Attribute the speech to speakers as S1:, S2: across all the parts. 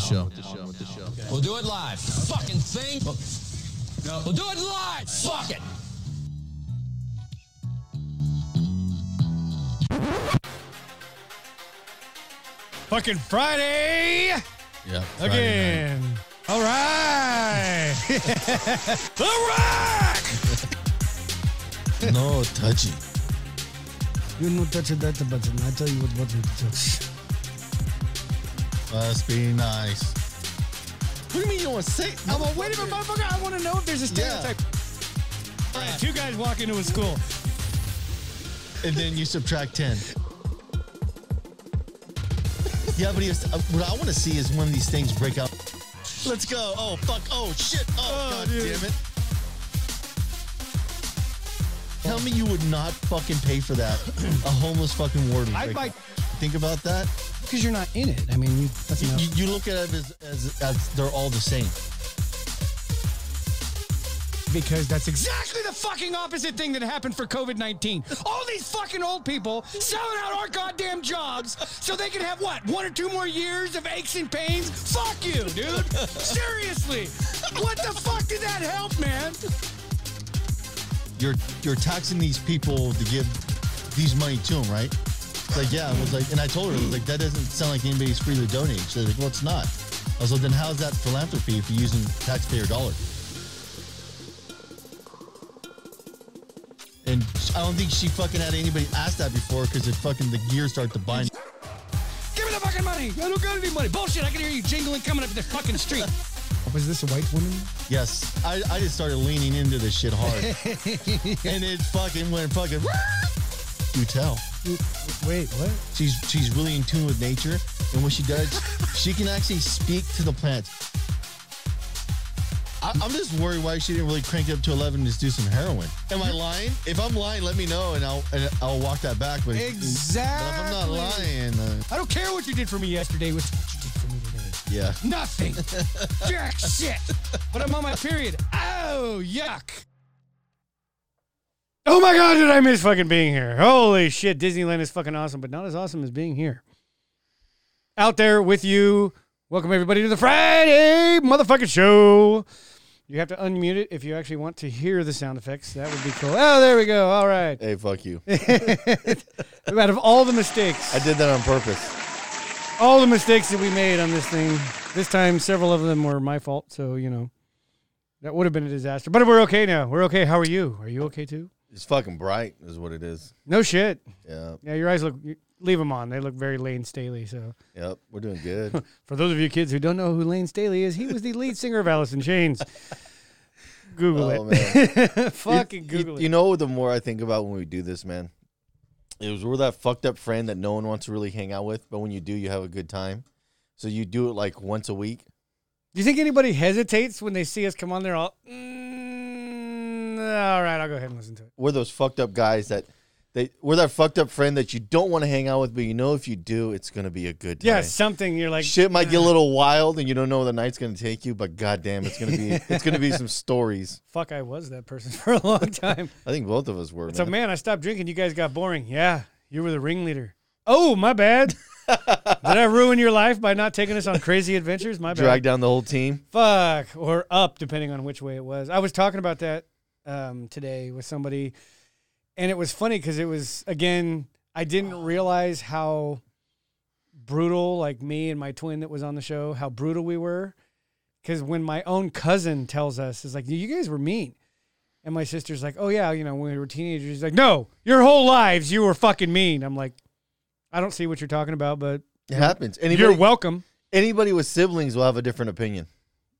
S1: show.
S2: We'll do it live. Fucking thing. No. We'll do it live. Fuck it.
S3: Fucking Friday
S1: Yeah. Friday night.
S3: again. All right. the Rock.
S1: No touchy.
S4: You know, touch that button. I tell you what button to touch.
S1: Must be nice. What do you mean you don't want to say?
S3: I'm a wait a minute, motherfucker. I want to know if there's a stereotype. All right, two guys walk into a school.
S1: and then you subtract 10. yeah, but he was, uh, what I want to see is when these things break out. Let's go. Oh, fuck. Oh, shit. Oh,
S3: Oh,
S1: god
S3: dude.
S1: damn it. Tell me you would not fucking pay for that. A homeless fucking warden.
S3: I'd
S1: Like,
S3: buy-
S1: Think about that.
S4: Because you're not in it. I mean, you, that's
S1: You,
S4: enough.
S1: you, you look at it as, as, as they're all the same.
S3: Because that's exactly the fucking opposite thing that happened for COVID 19. All these fucking old people selling out our goddamn jobs so they can have what? One or two more years of aches and pains? Fuck you, dude. Seriously. What the fuck did that help, man?
S1: You're you're taxing these people to give these money to them, right? It's like, yeah, I was like, and I told her, I was like, that doesn't sound like anybody's free to donate. She's like, well, it's not. I was like, then how's that philanthropy if you're using taxpayer dollars? And I don't think she fucking had anybody ask that before because it fucking the gears start to bind.
S3: Give me the fucking money. I don't got any money. Bullshit. I can hear you jingling coming up the fucking street.
S4: Was Oh, this a white woman?
S1: Yes, I, I just started leaning into this shit hard, and it fucking went fucking. You tell.
S4: Wait, what?
S1: She's she's really in tune with nature, and when she does, she can actually speak to the plants. I, I'm just worried why she didn't really crank it up to 11 and just do some heroin. Am I lying? If I'm lying, let me know, and I'll and I'll walk that back. But But if I'm not
S3: Exactly.
S1: lying, uh,
S3: I don't care what you did for me yesterday. With
S1: yeah.
S3: Nothing. Jack shit. But I'm on my period. Oh, yuck. Oh my god, did I miss fucking being here? Holy shit, Disneyland is fucking awesome, but not as awesome as being here. Out there with you. Welcome everybody to the Friday motherfucking show. You have to unmute it if you actually want to hear the sound effects. That would be cool. Oh, there we go. All right.
S5: Hey, fuck you.
S3: Out of all the mistakes.
S5: I did that on purpose.
S3: all the mistakes that we made on this thing. This time, several of them were my fault. So, you know, that would have been a disaster. But we're okay now. We're okay. How are you? Are you okay too?
S5: It's fucking bright, is what it is.
S3: No shit.
S5: Yeah,
S3: Yeah, your eyes look, you- leave them on. They look very Lane Staley. So,
S5: yep. We're doing good.
S3: for those of you kids who don't know who Lane Staley is, he was the lead singer of Alice in Chains. Google
S5: Oh,
S3: it.
S5: man.
S3: Fucking
S5: You-
S3: Google
S5: you, you know, the more I think about when we do this, man, it was we're that fucked up friend that no one wants to really hang out with, but when you do, you have a good time. So you do it like once a week.
S3: it. Do you think anybody hesitates when they see us come on there all, mm, all right, I'll go ahead and listen to it.
S5: We're those fucked up guys that they we're that fucked up friend that you don't want to hang out with, but you know if you do, it's gonna be a good time.
S3: Yeah, something you're like,
S5: Shit might get a little wild, and you don't know where the night's gonna take you, but goddamn, it's gonna be it's gonna be some stories.
S3: fuck, I was that person for a long time.
S5: I think both of us were.
S3: So
S5: man.
S3: man, I stopped drinking. You guys got boring. Yeah, you were the ringleader. Oh, my bad. Did I ruin your life by not taking us on crazy adventures? My bad.
S5: drag down the whole team.
S3: Fuck or up, depending on which way it was. I was talking about that um, today with somebody, and it was funny because it was again. I didn't realize how brutal, like me and my twin that was on the show, how brutal we were. Because when my own cousin tells us, is like, you guys were mean. And my sister's like, oh, yeah, you know, when we were teenagers, she's like, no, your whole lives you were fucking mean. I'm like, I don't see what you're talking about, but
S5: It happens.
S3: you're
S5: Anybody,
S3: welcome.
S5: anybody with siblings will have a different opinion.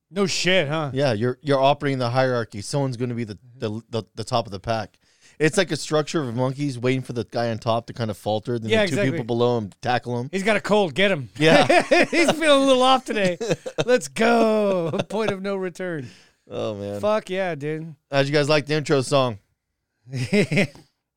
S3: No shit, huh?
S5: Yeah, you're you're operating the hierarchy. Someone's going to be the,
S3: Mm-hmm.
S5: the the the top of the pack. It's like a structure of monkeys waiting for the guy on top to kind of falter, then
S3: Yeah,
S5: the two
S3: exactly.
S5: people below him tackle him.
S3: He's got a cold. Get him.
S5: Yeah.
S3: He's feeling a little off today. Let's go. Point of no return.
S5: oh man.
S3: Fuck yeah, dude.
S5: How'd you guys like the intro song?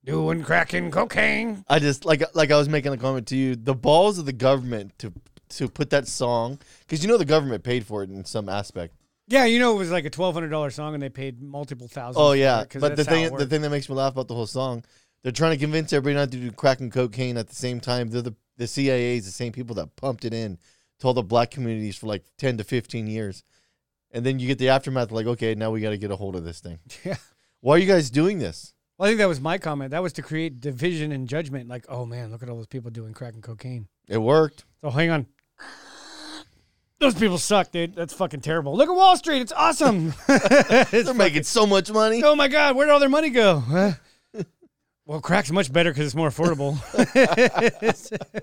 S3: Doing cracking cocaine.
S5: I just like like I was making a comment to you. The balls of the government to to put that song because you know the government paid for it in some aspect.
S3: Yeah, you know it was like a twelve hundred dollar song, and they paid multiple thousands.
S5: Oh
S3: for
S5: yeah,
S3: it, 'cause
S5: but the
S3: that's how it
S5: thing the
S3: works.
S5: thing that makes me laugh about the whole song, they're trying to convince everybody not to do crack and cocaine at the same time. They're the the CIA is the same people that pumped it in to all the black communities for like 10 to 15 years. And then you get the aftermath like, okay, now we got to get a hold of this thing.
S4: Yeah.
S5: Why are you guys doing this?
S4: Well, I think that was my comment. That was to create division and judgment. Like, oh man, look at all those people doing crack and cocaine.
S5: It worked.
S4: So hang on. Those people suck, dude. That's fucking terrible. Look at Wall Street. It's awesome. It's
S5: They're making so much money.
S4: oh my God, where'd all their money go? Huh? well, crack's much better because it's more affordable.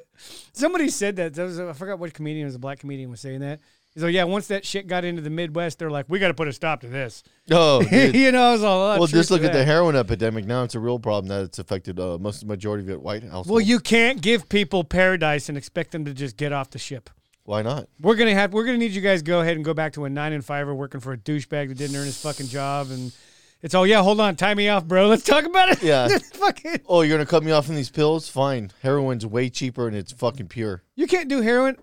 S4: Somebody said that. that was, I forgot what comedian it was a black comedian was saying that. He's like, yeah, once that shit got into the Midwest, they're like, we got to put a stop to this.
S5: Oh, dude.
S4: you know, it's a lot.
S5: well,
S4: of truth
S5: just look
S4: to
S5: at the
S4: that.
S5: heroin epidemic. Now it's a real problem that it's affected uh, most majority of the white house.
S4: Well, you can't give people paradise and expect them to just get off the ship.
S5: why not?
S4: We're gonna have we're gonna need you guys to go ahead and go back to a nine and fiver working for a douchebag that didn't earn his fucking job and it's all yeah, hold on, tie me off, bro. Let's talk about it.
S5: Yeah.
S4: It's fucking
S5: Oh, you're gonna cut me off on these pills? Fine. Heroin's way cheaper and it's fucking pure.
S4: you can't do heroin.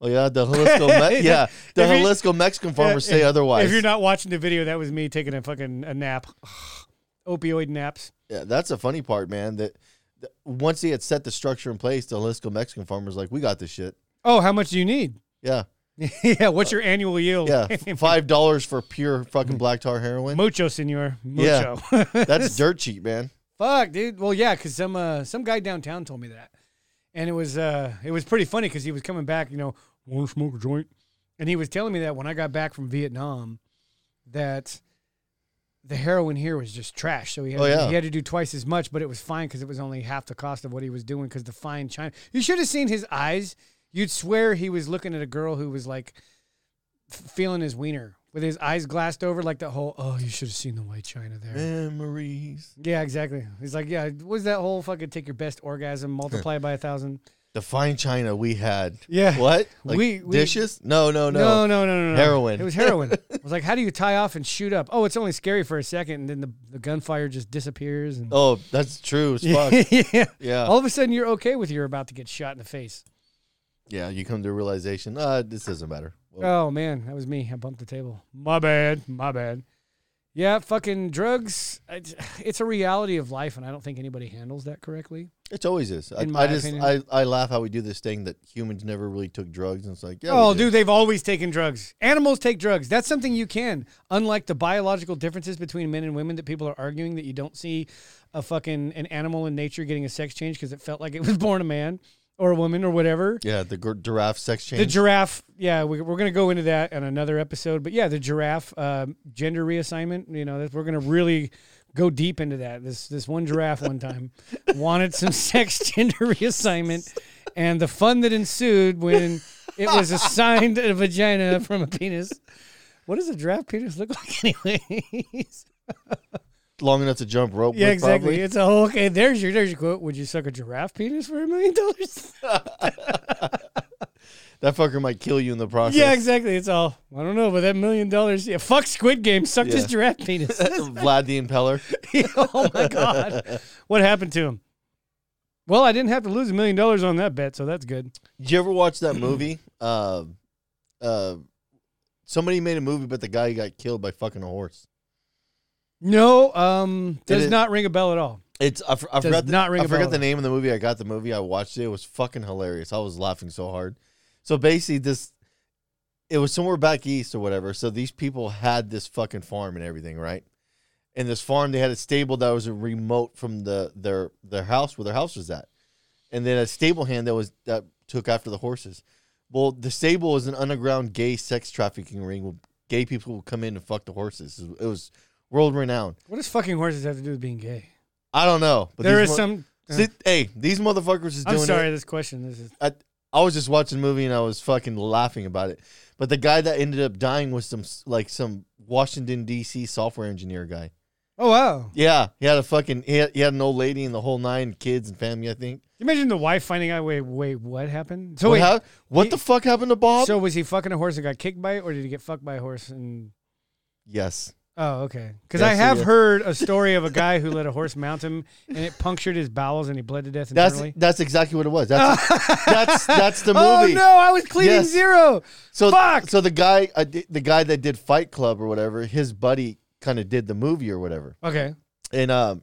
S5: Oh yeah, the Jalisco, Me- yeah, the
S4: If you-
S5: Jalisco Mexican farmers say
S4: Eh, If-
S5: otherwise.
S4: If you're not watching the video, that was me taking a fucking a nap. Opioid naps.
S5: yeah, that's the funny part, man. That, that once they had set the structure in place, the Jalisco Mexican farmers like, we got this shit.
S4: Oh, how much do you need?
S5: Yeah,
S4: yeah, what's your annual yield?
S5: Uh, yeah, five dollars for pure fucking black tar heroin.
S4: Mucho, senor.
S5: Yeah.
S4: Mucho.
S5: That's dirt cheap, man.
S4: Fuck, dude. Well, yeah, because some uh, some guy downtown told me that, and it was uh, it was pretty funny because he was coming back, you know, want to smoke a joint, and he was telling me that when I got back from Vietnam, that the heroin here was just trash. So he had,
S5: Oh, yeah.
S4: he had to do twice as much, but it was fine because it was only half the cost of what he was doing because the fine China. You should have seen his eyes. You'd swear he was looking at a girl who was like f- feeling his wiener with his eyes glassed over, like the whole. Oh, you should have seen the white China there.
S5: Memories.
S4: Yeah, exactly. He's like, yeah, what's that whole fucking take your best orgasm, multiply it by a thousand?
S5: The fine china we had.
S4: Yeah.
S5: What? Like
S4: We- we-
S5: dishes? No, Oh, no, no.
S4: No, no, no, no, no.
S5: Heroin.
S4: It was heroin. I was like, how do you tie off and shoot up? Oh, it's only scary for a second, and then the, the gunfire just disappears. And
S5: Oh, that's true as fuck.
S4: yeah.
S5: Yeah.
S4: All of a sudden, you're okay with you're about to get shot in the face.
S5: Yeah, you come to a realization, uh, this doesn't matter. Well,
S4: Oh man, that was me. I bumped the table. My bad. My bad. Yeah, fucking drugs. It's, it's a reality of life, and I don't think anybody handles that correctly.
S5: it always is. I,
S4: In
S5: I
S4: my
S5: just I,
S4: opinion.
S5: I laugh how we do this thing that humans never really took drugs and it's like, yeah.
S4: oh,
S5: we did.
S4: dude, they've always taken drugs. Animals take drugs. That's something you can. Unlike the biological differences between men and women that people are arguing that you don't see a fucking an animal in nature getting a sex change because it felt like it was born a man or a woman or whatever.
S5: Yeah, the gir- giraffe sex change.
S4: The giraffe, yeah, we, we're going to go into that on another episode. But yeah, the giraffe um, gender reassignment, you know, that we're going to really go deep into that. This this one giraffe one time wanted some sex gender reassignment, and the fun that ensued when it was assigned a vagina from a penis. What does a giraffe penis look like, anyways?
S5: Long enough to jump rope.
S4: yeah,
S5: with,
S4: exactly.
S5: probably.
S4: It's a whole, okay. There's your there's your quote. Would you suck a giraffe penis for a million dollars?
S5: That fucker might kill you in the process.
S4: Yeah, exactly. It's all I don't know, but that million dollars, yeah, fuck Squid Game, sucked his
S5: Yeah.
S4: giraffe penis.
S5: Vlad the Impeller.
S4: oh my god, what happened to him? Well, I didn't have to lose a million dollars on that bet, so that's good.
S5: Did you ever watch that movie? Uh, uh, somebody made a movie, but the guy got killed by fucking a horse.
S4: No, um,
S5: Did
S4: does
S5: it-
S4: not ring a bell at all.
S5: It's I, f- I
S4: Does
S5: forgot the,
S4: not ring
S5: I
S4: a bell.
S5: forgot the name of the movie. I got the movie. I watched it. It was fucking hilarious. I was laughing so hard. So basically, this it was somewhere back east or whatever. So these people had this fucking farm and everything, right? And this farm, they had a stable that was remote from the their their house where their house was at, and then a stable hand that was that took after the horses. Well, the stable was an underground gay sex trafficking ring where gay people would come in and fuck the horses. It was world renowned.
S4: What does fucking horses have to do with being gay?
S5: I don't know, but
S4: there
S5: these
S4: is
S5: mo-
S4: some.
S5: See, hey, these motherfuckers is
S4: I'm
S5: doing
S4: sorry,
S5: it.
S4: this question. This is
S5: I, I was just watching a movie and I was fucking laughing about it. But the guy that ended up dying was some s- like some Washington D.C. software engineer guy.
S4: oh wow.
S5: Yeah, he had a fucking he had, he had an old lady and the whole nine kids and family. I think.
S4: Imagine the wife finding out. Wait, wait, what happened? So
S5: what
S4: wait,
S5: hap- what
S4: he-
S5: the fuck happened to Bob?
S4: so was he fucking a horse and got kicked by it, or did he get fucked by a horse and?
S5: yes,
S4: Oh, okay. Because
S5: Yeah,
S4: I
S5: so
S4: have
S5: yeah.
S4: heard a story of a guy who let a horse mount him, and it punctured his bowels, and he bled to death
S5: that's
S4: internally.
S5: that's exactly what it was. That's that's that's the
S4: Oh
S5: movie.
S4: no! I was cleaning
S5: Yes.
S4: zero.
S5: So
S4: Fuck!
S5: so the guy I di- the guy that did Fight Club or whatever, his buddy kind of did the movie or whatever.
S4: Okay.
S5: and um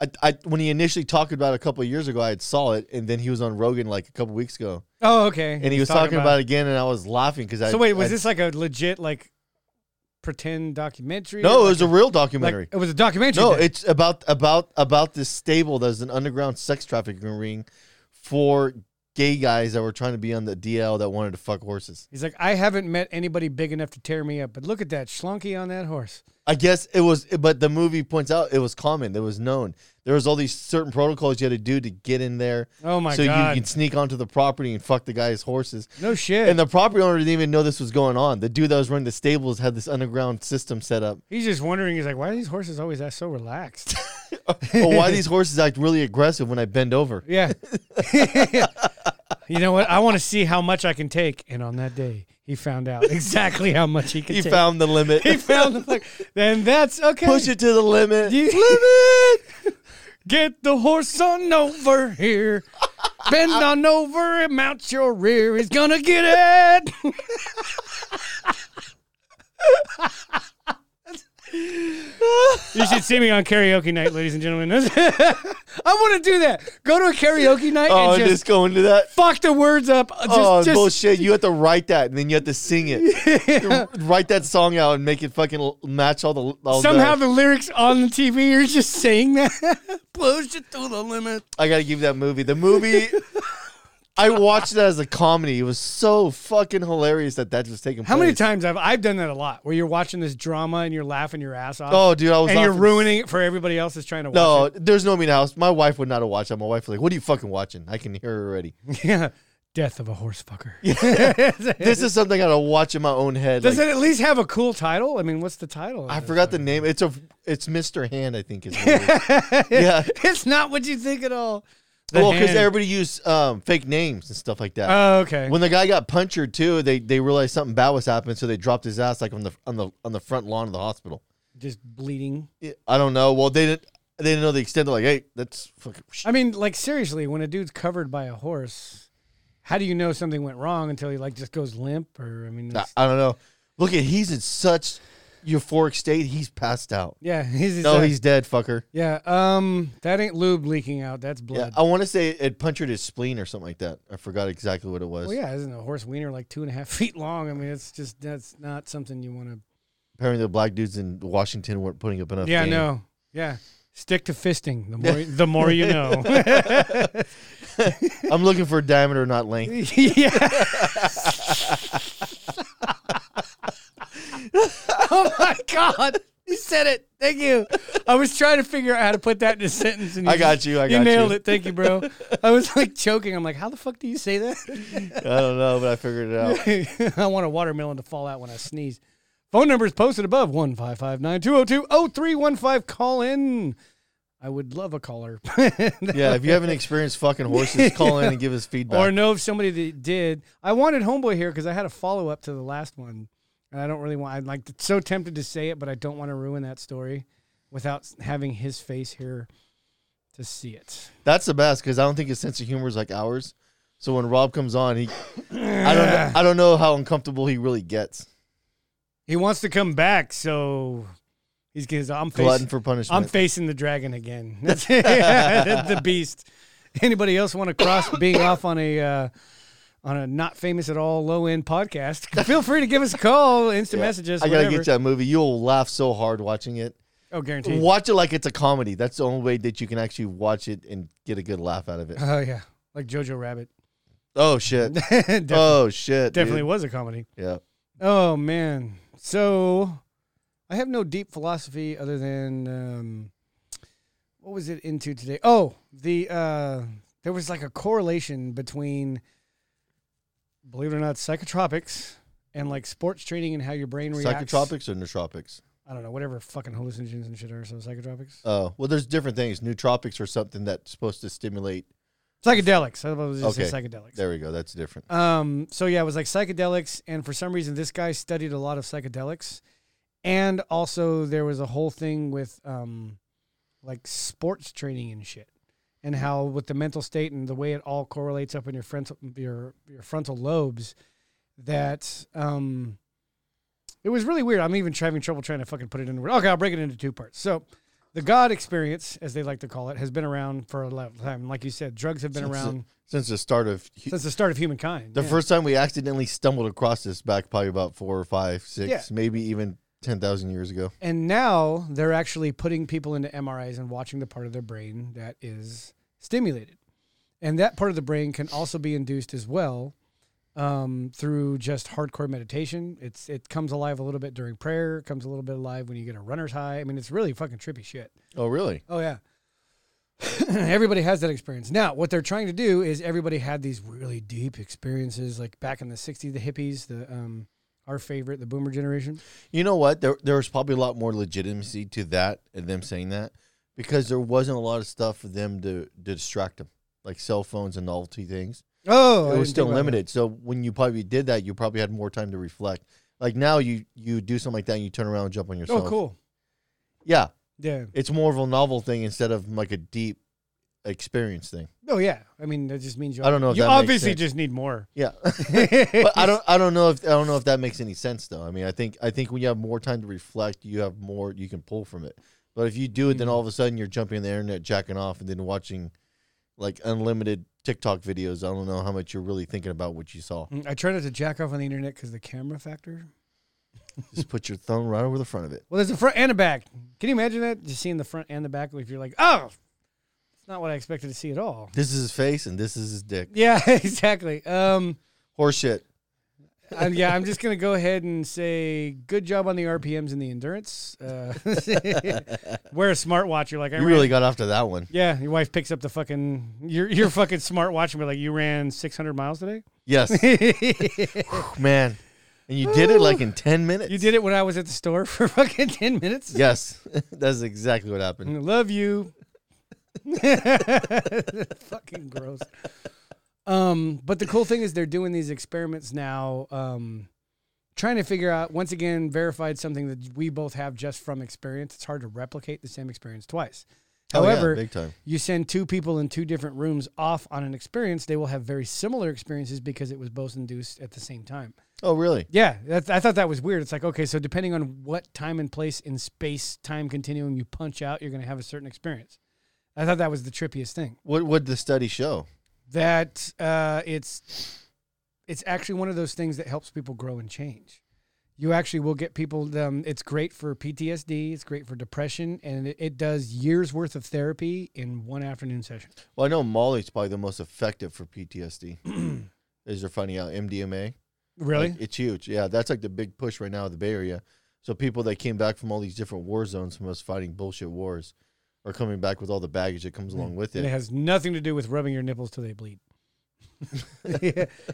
S5: I, I when he initially talked about it a couple of years ago, I had saw it, and then he was on Rogan like a couple weeks ago,
S4: Oh, okay.
S5: and he was talking about, it again, and I was laughing because I.
S4: So wait, was
S5: I-
S4: this like a legit like pretend documentary?
S5: No,
S4: Or
S5: it was a
S4: like
S5: real
S4: like,
S5: documentary.
S4: it was a documentary.
S5: No,
S4: then?
S5: it's about about about this stable that's an underground sex trafficking ring for gay guys that were trying to be on the DL that wanted to fuck horses.
S4: He's like, I haven't met anybody big enough to tear me up, but look at that schlunky on that horse.
S5: I guess it was, but the movie points out it was common. It was known. There was all these certain protocols you had to do to get in there.
S4: Oh my
S5: so
S4: god!
S5: you can sneak onto the property and fuck the guy's horses.
S4: no shit.
S5: And the property owner didn't even know this was going on. The dude that was running the stables had this underground system set up.
S4: he's just wondering. He's like, why are these horses always act so relaxed?
S5: oh, why these horses act really aggressive when I bend over?
S4: yeah. you know what? I want to see how much I can take. And on that day, he found out exactly how much he could.
S5: He
S4: take.
S5: found the limit.
S4: He found. Like, then that's okay.
S5: Push it to the limit.
S4: You-
S5: limit.
S4: Get the horse on over here. Bend on over and mount your rear. He's gonna get it. you should see me on karaoke night, ladies and gentlemen. I want to do that. Go to a karaoke night
S5: Oh,
S4: and
S5: just,
S4: just,
S5: go into that.
S4: fuck the words up. Just,
S5: oh
S4: just
S5: bullshit! You have to write that, and then you have to sing it. Write that song out and make it fucking l- match all the. All
S4: somehow
S5: the,
S4: the lyrics on the TV are just saying that. Push it to the limit.
S5: I gotta give you that movie. The movie. I watched that as a comedy. It was so fucking hilarious that that was taking
S4: How
S5: place.
S4: many times have I've done that a lot? Where you're watching this drama and you're laughing your ass off.
S5: Oh, dude, I was.
S4: and you're
S5: laughing.
S4: ruining it for everybody else that's trying to
S5: No,
S4: watch
S5: there's no me in the house. My wife would not have watched that. My wife was like, "What are you fucking watching? I can hear her already."
S4: it. Yeah. Death of a horse fucker.
S5: this is something I gotta watch in my own head.
S4: Does
S5: Like,
S4: it at least have a cool title? I mean, what's the title? of
S5: I
S4: this
S5: forgot the
S4: fucking-
S5: name. It's a. It's Mr. Hand, I think is. What it is. yeah.
S4: It's not what you think at all. The
S5: Well, because
S4: hand.
S5: everybody used um, fake names and stuff like that.
S4: Oh, okay.
S5: When the guy got punctured too, they they realized something bad was happening, so they dropped his ass like on the on the on the front lawn of the hospital.
S4: Just bleeding.
S5: Yeah, I don't know. Well, they didn't they didn't know the extent. They're like, hey, that's fucking. Sh-.
S4: I mean, like seriously, when a dude's covered by a horse, how do you know something went wrong until he like just goes limp? Or I mean,
S5: Nah,
S4: it's-
S5: I don't know. Look at he's in such euphoric state. He's passed out.
S4: yeah, he's
S5: No,
S4: uh,
S5: he's dead, fucker.
S4: yeah. Um, that ain't lube leaking out. That's
S5: Yeah,
S4: blood.
S5: I want to say it punctured his spleen or something like that. I forgot exactly what it was.
S4: well, Oh, yeah, isn't a horse wiener like two and a half feet long? I mean, it's just that's not something you want to
S5: Apparently, the black dudes in Washington weren't putting up enough.
S4: Yeah,
S5: game.
S4: no. Yeah. Stick to fisting. The more the more you know.
S5: I'm looking for diameter, not length.
S4: yeah. oh my god. You said it. Thank you. I was trying to figure out how to put that in a sentence and
S5: I got you. I got
S4: you nailed
S5: you.
S4: it. Thank you, bro. I was like choking. I'm like, how the fuck do you say
S5: I don't know, but I figured it out.
S4: that? I want a watermelon to fall out when I sneeze. Phone number is posted above 1-559-202-0315. Call in. I would love a caller.
S5: Yeah, if you haven't experienced fucking horses, call in and give us feedback.
S4: Or know if somebody that did. I wanted Homeboy here because I had a follow up to the last one, and I don't really want. I'm like so tempted to say it, but I don't want to ruin that story without having his face here to see it.
S5: That's the best because I don't think his sense of humor is like ours. So when Rob comes on, he I don't know, I don't know how uncomfortable he really gets.
S4: He wants to come back, so he's because I'm
S5: Glutton
S4: facing,
S5: for
S4: I'm
S5: punishment.
S4: facing the dragon again. That's yeah, the beast. Anybody else want to cross being off on a? Uh, on a not famous at all low end podcast, feel free to give us a call, instant
S5: Yeah.
S4: messages.
S5: I gotta
S4: whatever.
S5: get that movie. You'll laugh so hard watching it.
S4: Oh, guaranteed.
S5: Watch it like it's a comedy. That's the only way that you can actually watch it and get a good laugh out of it.
S4: Oh yeah, like Jojo Rabbit.
S5: Oh shit.
S4: definitely,
S5: oh shit. dude.
S4: definitely was a comedy.
S5: Yeah.
S4: Oh man, so I have no deep philosophy other than um, what was it into today? Oh, the uh, there was like a correlation between, believe it or not, psychotropics and like sports training and how your brain reacts.
S5: Psychotropics or nootropics?
S4: I don't know whatever fucking hallucinogens and shit are. So psychotropics,
S5: Oh, well, there's different things. Nootropics are something that's supposed to stimulate.
S4: psychedelics. I was just say
S5: Okay.
S4: psychedelics.
S5: There we go. That's different.
S4: Um, so yeah, it was like psychedelics, and for some reason, this guy studied a lot of psychedelics, and also there was a whole thing with um, like sports training and shit, and how with the mental state and the way it all correlates up in your frontal your your frontal lobes, that um, it was really weird. I'm even having trouble trying to fucking put it into. word. Okay, I'll break it into two parts. So the God experience, as they like to call it, has been around for a long time. Like you said, drugs have been around
S5: since the start of hu-
S4: since the start of humankind.
S5: the
S4: yeah.
S5: first time we accidentally stumbled across this back probably about four or five, six,
S4: Yeah.
S5: maybe even ten thousand years ago.
S4: And now they're actually putting people into MRIs and watching the part of their brain that is stimulated. And that part of the brain can also be induced as well um, through just hardcore meditation. It's it comes alive a little bit during prayer, it comes a little bit alive when you get a runner's high. I mean, it's really fucking trippy shit.
S5: Oh, really?
S4: Oh yeah. everybody has that experience. Now, what they're trying to do is everybody had these really deep experiences, like back in the '60s, the hippies, the um, our favorite, the Boomer generation.
S5: You know what? There there was probably a lot more legitimacy to that and them saying that because there wasn't a lot of stuff for them to, to distract them, like cell phones and novelty things. it
S4: Oh, I didn't
S5: was
S4: think
S5: still
S4: about that.
S5: limited. So when you probably did that, you probably had more time to reflect. Like now, you you do something like that, and you turn around and jump on yourself.
S4: Oh, cool.
S5: Yeah,
S4: Yeah.
S5: it's more of a novel thing instead of like a deep experience thing.
S4: Oh, yeah. I mean, that just means you.
S5: I don't know if
S4: You
S5: that makes
S4: obviously
S5: sense.
S4: just need more.
S5: Yeah, but I don't I don't know if I don't know if that makes any sense though. I mean, I think I think when you have more time to reflect, you have more you can pull from it. But if you do it, then
S4: Mm-hmm.
S5: all of a sudden you're jumping on the internet, jacking off, and then watching like unlimited TikTok videos. I don't know how much you're really thinking about what you saw.
S4: Mm, I try not to jack off on the internet because the camera factor.
S5: Just put your thumb right over the front of it.
S4: Well, there's a front and a back. Can you imagine that? Just seeing the front and the back. If you're like, oh, it's not what I expected to see at all.
S5: This is his face, and this is his dick.
S4: Yeah, exactly. Um,
S5: Horseshit.
S4: I- yeah, I'm just gonna go ahead and say good job on the RPMs and the endurance. Uh, wear a smartwatch. You're like, I
S5: You
S4: ran-
S5: really got after that one.
S4: Yeah, your wife picks up the fucking your your fucking smartwatch and be like, you ran 600 miles today.
S5: Yes, man. And you did it like in ten minutes.
S4: You did it when I was at the store for fucking 10 minutes.
S5: Yes, that's exactly what happened.
S4: Love you. fucking gross. Um, but the cool thing is they're doing these experiments now, um, trying to figure out once again verified something that we both have just from experience. It's hard to replicate the same experience twice.
S5: Oh, yeah,
S4: However,
S5: big time.
S4: you send two people in two different rooms off on an experience, they will have very similar experiences because it was both induced at the same time.
S5: Oh, really?
S4: Yeah, that's, I thought that was weird. It's like, okay, so depending on what time and place in space time continuum you punch out, you're going to have a certain experience. I thought that was the trippiest thing.
S5: What would the study show?
S4: That uh, it's it's actually one of those things that helps people grow and change. You actually will get people. Um, it's great for PTSD. It's great for depression, and it, it does years worth of therapy in one afternoon session.
S5: Well, I know Molly's probably the most effective for PTSD. Is they're finding out MDMA.
S4: Really?
S5: Like, it's huge. Yeah, that's like the big push right now in the Bay Area. So people that came back from all these different war zones from us fighting bullshit wars are coming back with all the baggage that
S4: Mm.
S5: comes along with
S4: And it
S5: it.
S4: has nothing to do with rubbing your nipples till they bleed.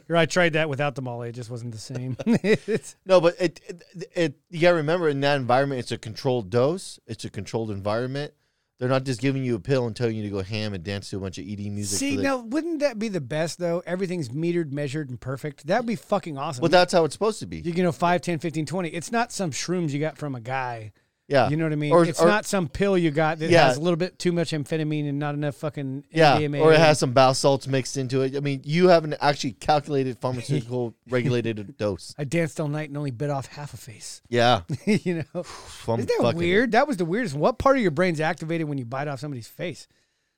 S4: Or I tried that without the Molly. It just wasn't the same. It's-
S5: No, but it, it, it you gotta remember in that environment, it's a controlled dose. It's a controlled environment. They're not just giving you a pill and telling you to go ham and dance to a bunch of ED music.
S4: See,
S5: for the-
S4: now, wouldn't that be the best, though? Everything's metered, measured, and perfect. That'd be fucking awesome.
S5: but that's how it's supposed to be.
S4: you can know, 5, 10, 15, 20. It's not some shrooms you got from a guy.
S5: Yeah,
S4: You know what I mean?
S5: Or-
S4: it's
S5: or-
S4: not some pill you got that
S5: Yeah.
S4: has a little bit too much amphetamine and not enough fucking
S5: Yeah,
S4: MDMA.
S5: or it has some bile salts mixed into it. I mean, you haven't actually calculated pharmaceutical regulated dose.
S4: I danced all night and only bit off half a face.
S5: Yeah,
S4: you know?
S5: I'm
S4: Isn't that
S5: fucking-
S4: weird? That was the weirdest. one. What part of your brain's activated when you bite off somebody's face?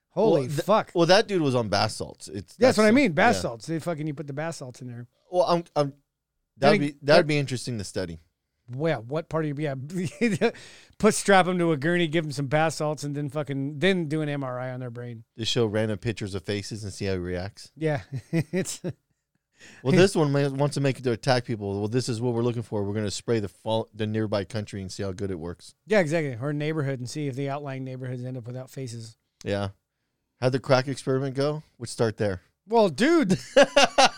S4: Holy
S5: Well, th-
S4: fuck!
S5: Well, that dude was on bath salts. It's
S4: that's, what I
S5: the-
S4: mean. Bath
S5: yeah.
S4: salts. They fucking you put the bath salts in there.
S5: Well, I'm, I'm that'd
S4: Then it-
S5: be that'd be interesting to study.
S4: Well, what part of your yeah? put strap them to a gurney, give them some bath salts, and then fucking then do an MRI on their brain.
S5: Just show random pictures of faces and see how he reacts.
S4: Yeah, it's
S5: Well, this one ma- wants to make it to attack people. Well, this is what we're looking for. We're going to spray the fall, the nearby country and see how good it works.
S4: yeah exactly. Or neighborhood and see if the outlying neighborhoods end up without faces.
S5: Yeah, how'd the crack experiment go? Let's start there.
S4: Well, dude,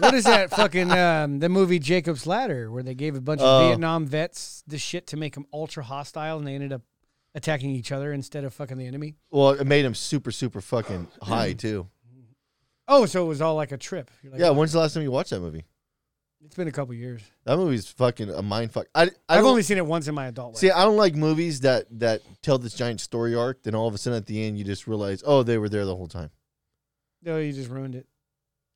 S4: what is that fucking um, the movie Jacob's Ladder where they gave a bunch of
S5: Oh.
S4: Vietnam vets the shit to make them ultra hostile and they ended up attacking each other instead of fucking the enemy?
S5: Well, it made him super, super fucking high too.
S4: Oh, so it was all like a trip. You're like, "Oh,
S5: Yeah, when's the last time you watched that movie?
S4: it's been a couple years.
S5: That movie's fucking a mind fuck. I, I
S4: I've
S5: don't-
S4: only seen it once in my adult life.
S5: see. I don't like movies that that tell this giant story arc. Then all of a sudden at the end, you just realize, oh, they were there the whole time.
S4: no, Oh, you just ruined it.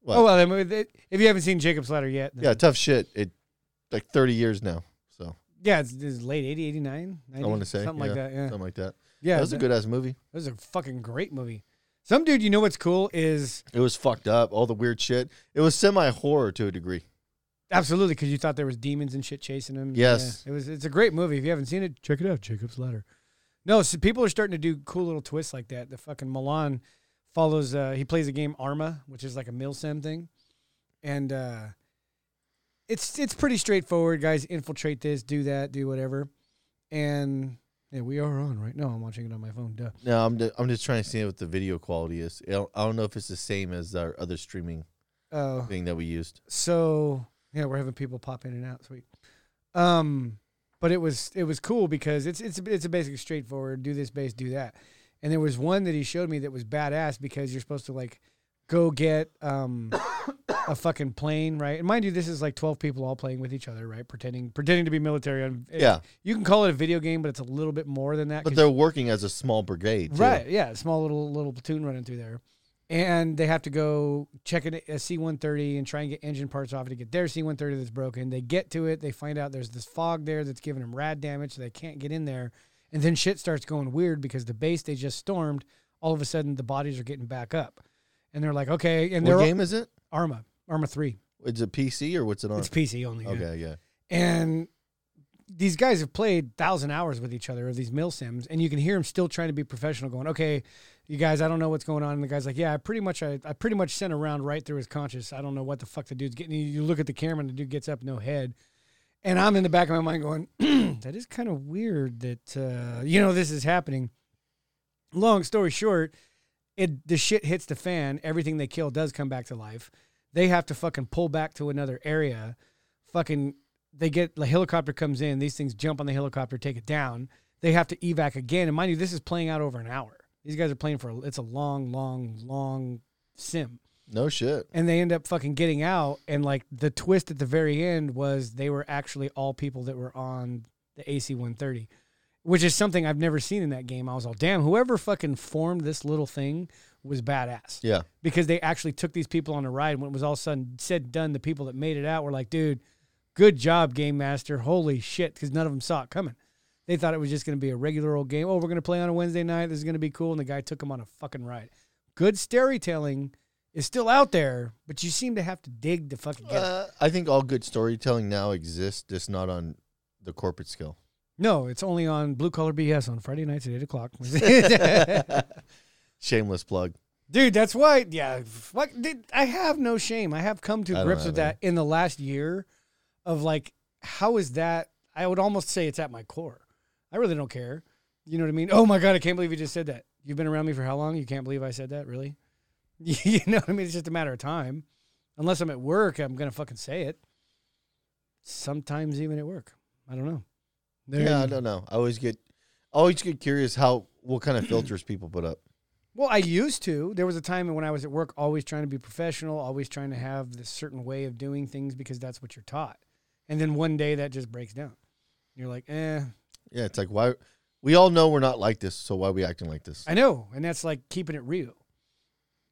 S5: What?
S4: Oh well, that movie, that- if you haven't seen Jacob's Ladder yet, then-
S5: yeah, tough shit. It like thirty years now. So
S4: Yeah, it's, it's late 80, 89, 90,
S5: I want to say
S4: something like that. Yeah,
S5: something like that.
S4: yeah,
S5: that was a good ass movie.
S4: That was a fucking great movie. Some dude, you know what's cool is
S5: It was fucked up. All the weird shit. It was semi horror to a degree.
S4: absolutely because you thought there was demons and shit chasing him.
S5: Yes.
S4: Yeah, it was. It's a great movie. If you haven't seen it, check it out. Jacob's Ladder. No, so people are starting to do cool little twists like that. The fucking Milan follows. Uh, he plays a game Arma, which is like a milsim thing, and uh, it's it's pretty straightforward. Guys, infiltrate this, do that, do whatever, and yeah, we are on right now. I'm watching it on my phone. Duh.
S5: No, I'm ju- I'm just trying to see what the video quality is. I don't, I don't know if it's the same as our other streaming
S4: Oh.
S5: thing that we used.
S4: so yeah, we're having people pop in and out. Sweet. Um, but it was it was cool because it's it's it's a basic straightforward do this base do that, and there was one that he showed me that was badass because you're supposed to like go get um a fucking plane right and mind you this is like 12 people all playing with each other right pretending pretending to be military on
S5: Yeah.
S4: you can call it a video game but it's a little bit more than that
S5: But
S4: 'cause
S5: they're working as a small brigade, too.
S4: Right. Yeah. Small little little platoon running through there. And they have to go check it- a C 130 and try and get engine parts off it to get their C 130 that's broken. They get to it. They find out there's this fog there that's giving them rad damage. So they can't get in there. And then shit starts going weird because the base they just stormed, all of a sudden the bodies are getting back up. And they're like, okay. And
S5: What
S4: they're
S5: game is it?
S4: Arma, Arma 3.
S5: Is it PC or what's it on?
S4: It's PC only. yeah.
S5: Okay, yeah.
S4: And these guys have played thousand hours with each other of these mill sims, and you can hear them still trying to be professional, going, "Okay, you guys, I don't know what's going on." And the guy's like, "Yeah, I pretty much, I, I pretty much sent a round right through his conscious. I don't know what the fuck the dude's getting." You- You look at the camera, and the dude gets up, no head. And I'm in the back of my mind going, "That is kind of weird that uh, you know this is happening." Long story short, it the shit hits the fan. Everything they kill does come back to life. They have to fucking pull back to another area fucking they get the helicopter comes in these things jump on the helicopter take it down they have to evac again and mind you this is playing out over an hour these guys are playing for it's a long long long sim
S5: No shit.
S4: and they end up fucking getting out and like the twist at the very end was they were actually all people that were on the AC 130 which is something I've never seen in that game I was all damn whoever fucking formed this little thing was badass
S5: Yeah.
S4: because they actually took these people on a ride. When it was all sudden said and done, the people that made it out were like, dude, good job, game master. Holy shit. Because none of them saw it coming. They thought it was just going to be a regular old game. Oh, we're going to play on a Wednesday night. This is going to be cool. And the guy took them on a fucking ride. Good storytelling is still out there, but you seem to have to dig to fucking get it.
S5: Uh, I think all good storytelling now exists, just not on the corporate scale.
S4: No, it's only on Blue Collar BS on Friday nights at 8 o'clock.
S5: Shameless plug.
S4: Dude, that's why. Yeah, fuck, dude, I have no shame. I have come
S5: I
S4: to
S5: don't
S4: grips
S5: have
S4: with that in the last year, of like, how is that? I would almost say it's at my core. I really don't care. You know what I mean? Oh my god, I can't believe you just said that. You've been around me for how long? You can't believe I said that, really? You know what I mean? It's just a matter of time. Unless I'm at work, I'm gonna fucking say it. Sometimes even at work, I don't know. There
S5: Yeah,
S4: you-
S5: I don't know. I always get, I always get curious how what kind of filters people put up.
S4: Well, I used to. There was a time when I was at work always trying to be professional, always trying to have this certain way of doing things because that's what you're taught. And then one day that just breaks down. You're like, eh,
S5: Yeah, it's like why we all know we're not like this, so why are we acting like this?
S4: I know. And that's like keeping it real.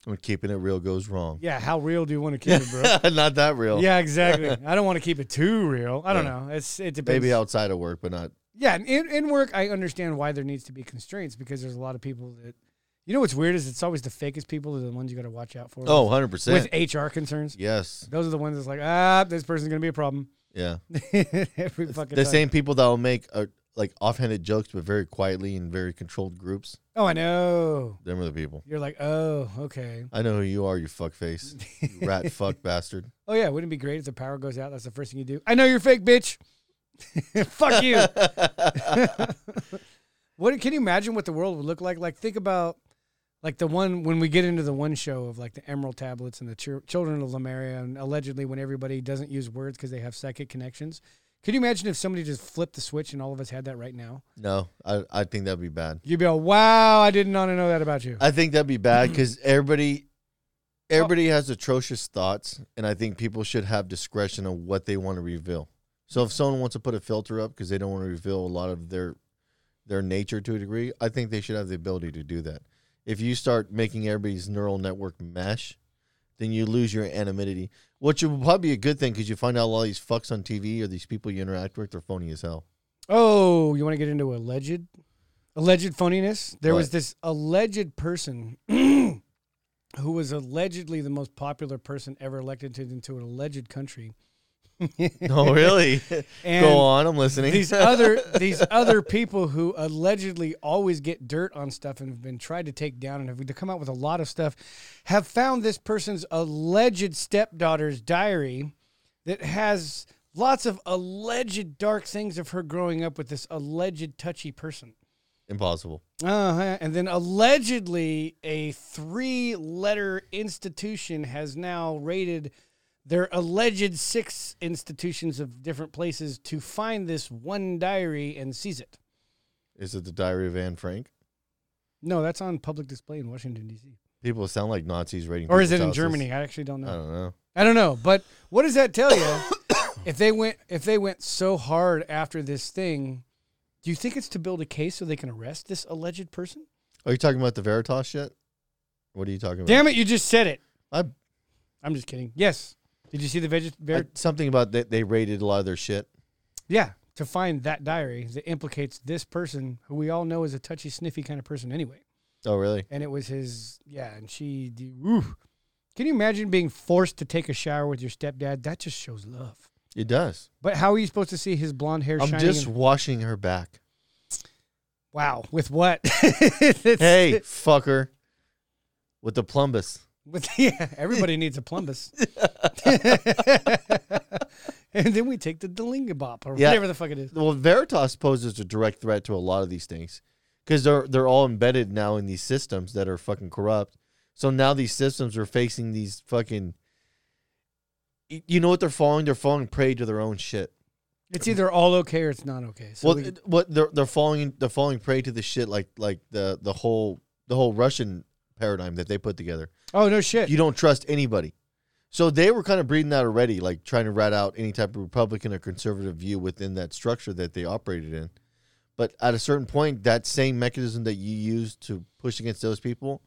S5: When keeping it real goes wrong.
S4: Yeah, how real do you want to keep it, bro?
S5: not that real.
S4: yeah, exactly. I don't want to keep it too real. I don't
S5: Yeah.
S4: know. It's it depends.
S5: Maybe outside of work, but not.
S4: Yeah, and in, in work, I understand why there needs to be constraints because there's a lot of people that, you know, what's weird is it's always the fakest people are the ones you got to watch out for.
S5: Oh, 100
S4: with
S5: percent.
S4: HR concerns.
S5: Yes.
S4: Those are the ones that's like, ah, this person's gonna be a problem.
S5: Yeah.
S4: Every fucking
S5: The
S4: time.
S5: same people that will make uh like offhanded jokes, but very quietly in very controlled groups.
S4: Oh, I know.
S5: Them are the people.
S4: You're like, oh, okay.
S5: I know who you are, you fuckface, you rat fuck bastard.
S4: Oh yeah, wouldn't it be great if the power goes out? That's the first thing you do. I know you're fake, bitch. Fuck you. what can you imagine what the world would look like? Like think about like the one when we get into the one show of like the Emerald tablets and the chir- children of Lemuria and allegedly when everybody doesn't use words because they have psychic connections. Could you imagine if somebody just flipped the switch and all of us had that right now?
S5: No, I, I think that'd be bad.
S4: You'd be like, wow, I did not know that about you.
S5: I think that'd be bad because everybody, everybody has atrocious thoughts, and I think people should have discretion on what they want to reveal. So if someone wants to put a filter up because they don't want to reveal a lot of their their nature to a degree, I think they should have the ability to do that. If you start making everybody's neural network mesh, then you lose your anonymity, which would probably be a good thing because you find out a lot of these fucks on TV or these people you interact with, they're phony as hell.
S4: Oh, you want to get into alleged, alleged funniness? There was
S5: What?
S4: this alleged person who was allegedly the most popular person ever elected to, into an alleged country.
S5: Oh, really?
S4: And
S5: Go on. I'm listening.
S4: These other these other people who allegedly always get dirt on stuff and have been tried to take down and have come out with a lot of stuff have found this person's alleged stepdaughter's diary that has lots of alleged dark things of her growing up with this alleged touchy person.
S5: impossible.
S4: Uh-huh. And then allegedly, a three letter institution has now raided their alleged six institutions of different places to find this one diary and seize it.
S5: Is it the Diary of Anne Frank?
S4: No, that's on public display in Washington, D.C.
S5: People sound like Nazis raiding.
S4: Or is it
S5: people's
S4: in
S5: houses. Oh.
S4: Germany? I actually don't
S5: I
S4: know.
S5: don't know.
S4: I don't know. But what does that tell you? if they went if they went so hard after this thing, do you think it's to build a case so they can arrest this alleged person?
S5: Are you talking about the Veritas yet? What are you talking about?
S4: Damn it, you just said it.
S5: I,
S4: I'm just kidding. Yes. Did you see the veg-
S5: I-
S4: ver-
S5: something about they, they raided a lot of their shit.
S4: Yeah, to find that diary that implicates this person who we all know is a touchy sniffy kind of person anyway.
S5: Oh, really?
S4: And it was his yeah, and she d- oof. Can you imagine being forced to take a shower with your stepdad? That just shows love.
S5: It does.
S4: But how are you supposed to see his blonde hair
S5: I'm
S4: shining?
S5: just
S4: and-
S5: washing her back.
S4: wow, with what? It's-
S5: Hey, fucker. With the plumbus.
S4: with, yeah, everybody needs a plumbus. and then we take the Dalingabop or
S5: Yeah.
S4: whatever the fuck it is.
S5: Well, Veritas poses a direct threat to a lot of these things because they're they're all embedded now in these systems that are fucking corrupt. So now these systems are facing these fucking. y- You know what they're falling? They're falling prey to their own shit.
S4: It's either all okay or it's not okay. So
S5: well,
S4: we-
S5: th- what they're they're falling they're falling prey to the shit like like the the whole the whole Russian paradigm that they put together.
S4: oh no shit.
S5: You don't trust anybody. So they were kind of breeding that already, like trying to rat out any type of Republican or conservative view within that structure that they operated in. But at a certain point, that same mechanism that you used to push against those people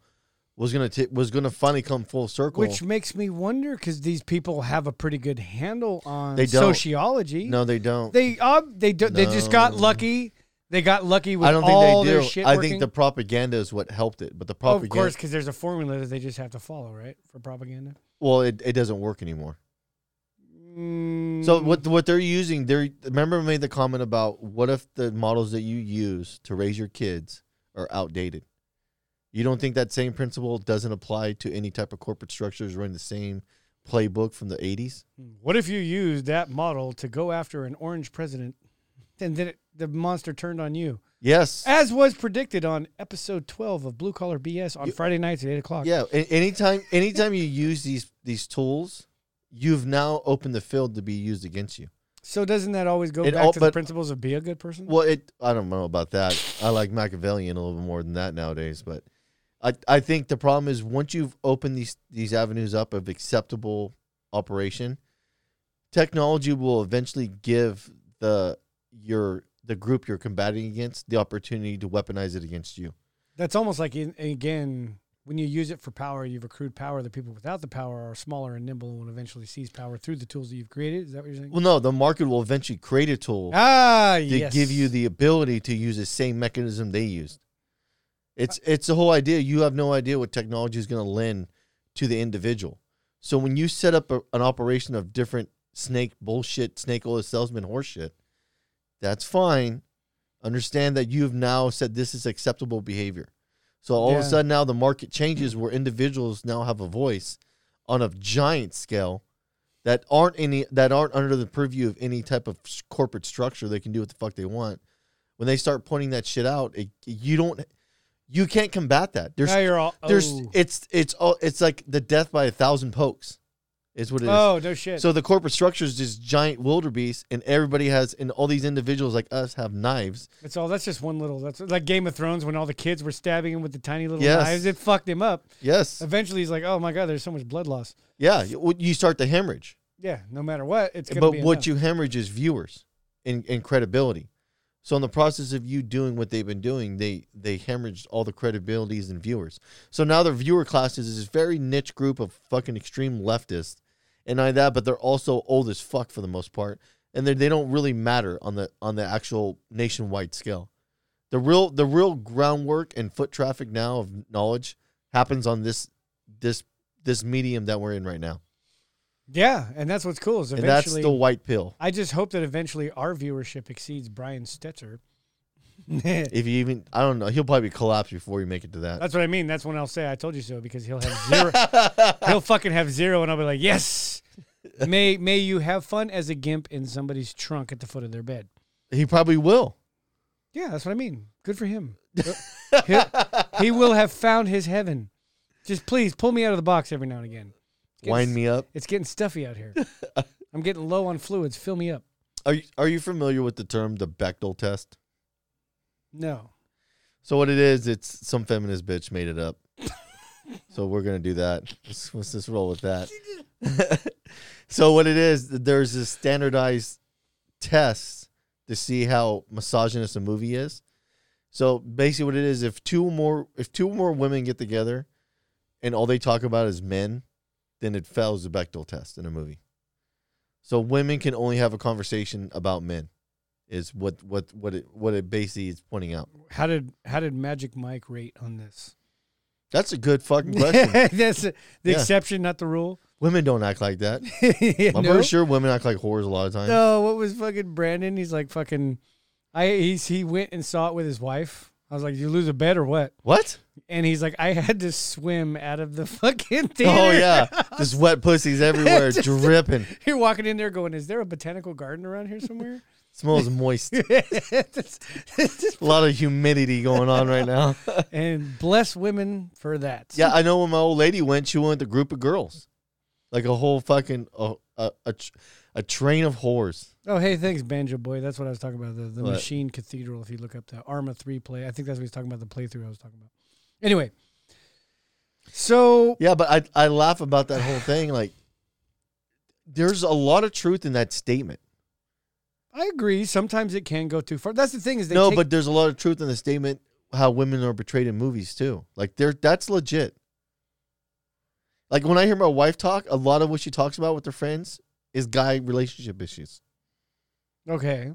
S5: was gonna t- was gonna finally come full circle.
S4: Which makes me wonder because these people have a pretty good handle on
S5: They don't.
S4: sociology.
S5: no, they don't.
S4: they uh, they do, they just got
S5: No.
S4: lucky. They got lucky with
S5: I don't
S4: all
S5: think they
S4: their
S5: do.
S4: shit.
S5: I
S4: working.
S5: think the propaganda is what helped it, but the
S4: Oh, of
S5: propaganda,
S4: course, because there's a formula that they just have to follow, right, for propaganda.
S5: well, it, it doesn't work anymore.
S4: Mm,
S5: So what what they're using? They remember I made the comment about what if the models that you use to raise your kids are outdated? You don't think that same principle doesn't apply to any type of corporate structures running the same playbook from the eighties?
S4: What if you used that model to go after an orange president, and then it, the monster turned on you,
S5: Yes.
S4: as was predicted on episode twelve of Blue Collar BS on Friday nights at eight o'clock?
S5: Yeah. a- Anytime anytime you use these these tools, you've now opened the field to be used against you.
S4: So doesn't that always go
S5: It
S4: back
S5: all-
S4: to the
S5: but-
S4: principles of be a good person?
S5: Well, it I don't know about that. I like Machiavellian a little bit more than that nowadays, but I I think the problem is once you've opened these these avenues up of acceptable operation, technology will eventually give the your the group you're combating against the opportunity to weaponize it against you.
S4: That's almost like in, again when you use it for power, you've accrued power. The people without the power are smaller and nimble and will eventually seize power through the tools that you've created. Is that what you're saying?
S5: Well, no, the market will eventually create a tool
S4: ah,
S5: to
S4: yes.
S5: give you the ability to use the same mechanism they used. It's it's the whole idea. You have no idea what technology is going to lend to the individual. So when you set up a, an operation of different snake bullshit, snake oil salesman horseshit, that's fine. Understand that you've now said this is acceptable behavior. So all of a
S4: Yeah.
S5: sudden now the market changes where individuals now have a voice on a giant scale that aren't any that aren't under the purview of any type of s- corporate structure. They can do what the fuck they want. When they start pointing that shit out, it, you don't, you can't combat that. There's
S4: now you're all. Oh,
S5: there's it's it's all it's like the death by a thousand pokes, is what it is.
S4: oh no shit.
S5: So the corporate structure is this giant wildebeest, and everybody has, and all these individuals like us have knives.
S4: it's all. That's just one little. That's like Game of Thrones when all the kids were stabbing him with the tiny little
S5: Yes.
S4: knives. It fucked him up.
S5: Yes,
S4: Eventually, he's like, "Oh my god, there's so much blood loss."
S5: yeah. You you start the hemorrhage.
S4: Yeah, no matter what, it's gonna
S5: but
S4: be.
S5: what
S4: enough.
S5: you hemorrhage is viewers and, and credibility. So in the process of you doing what they've been doing, they they hemorrhaged all the credibilities and viewers. So now their viewer class is this very niche group of fucking extreme leftists, and not only that, but they're also old as fuck for the most part, and they they don't really matter on the on the actual nationwide scale. The real the real groundwork and foot traffic now of knowledge happens on this this this medium that we're in right now.
S4: Yeah, and that's what's cool is
S5: And that's
S4: eventually.
S5: the white pill.
S4: I just hope that eventually our viewership exceeds Brian Stetzer.
S5: If you even I don't know, he'll probably collapse before you make it to that.
S4: That's what I mean. That's when I'll say I told you so because he'll have zero. he'll fucking have zero, and I'll be like, yes. May may you have fun as a gimp in somebody's trunk at the foot of their bed.
S5: He probably will.
S4: Yeah, that's what I mean. Good for him. he, he will have found his heaven. Just please pull me out of the box every now and again. It's
S5: Wind
S4: getting-
S5: me up.
S4: It's getting stuffy out here. I'm getting low on fluids. Fill me up.
S5: Are you, are you familiar with the term the Bechdel test?
S4: No.
S5: So what it is, it's some feminist bitch made it up. so we're gonna do that. Let's, let's just roll with that. so what it is, there's this standardized test to see how misogynist a movie is. So basically, what it is, if two more if two more women get together, and all they talk about is men, then it fails the Bechdel test in a movie. So women can only have a conversation about men, is what what what it what it basically is pointing out.
S4: How did how did Magic Mike rate on this?
S5: That's a good fucking question.
S4: That's the
S5: Yeah.
S4: exception, not the rule.
S5: women don't act like that.
S4: Yeah,
S5: I'm
S4: no.
S5: pretty sure women act like whores a lot of times.
S4: No, what was fucking Brandon? He's like fucking. I he's he went and saw it with his wife. I was like, "You lose a bet or what?"
S5: What?
S4: And he's like, "I had to swim out of the fucking theater."
S5: Oh yeah, just wet pussies everywhere, dripping.
S4: You're walking in there going, "Is there a botanical garden around here somewhere?"
S5: Smells moist. a
S4: That's-
S5: lot of humidity going on right now.
S4: and bless women for that.
S5: yeah, I know when my old lady went, she went with a group of girls, like a whole fucking a a, a, tr- a train of whores.
S4: Oh, hey, thanks, Banjo Boy. That's what I was talking about. The, the
S5: What?
S4: Machine Cathedral, if you look up the Arma 3 play. I think that's what he's talking about, the playthrough I was talking about. Anyway. So,
S5: Yeah, but I I laugh about that whole thing. Like, there's a lot of truth in that statement.
S4: I agree. Sometimes it can go too far. That's the thing is they
S5: no,
S4: take-
S5: but there's a lot of truth in the statement how women are portrayed in movies too. Like they're that's legit. Like when I hear my wife talk, a lot of what she talks about with her friends is guy relationship issues.
S4: Okay.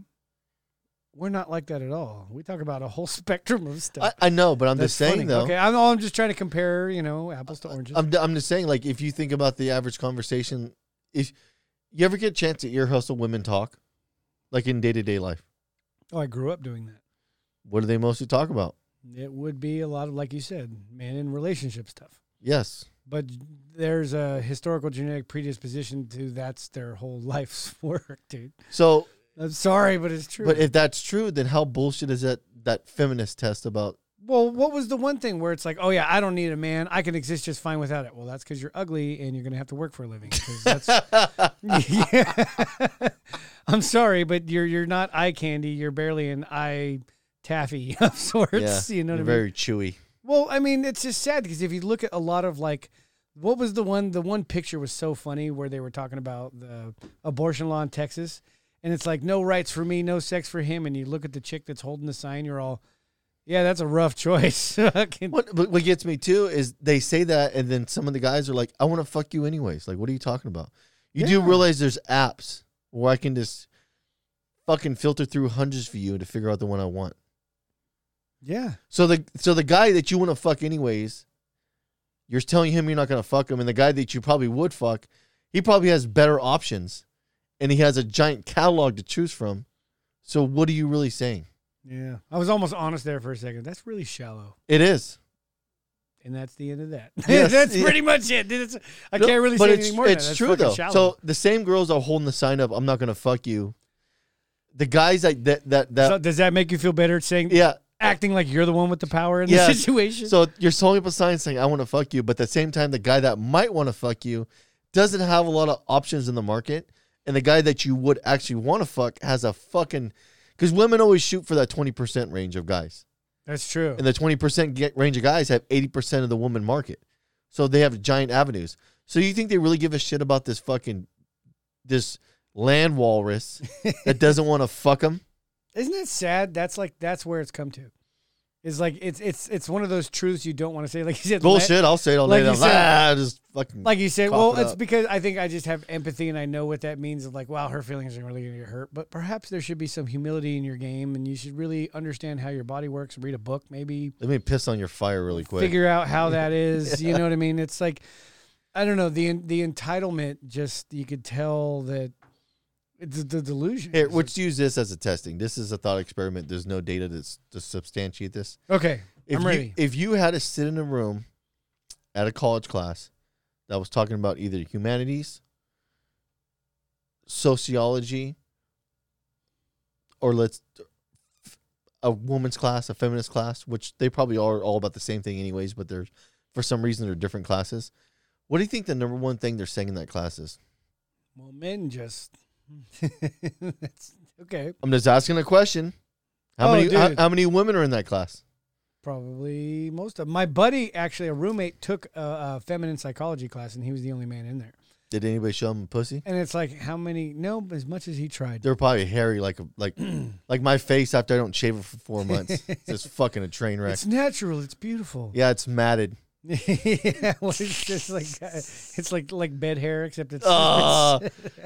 S4: We're not like that at all. We talk about a whole spectrum of
S5: I,
S4: stuff.
S5: I know, but I'm
S4: That's
S5: just saying
S4: funny.
S5: though.
S4: Okay, I'm, I'm just trying to compare, you know, apples to oranges.
S5: I'm I'm just saying like if you think about the average conversation, if you ever get a chance to ear hustle women talk, like in day to day life,
S4: oh, I grew up doing that.
S5: what do they mostly talk about?
S4: It would be a lot of, like you said, man in relationship stuff.
S5: Yes,
S4: But there's a historical genetic predisposition to that's their whole life's work, dude.
S5: so
S4: I'm sorry, but it's true.
S5: but if that's true, then how bullshit is that that feminist test about
S4: well, what was the one thing where it's like, oh, yeah, I don't need a man. I can exist just fine without it? Well, that's because you're ugly and you're going to have to work for a living. 'cause that's yeah. I'm sorry, but you're you're not eye candy. You're barely an eye taffy of sorts. you know what
S5: you're
S4: I mean?
S5: very chewy.
S4: well, I mean, it's just sad because if you look at a lot of like, what was the one? The one picture was so funny where they were talking about the abortion law in Texas, and it's like no rights for me, no sex for him, and you look at the chick that's holding the sign, you're all. Yeah, that's a rough choice. Fucking-
S5: What but what gets me too is they say that, and then some of the guys are like, "I want to fuck you anyways." Like, what are you talking about? You do
S4: Yeah.
S5: realize there's apps where I can just fucking filter through hundreds for you to figure out the one I want.
S4: yeah.
S5: So the so the guy that you want to fuck anyways, you're telling him you're not gonna fuck him, and the guy that you probably would fuck, he probably has better options, and he has a giant catalog to choose from. So what are you really saying?
S4: Yeah. I was almost honest there for a second. That's really shallow.
S5: It is.
S4: and that's the end of that.
S5: Yes.
S4: that's
S5: Yeah.
S4: pretty much it. dude. It's- I
S5: No,
S4: can't really
S5: but
S4: say
S5: it's,
S4: anything more. than
S5: It's
S4: that. That's
S5: true
S4: fucking
S5: though.
S4: shallow.
S5: So the same girls are holding the sign up. I'm not gonna fuck you. The guys that that that, that
S4: So does that make you feel better saying
S5: yeah
S4: acting like you're the one with the power in
S5: yeah.
S4: the situation?
S5: So you're holding up a sign saying I want to fuck you, but at the same time, the guy that might want to fuck you doesn't have a lot of options in the market, and the guy that you would actually want to fuck has a fucking because women always shoot for that twenty percent range of guys,
S4: that's true.
S5: and the twenty percent range of guys have eighty percent of the woman market, so they have giant avenues. So you think they really give a shit about this fucking this land walrus that doesn't want to fuck them?
S4: Isn't that sad? That's like that's where it's come to. is like it's it's it's one of those truths you don't want to say. Like you said, la-
S5: Bullshit. I'll say it all
S4: like
S5: day.
S4: you
S5: long.
S4: said-
S5: ah, just fucking.
S4: Like you said,
S5: Cough
S4: well,
S5: it
S4: it's
S5: up.
S4: because I think I just have empathy and I know what that means. Of like, wow, her feelings are really gonna get hurt. But perhaps there should be some humility in your game, and you should really understand how your body works. Read a book, maybe
S5: let me piss on your fire really quick.
S4: figure out how that is. You know what I mean? It's like I don't know the en- the entitlement. Just you could tell that it's the delusion.
S5: Here, let's use this as a testing. This is a thought experiment. There's no data that's, to substantiate this.
S4: okay,
S5: If
S4: I'm
S5: you,
S4: ready.
S5: If you had to sit in a room at a college class that was talking about either humanities, sociology, or let's a woman's class, a feminist class, which they probably are all about the same thing anyways, but they're for some reason they're different classes. What do you think the number one thing they're saying in that class is?
S4: well, men just that's okay.
S5: I'm just asking a question. How
S4: Oh,
S5: many how,
S4: dude.
S5: how many women are in that class?
S4: Probably most of my buddy actually a roommate took a, a feminine psychology class and he was the only man in there.
S5: Did anybody show them a pussy?
S4: And it's like how many? No, as much as he tried.
S5: They're probably hairy, like a, like like my face after I don't shave it for four months. It's just fucking a train wreck.
S4: It's natural. It's beautiful.
S5: yeah, it's matted.
S4: yeah, well, it's just like uh, it's like like bed hair, except it's,
S5: Ah,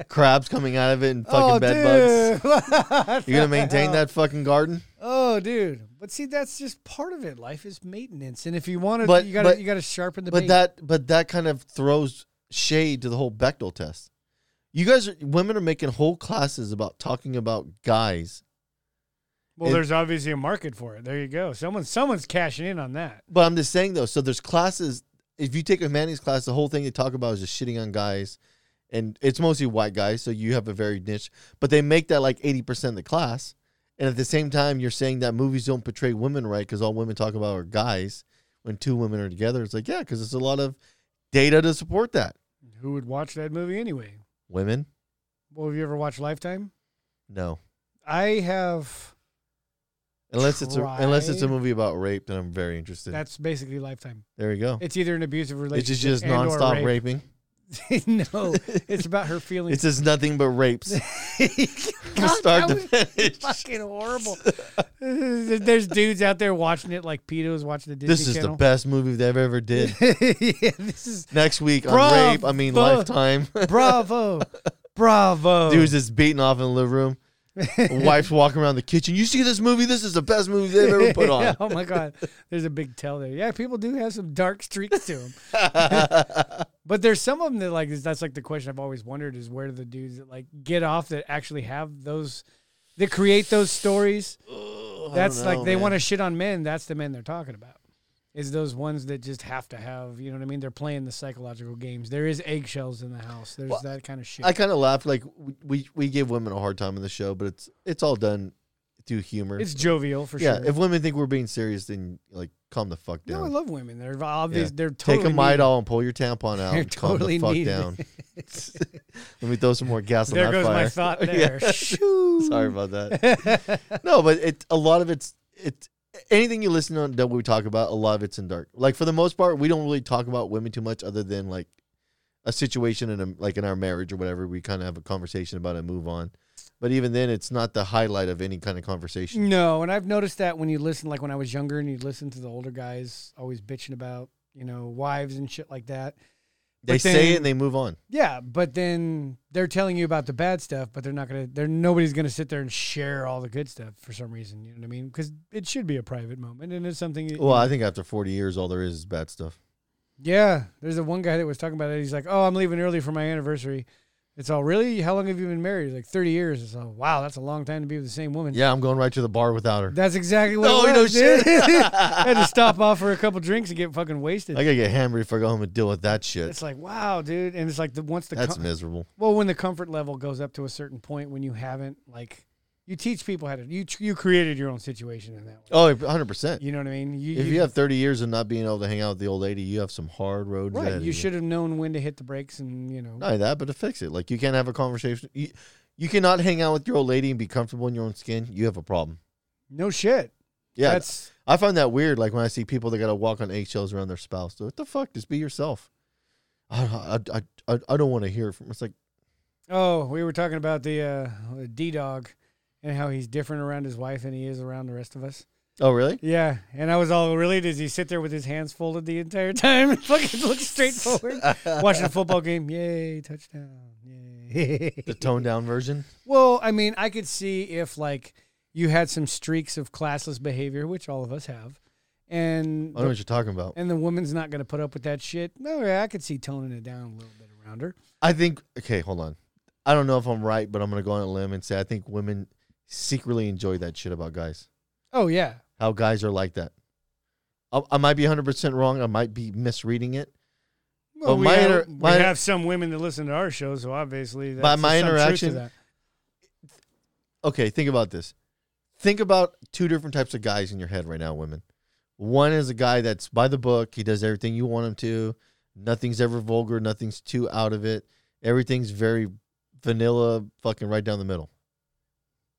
S5: crabs coming out of it and
S4: Oh,
S5: fucking bed bugs.
S4: bugs.
S5: You gonna maintain that fucking garden?
S4: Oh, dude. But see, that's just part of it. Life is maintenance, and if you want to,
S5: But-
S4: you gotta
S5: but-
S4: you gotta sharpen the.
S5: But
S4: bait.
S5: that but that kind of throws shade to the whole Bechtel test. You guys, are, women are making whole classes about talking about guys,
S4: well,
S5: it-
S4: there's obviously a market for it. There you go. Someone someone's cashing in on that.
S5: But I'm just saying though. So there's classes. If you take a humanities class, the whole thing they talk about is just shitting on guys, and it's mostly white guys. So you have a very niche. But they make that like eighty percent of the class, and at the same time, you're saying that movies don't portray women right because all women talk about are guys. When two women are together, it's like yeah, because there's a lot of data to support that.
S4: Who would watch that movie anyway?
S5: Women,
S4: Well, have you ever watched Lifetime?
S5: no,
S4: I have.
S5: unless it's a, unless it's a
S4: Tried.
S5: movie about rape, then I'm very interested.
S4: That's basically Lifetime.
S5: there you go.
S4: It's either an abusive
S5: It's
S4: relationship.
S5: just, just
S4: and or
S5: nonstop
S4: rape.
S5: raping.
S4: no, it's about her feelings.
S5: It's just nothing but rapes from start
S4: that
S5: to
S4: was
S5: finish.
S4: fucking horrible. There's dudes out there watching it like pedos watching the Disney
S5: This is the
S4: Channel.
S5: best movie they've ever did.
S4: yeah, this is
S5: Next week on
S4: Bruh,
S5: Rape, I mean
S4: bruh.
S5: Lifetime.
S4: bravo, bravo.
S5: Dude's just beating off in the living room. Wife's walking around the kitchen. You see this movie? This is the best movie they've ever put on.
S4: oh my god, there's a big tell there. Yeah, people do have some dark streaks to them. but there's some of them that like that's like the question I've always wondered is where do the dudes that like get off that actually have those that create those stories. That's like they want to shit on men. That's the men they're talking about. Is those ones that just have to have, you know what I mean? They're playing the psychological games. There is eggshells in the house. There's
S5: Well,
S4: that kind of shit.
S5: I kind of laughed. Like we, we we give women a hard time in the show, but it's it's all done through humor.
S4: it's jovial for
S5: yeah.
S4: sure.
S5: If women think we're being serious, then like calm the fuck
S4: No, I
S5: down.
S4: love women. They're obvious.
S5: Yeah.
S4: They're
S5: Take
S4: totally
S5: a
S4: needed.
S5: Midol and pull your tampon out.
S4: They're
S5: and calm
S4: totally
S5: the fuck
S4: needed.
S5: down. Let me throw some more gas
S4: There
S5: on that
S4: goes
S5: fire.
S4: my thought
S5: Yeah.
S4: there. Shoo.
S5: Sorry about that. no, but it a lot of it's it anything you listen on that we talk about, a lot of it's in dark. Like for the most part, we don't really talk about women too much, other than like a situation in a, like in our marriage or whatever. We kind of have a conversation about it, and move on. But even then, it's not the highlight of any kind of conversation.
S4: No, and I've noticed that when you listen, like when I was younger and you listen to the older guys always bitching about, you know, wives and shit like that.
S5: They
S4: But
S5: say
S4: then-
S5: it and they move on.
S4: Yeah, but then they're telling you about the bad stuff, but they're not gonna. They're nobody's gonna sit there and share all the good stuff for some reason. You know what I mean? Because it should be a private moment, and it's something. that-
S5: Well, I think after forty years, all there is is bad stuff.
S4: yeah, there's the one guy that was talking about it. He's like, "Oh, I'm leaving early for my anniversary." It's all really. How long have you been married? He's like thirty years. It's all wow. That's a long time to be with the same woman.
S5: Yeah, I'm going right to the bar without her.
S4: That's exactly what
S5: No,
S4: it
S5: no
S4: was,
S5: shit.
S4: dude. I had to stop off for a couple drinks and get fucking wasted.
S5: I gotta get hammered if I go home and deal with that shit.
S4: it's like wow, dude, and it's like the once the
S5: That's
S4: com-
S5: miserable.
S4: well when the comfort level goes up to a certain point when you haven't like you teach people how to you you created your own situation in that way.
S5: Oh, 100 percent.
S4: You know what I mean? You,
S5: If you, have 30 years of not being able to hang out with the old lady, you have some hard road.
S4: right,
S5: ahead of
S4: you should have known when to hit the brakes and you know.
S5: Not only that, but to fix it. Like you can't have a conversation. You, you cannot hang out with your old lady and be comfortable in your own skin. You have a problem.
S4: No shit.
S5: Yeah,
S4: That's
S5: I find that weird. Like when I see people that got to walk on eggshells around their spouse. What the fuck? Just be yourself. I I I, I, I don't want to hear it from. It's like
S4: oh, we were talking about the uh, D dog and how he's different around his wife than he is around the rest of us.
S5: Oh, really?
S4: Yeah, and I was all really. Does he sit there with his hands folded the entire time and fucking look straight forward, watching a football game? Yay, touchdown! Yay.
S5: The toned down version.
S4: well, I mean, I could see if like you had some streaks of classless behavior, which all of us have, and
S5: I don't know what you're talking about.
S4: and the woman's not going to put up with that shit. No, yeah, I could see toning it down a little bit around her.
S5: I think. Okay, hold on. I don't know if I'm right, but I'm gonna go on a limb and say I think women secretly enjoy that shit about guys.
S4: Oh yeah,
S5: How guys are like that. I, I might be 100 percent wrong. I might be misreading it.
S4: well,
S5: But
S4: we,
S5: my
S4: have,
S5: inter-
S4: we
S5: my-
S4: have some women that listen to our show, so obviously that's
S5: By my
S4: some truth to
S5: interaction-
S4: that.
S5: Okay, think about this. Think about two different types of guys in your head right now, women. One is a guy that's by the book. He does everything you want him to. Nothing's ever vulgar. Nothing's too out of it. Everything's very vanilla, fucking right down the middle.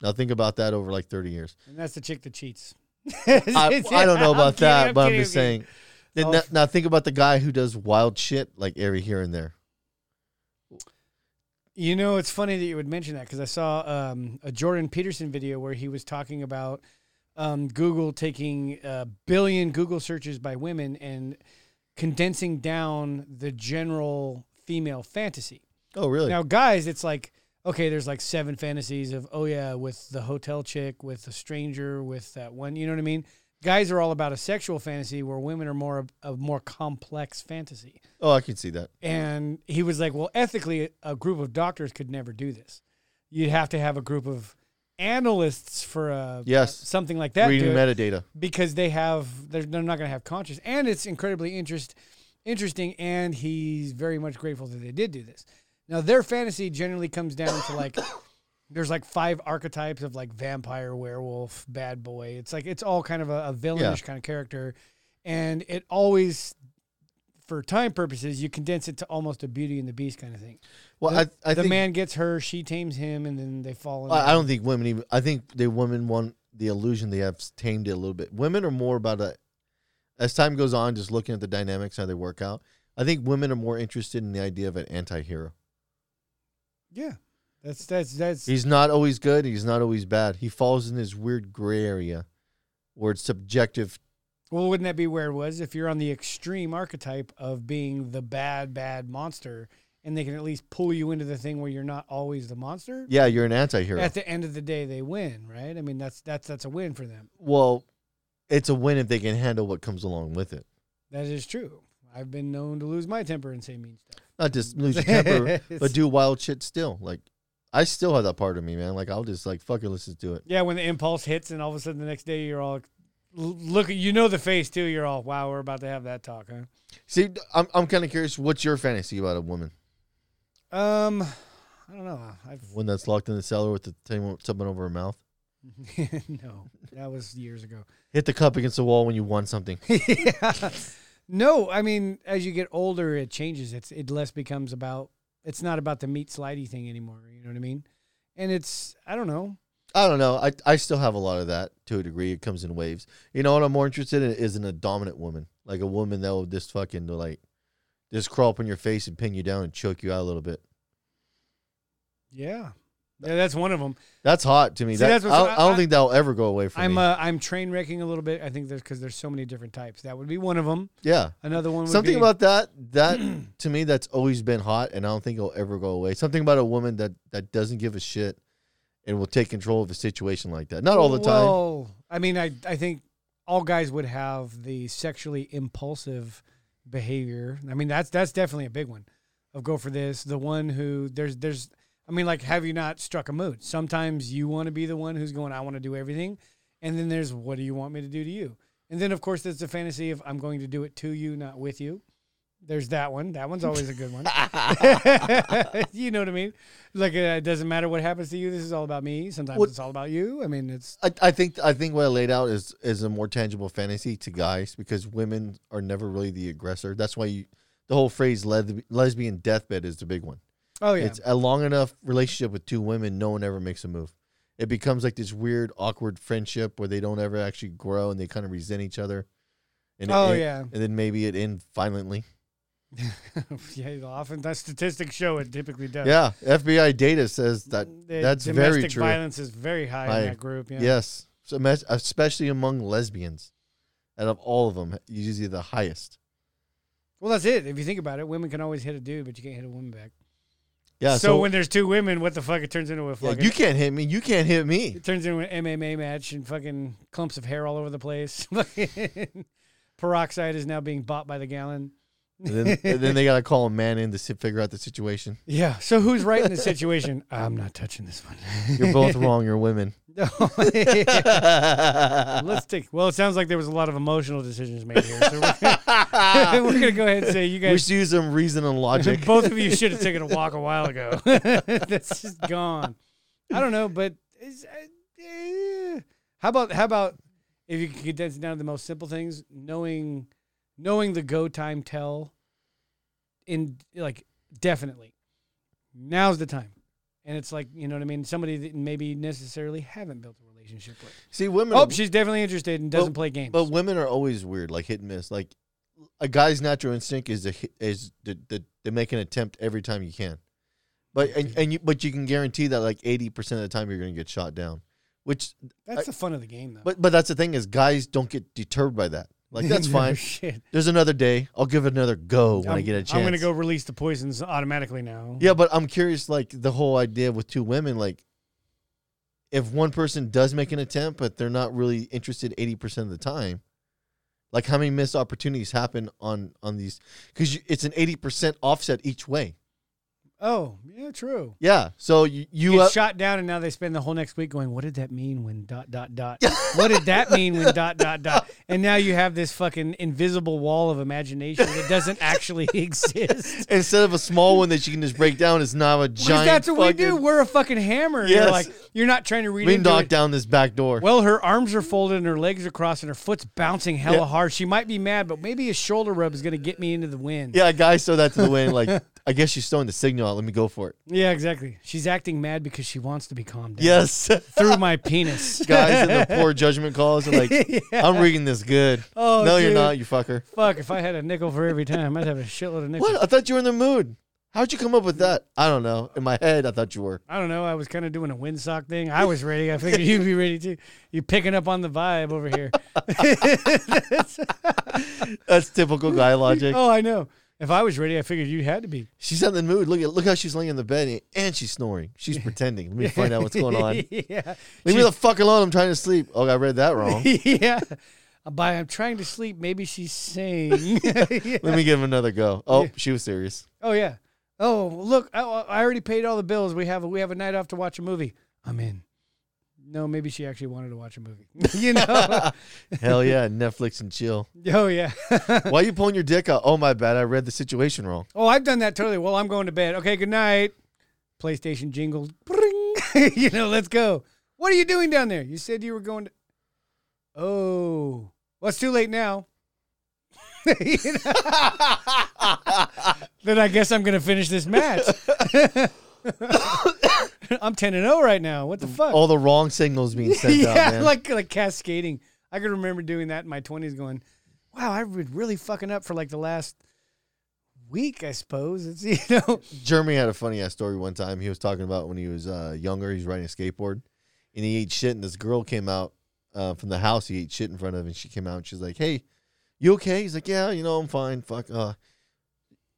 S5: Now think about that over like 30 years.
S4: and that's the chick that cheats.
S5: I, I don't know about that, but I'm just saying. Then
S4: Oh,
S5: now,
S4: f-
S5: now think about the guy who does wild shit like every here and there.
S4: You know, it's funny that you would mention that because I saw um, a Jordan Peterson video where he was talking about um, Google taking a billion Google searches by women and condensing down the general female fantasy.
S5: Oh, really?
S4: Now, guys, it's like okay, there's like seven fantasies of oh yeah, with the hotel chick, with the stranger, with that one. You know what I mean? Guys are all about a sexual fantasy, where women are more of a more complex fantasy.
S5: oh, I can see that.
S4: And he was like, well, ethically, a group of doctors could never do this. You'd have to have a group of analysts for a
S5: Yes.
S4: something like that do
S5: Reading
S4: it
S5: metadata.
S4: because they have they're, they're not going to have conscience and it's incredibly interest interesting and he's very much grateful that they did do this now their fantasy generally comes down to like there's like five archetypes of like vampire werewolf bad boy it's like it's all kind of a, a villainish kind of character and it always for time purposes you condense it to almost a beauty and the beast kind of thing
S5: Well,
S4: the,
S5: I, I
S4: the
S5: think
S4: man gets her she tames him and then they fall in
S5: I, I don't think women even. I think the women want the illusion they have tamed it a little bit. Women are more about a. As time goes on, just looking at the dynamics how they work out. I think women are more interested in the idea of an anti-hero.
S4: yeah that's that's that's
S5: He's not always good. He's not always bad. He falls in this weird gray area, where it's subjective.
S4: Well, wouldn't that be where it was? If you're on the extreme archetype of being the bad, bad monster, and they can at least pull you into the thing where you're not always the monster.
S5: Yeah, you're an anti-hero.
S4: At the end of the day, they win, right? I mean, that's that's that's a win for them.
S5: well, it's a win if they can handle what comes along with it.
S4: That is true. I've been known to lose my temper and say mean stuff.
S5: Not just lose your temper, but do wild shit still. Like, I still have that part of me, man. Like, I'll just like fuck it, let's just do it.
S4: Yeah, when the impulse hits, and all of a sudden the next day you're all l- look. You know the face too. You're all wow. We're about to have that talk, huh?
S5: See, I'm I'm kind of curious. What's your fantasy about a woman?
S4: Um, I don't know. I've
S5: One that's locked in the cellar with the thing something over her mouth.
S4: no. That was years ago.
S5: Hit the cup against the wall when you won something.
S4: yeah. No, I mean, as you get older, it changes. It's it less becomes about. It's not about the meat slidey thing anymore. You know what I mean? And it's I don't know.
S5: I don't know. I I still have a lot of that to a degree. It comes in waves. You know what I'm more interested in is in a dominant woman, like a woman that will just fucking like just crawl up on your face and pin you down and choke you out a little bit.
S4: Yeah, yeah, that's one of them.
S5: That's hot to me.
S4: See,
S5: that,
S4: that's what's-
S5: I, don't- I don't
S4: I-
S5: think that'll ever go away from
S4: I'm
S5: me.
S4: uh, I'm train wrecking a little bit. I think there's because there's so many different types. That would be one of them.
S5: yeah.
S4: Another one. Would
S5: Something
S4: be-
S5: about that that to me that's always been hot, and I don't think it'll ever go away. Something about a woman that that doesn't give a shit and will take control of a situation like that. Not all the time.
S4: Well, I mean, I I think all guys would have the sexually impulsive behavior. I mean, that's that's definitely a big one. Of go for this, the one who there's there's. I mean, like, have you not struck a mood? Sometimes you want to be the one who's going, I want to do everything, and then there's what do you want me to do to you? And then of course there's the fantasy of I'm going to do it to you, not with you. There's that one. That one's always a good one. you know what I mean? Like uh, it doesn't matter what happens to you. This is all about me. Sometimes
S5: What-
S4: it's all about you. I mean, it's
S5: I, I think I think what I laid out is is a more tangible fantasy to guys because women are never really the aggressor. That's why you, the whole phrase le- lesbian deathbed is the big one.
S4: oh yeah.
S5: It's a long enough relationship with two women, no one ever makes a move. It becomes like this weird, awkward friendship where they don't ever actually grow and they kind of resent each other. And it
S4: Oh,
S5: end-
S4: yeah.
S5: and then maybe it ends violently.
S4: yeah, often that statistics show it typically does.
S5: Yeah, FBI data says that
S4: Mm, The
S5: that's
S4: domestic
S5: very true.
S4: violence is very high
S5: High.
S4: in that group. Yeah.
S5: Yes, So mes- especially among lesbians, out of all of them, usually the highest.
S4: Well, that's it. If you think about it, women can always hit a dude, but you can't hit a woman back.
S5: Yeah.
S4: so, when there's two women, what the fuck? It turns into a
S5: yeah,
S4: fucking.
S5: you can't hit me, you can't hit me.
S4: It turns into an MMA match and fucking clumps of hair all over the place. Fucking Peroxide is now being bought by the gallon.
S5: And then, and then they gotta call a man in to si- figure out the situation.
S4: Yeah. So who's right in this situation? I'm not touching this one.
S5: You're both wrong. You're women.
S4: Let's take. Well, it sounds like there was a lot of emotional decisions made here. So we're, we're gonna go ahead and say you
S5: we
S4: guys,
S5: should use some reason and logic.
S4: both of you, should have taken a walk a while ago. That's just gone. I don't know, but it's, uh, eh. how about how about if you could condense it down to the most simple things, knowing knowing the go time tell, in like definitely, now's the time, and it's like you know what I mean. Somebody that maybe necessarily haven't built a relationship with.
S5: See, women.
S4: Oh,
S5: are-
S4: she's definitely interested and doesn't
S5: But-
S4: play games.
S5: But women are always weird, like hit and miss. Like a guy's natural instinct is to hit, is to, to, to make an attempt every time you can. But and, and you but you can guarantee that like eighty percent of the time you're gonna get shot down. Which
S4: That's
S5: I-
S4: the fun of the game, though.
S5: but but that's the thing is guys don't get deterred by that. Like that's
S4: No
S5: fine.
S4: shit.
S5: There's another day. I'll give it another go when i
S4: I'm,
S5: get a chance.
S4: I'm gonna go release the poisons automatically now.
S5: Yeah, but I'm curious, like the whole idea with two women, like if one person does make an attempt, but they're not really interested eighty percent of the time, like how many missed opportunities happen on on these? Because it's an eighty percent offset each way.
S4: Oh, yeah, true.
S5: Yeah, so you
S4: You
S5: you
S4: get
S5: uh,
S4: shot down, and now they spend the whole next week going, "What did that mean when dot dot dot? what did that mean when dot dot dot?" And now you have this fucking invisible wall of imagination that doesn't actually exist.
S5: instead of a small one that you can just break down, it's now a
S4: 'Cause
S5: giant.
S4: that's what we
S5: fucking-
S4: do. We're a fucking hammer. You're
S5: Yes.
S4: like, you're not trying to read
S5: We
S4: into
S5: knock
S4: it.
S5: down this back door.
S4: Well, her arms are folded and her legs are crossed and her foot's bouncing hella
S5: Yeah.
S4: hard. She might be mad, but maybe a shoulder rub is going to get me into the wind.
S5: yeah, a guy saw that to the wind. Like I guess she's throwing the signal. out. Let me go for it.
S4: Yeah, exactly. She's acting mad because she wants to be calmed down.
S5: Yes,
S4: Through my penis.
S5: guys, and the poor judgment calls. And like I'm reading this good.
S4: Oh,
S5: no, you're
S4: dude.
S5: not. You fucker.
S4: Fuck, if I had a nickel for every time, I'd have a shitload of nickels.
S5: What? I thought you were in the mood. How'd you come up with that? I don't know. In my head, I thought you were.
S4: I don't know. I was kind of doing a windsock thing. I was ready. I figured you'd be ready too. You're picking up on the vibe over here.
S5: That's typical guy logic.
S4: Oh, I know. If I was ready, I figured you had to be.
S5: She's not in the mood. Look at look how she's laying in the bed and she's snoring. She's pretending. Let me find out what's going on. Leave
S4: yeah.
S5: me the fuck alone. I'm trying to sleep. Oh, I read that wrong.
S4: yeah. By I'm trying to sleep, maybe she's saying.
S5: Let me give him another go. Oh, she was serious.
S4: Oh yeah. Oh look, I, I already paid all the bills. We have we have a night off to watch a movie. I'm in. No, maybe she actually wanted to watch a movie. you know?
S5: Hell yeah, Netflix and chill.
S4: oh yeah.
S5: Why you pulling your dick out? Oh my bad, I read the situation wrong.
S4: oh, I've done that totally. Well, I'm going to bed. Okay, good night. PlayStation jingle. Bring. you know, let's go. What are you doing down there? You said you were going to. Oh, well, it's too late now. You know? then I guess I'm going to finish this match. I'm 10 and 0 right now. What the fuck?
S5: All the wrong signals being sent out,
S4: yeah,
S5: man.
S4: like like cascading. I could remember doing that in my twenties, going, "Wow, I've been really fucking up for like the last week, I suppose." It's you know,
S5: Jeremy had a funny ass story one time. He was talking about when he was uh, younger, he's riding a skateboard, and he ate shit. And this girl came out uh, from the house. He ate shit in front of, and she came out and she's like, "Hey, you okay?" He's like, "Yeah, you know, I'm fine. Fuck. Uh,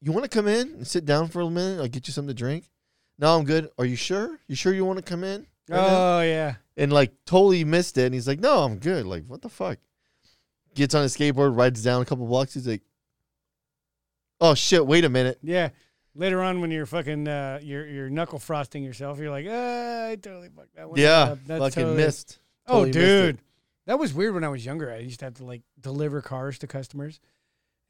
S5: you want to come in and sit down for a minute? I'll get you something to drink." No, I'm good. Are you sure? You sure you want to come in? right now?"
S4: oh yeah,
S5: and like totally missed it. And he's like, "No, I'm good." Like, what the fuck? Gets on his skateboard, rides down a couple blocks. He's like, "Oh shit! Wait a minute."
S4: yeah. Later on, when you're fucking uh, you're you're knuckle frosting yourself, you're like, ah, I totally fucked that one.
S5: Yeah,
S4: up. That's
S5: fucking
S4: totally-
S5: missed.
S4: Oh,
S5: Totally missed it.
S4: dude, that was weird. When I was younger, I used to have to like deliver cars to customers,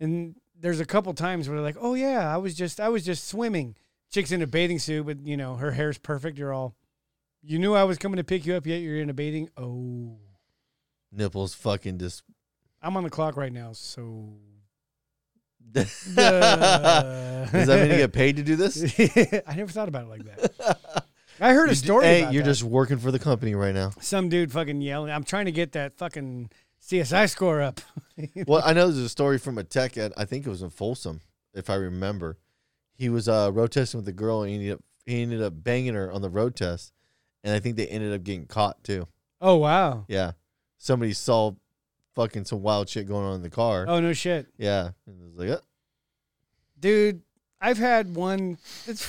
S4: and there's a couple times where they're like, "Oh yeah, I was just I was just swimming." Chick's in a bathing suit, but you know her hair's perfect. You're all, you knew I was coming to pick you up, yet you're in a bathing. Oh,
S5: nipples fucking just
S4: I'm on the clock right now, so.
S5: does that mean
S4: that
S5: you get paid to do this
S4: I never thought about it like that. I heard a story.
S5: hey
S4: about
S5: you're
S4: that.
S5: just working for the company right now
S4: some dude fucking yelling. I'm trying to get that fucking CSI score up.
S5: well i know there's a story from a tech at i think it was in folsom if i remember he was uh road testing with a girl and he ended up he ended up banging her on the road test and i think they ended up getting caught too
S4: Oh wow.
S5: yeah somebody saw fucking some wild shit going on in the car.
S4: Oh no shit,
S5: Yeah, and it was like, uh,
S4: dude. I've had one. It's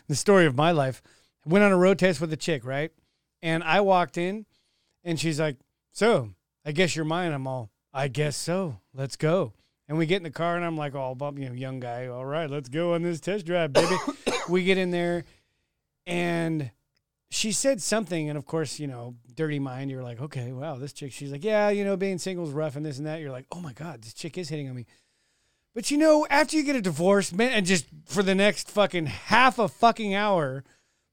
S4: the story of my life. Went on a road test with a chick, right? And I walked in, and she's like, "So, I guess you're mine." I'm all, "I guess so. Let's go." And we get in the car, and I'm like, "Oh, bump, you know, young guy. All right, let's go on this test drive, baby." we get in there, and she said something, and of course, you know, dirty mind. You're like, "Okay, wow, this chick." She's like, "Yeah, you know, being single is rough, and this and that." You're like, "Oh my god, this chick is hitting on me." But you know, after you get a divorce, man, and just for the next fucking half a fucking hour,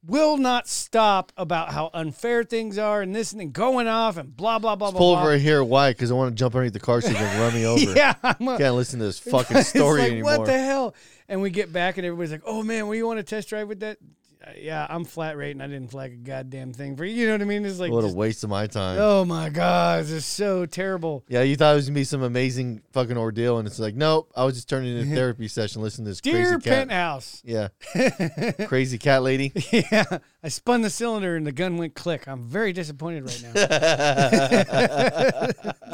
S4: will not stop about how unfair things are and this and then going off and blah blah blah blah.
S5: pull
S4: blah.
S5: over here. Why? Because I want to jump underneath the car seat and run me over.
S4: Yeah, I'm a-
S5: Can't listen to this fucking story
S4: it's like,
S5: anymore.
S4: What the hell? And we get back, and everybody's like, "Oh man, well, you want to test drive with that?" Uh, Yeah, I'm flat rate, and I didn't flag a goddamn thing for you. You know what I mean? It's like,
S5: what a
S4: just-
S5: waste of my time.
S4: oh my god, this is so terrible,
S5: Yeah, you thought it was gonna be some amazing fucking ordeal, and it's like, nope. I was just turning in a therapy session, listening to this
S4: dear
S5: crazy cat.
S4: penthouse.
S5: Yeah, crazy cat lady.
S4: Yeah, I spun the cylinder, and the gun went click. I'm very disappointed right now.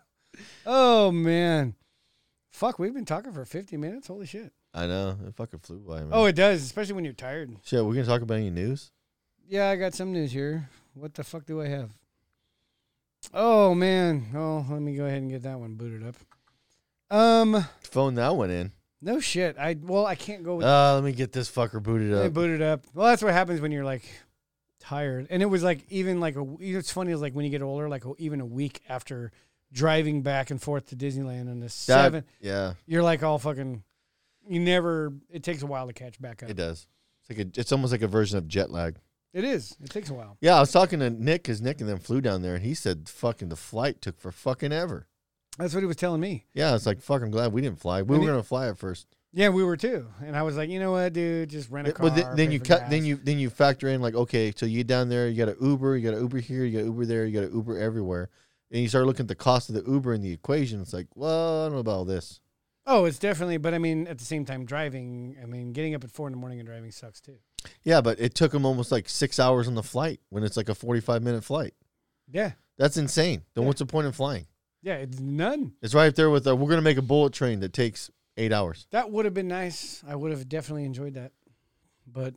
S4: oh man, fuck, we've been talking for 50 minutes. Holy shit!
S5: I know it fucking flew by. Man.
S4: Oh, it does, especially when you're tired.
S5: shit, we're gonna talk about any news.
S4: Yeah, I got some news here. What the fuck do I have? Oh man. Oh, let me go ahead and get that one booted up. Um,
S5: Phone that one in.
S4: no shit. I well, I can't go with
S5: Uh, let me get this fucker booted
S4: they
S5: up.
S4: booted up. Well, that's what happens when you're like tired. And it was like even like a w- you know, it's funny is like when you get older, like oh, even a week after driving back and forth to Disneyland on the
S5: That-
S4: seven,
S5: yeah,
S4: you're like all fucking. You never. It takes a while to catch back up.
S5: it does. It's like a, it's almost like a version of jet lag.
S4: it is. It takes a while.
S5: Yeah, I was talking to Nick because Nick and them flew down there, and he said fucking the flight took for fucking ever.
S4: That's what he was telling me.
S5: Yeah, it's like fuck. I'm glad we didn't fly. We
S4: And
S5: were
S4: it-
S5: gonna fly at first.
S4: Yeah, we were too. And I was like, you know what, dude, just rent a
S5: Th-
S4: car.
S5: well, th- then
S4: pay
S5: you
S4: for
S5: cut.
S4: gas.
S5: Then you then you factor in like okay, so you down there, you got an Uber, you got an Uber here, you got an Uber there, you got an Uber everywhere, and you start looking at the cost of the Uber in the equation. It's like, well, I don't know about all this.
S4: Oh, it's definitely. But I mean, at the same time, driving. I mean, getting up at four in the morning and driving sucks too.
S5: Yeah, but it took him almost like six hours on the flight when it's like a forty-five minute flight.
S4: Yeah,
S5: That's insane. Then
S4: Yeah.
S5: what's the point of flying?
S4: yeah, it's none.
S5: It's right up there with uh, we're gonna make a bullet train that takes eight hours.
S4: That would have been nice. I would have definitely enjoyed that. But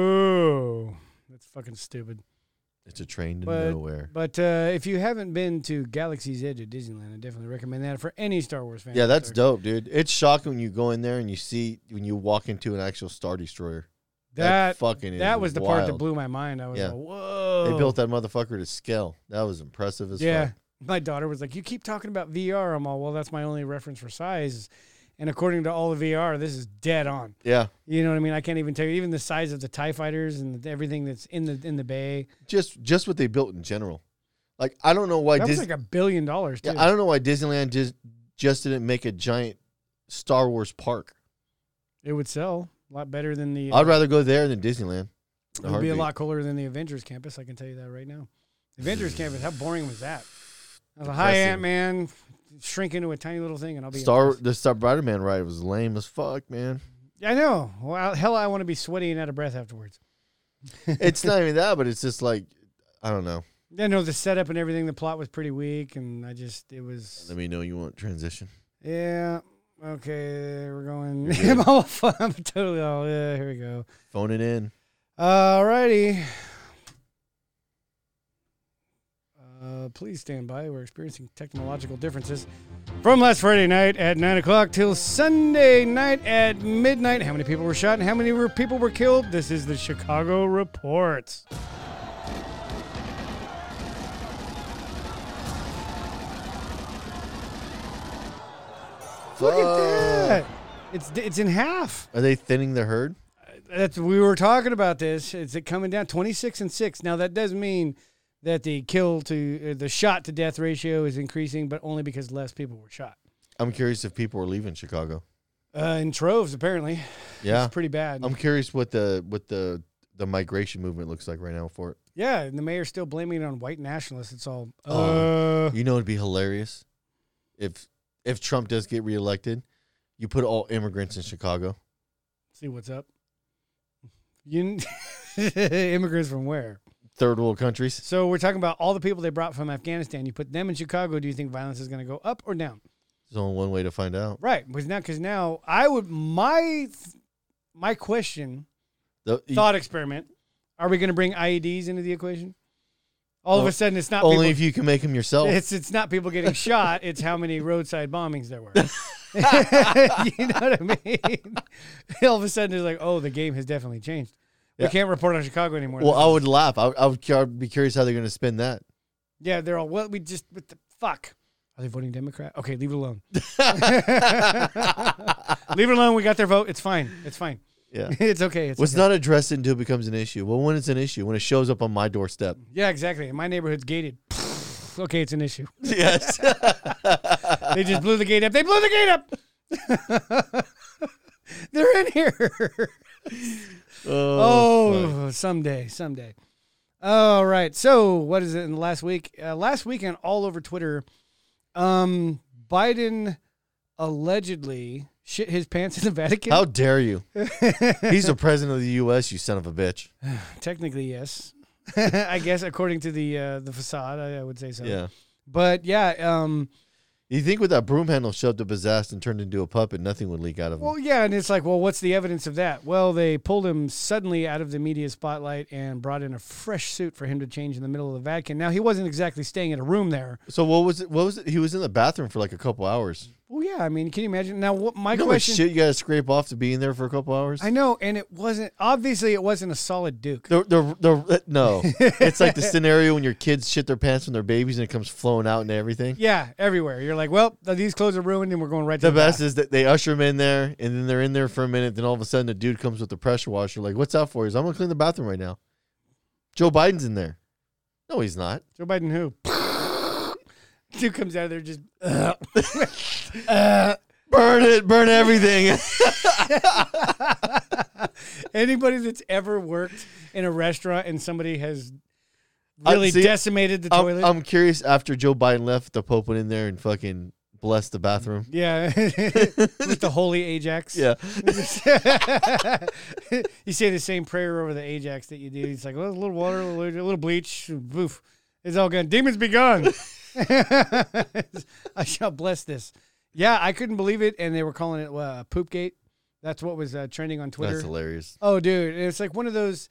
S4: no, that's fucking stupid.
S5: It's a train to
S4: But-
S5: nowhere.
S4: But uh, if you haven't been to Galaxy's Edge at Disneyland, I definitely recommend that for any Star Wars fan.
S5: Yeah,
S4: out
S5: that's
S4: there.
S5: dope, dude. It's shocking when you go in there and you see when you walk into an actual star destroyer.
S4: That
S5: fucking is
S4: that was the part that
S5: wild.
S4: blew my mind. I was
S5: Yeah.
S4: like, whoa.
S5: They built that motherfucker to scale. That was impressive as
S4: Oh. yeah.
S5: fuck.
S4: My daughter was like, You keep talking about VR. I'm all, well, that's my only reference for size. And according to all the VR, this is dead on.
S5: Yeah.
S4: You know what I mean? I can't even tell you even the size of the TIE fighters and everything that's in the in the bay.
S5: Just just what they built in general. Like I don't know why
S4: that was
S5: Disney
S4: like a billion dollars too.
S5: I don't know why Disneyland just just didn't make a giant Star Wars park.
S4: it would sell a lot better than the
S5: I'd rather go there than Disneyland.
S4: it would be a lot cooler than the Avengers campus, I can tell you that right now. Avengers campus, how boring was that? I was like, Hi
S5: Depressing.
S4: Ant Man, shrink into a tiny little thing and I'll be
S5: Star
S4: impressed."
S5: the Spider Man ride was lame as fuck, man.
S4: I know. Well, hell I want to be sweaty and out of breath afterwards.
S5: it's not even that, but it's just like I don't know.
S4: Yeah, no, the setup and everything, the plot was pretty weak, and I just it was
S5: Let me know you want transition.
S4: yeah. Okay, we're going.
S5: You're
S4: I'm, all fu- I'm totally all yeah. Here we go.
S5: Phone it in.
S4: Alrighty. Uh, please stand by. We're experiencing technological differences from last Friday night at nine o'clock till Sunday night at midnight. How many people were shot and how many were people were killed? This is the Chicago Report. Look at
S5: Uh.
S4: that. It's it's in half.
S5: Are they thinning the herd?
S4: That's we were talking about this. It's it coming down twenty six and six. Now that does mean that the kill to uh, the shot to death ratio is increasing, but only because less people were shot
S5: I'm curious if people are leaving Chicago.
S4: uh, in troves. Apparently,
S5: Yeah.
S4: it's pretty bad.
S5: I'm curious what the what the the migration movement looks like right now for it.
S4: yeah, and the mayor's still blaming it on white nationalists. It's all
S5: Oh.
S4: uh,
S5: You know, it'd be hilarious if if Trump does get reelected, you put all immigrants in Chicago.
S4: see what's up. You immigrants from where?
S5: third world countries.
S4: So we're talking about all the people they brought from Afghanistan. You put them in Chicago. Do you think violence is going to go up or down?
S5: There's only one way to find out.
S4: Right. Because now, because now, I would my my question
S5: The-
S4: thought experiment: Are we going to bring IEDs into the equation? All of
S5: Well,
S4: a sudden, it's not
S5: Oh, only
S4: people,
S5: if you can make them yourself.
S4: it's it's not people getting shot. It's how many roadside bombings there were. you know what I mean? All of a sudden, it's like, oh, the game has definitely changed.
S5: Yeah.
S4: We can't report on Chicago anymore.
S5: well, I would laugh. I, I would I'd be curious how they're going to spin that.
S4: yeah, they're all. Well, we just what the fuck. Are they voting Democrat? Okay, leave it alone. leave it alone. We got their vote. It's fine. It's fine.
S5: Yeah.
S4: It's okay. It's
S5: What's
S4: okay.
S5: not addressed until it becomes an issue. Well, when it's an issue, when it shows up on my doorstep.
S4: Yeah, exactly. My neighborhood's gated. okay, it's an issue.
S5: Yes.
S4: They just blew the gate up. They blew the gate up. They're in here.
S5: oh.
S4: Oh, someday, someday. All right. So, what is it in the last week? Uh, last weekend, all over Twitter, um, Biden allegedly shit his pants in the Vatican.
S5: How dare you? He's the president of the U.S., you son of a bitch.
S4: Technically, yes. I guess according to the uh, the facade, I, I would say so.
S5: Yeah.
S4: But yeah, um,
S5: You think with that broom handle shoved up his ass and turned into a puppet, nothing would leak out of him.
S4: Well, yeah, and it's like, well, what's the evidence of that? Well, they pulled him suddenly out of the media spotlight and brought in a fresh suit for him to change in the middle of the Vatican. Now he wasn't exactly staying in a room there.
S5: so what was it? What was it? He was in the bathroom for like a couple hours.
S4: Well, yeah, I mean, can you imagine? Now, what my
S5: You know how much
S4: question?
S5: shit you got to scrape off to be in there for a couple hours?
S4: I know, and it wasn't obviously it wasn't a solid Duke.
S5: The, the, the, no, it's like the scenario when your kids shit their pants when they're babies and it comes flowing out and everything.
S4: Yeah, everywhere you're like, well, these clothes are ruined, and we're going right to
S5: The
S4: the,
S5: best
S4: back.
S5: is that they usher him in there, and then they're in there for a minute. Then all of a sudden, the dude comes with the pressure washer. Like, what's out for? He's, I'm gonna clean the bathroom right now. Joe Biden's in there. No, he's not.
S4: Joe Biden who. Duke comes out of there just
S5: Burn it, burn everything.
S4: anybody that's ever worked in a restaurant and somebody has
S5: I-
S4: really
S5: see,
S4: decimated the toilet.
S5: I'm, I'm curious. After Joe Biden left, the Pope went in there and fucking blessed the bathroom.
S4: Yeah, with the holy Ajax.
S5: Yeah,
S4: you say the same prayer over the Ajax that you do. It's like well, a little water, a little, a little bleach, boof. It's all gone. Demons be gone. I shall bless this. Yeah, I couldn't believe it, and they were calling it uh, Poopgate. That's what was uh, trending on Twitter.
S5: that's hilarious.
S4: Oh, dude, it's like one of those.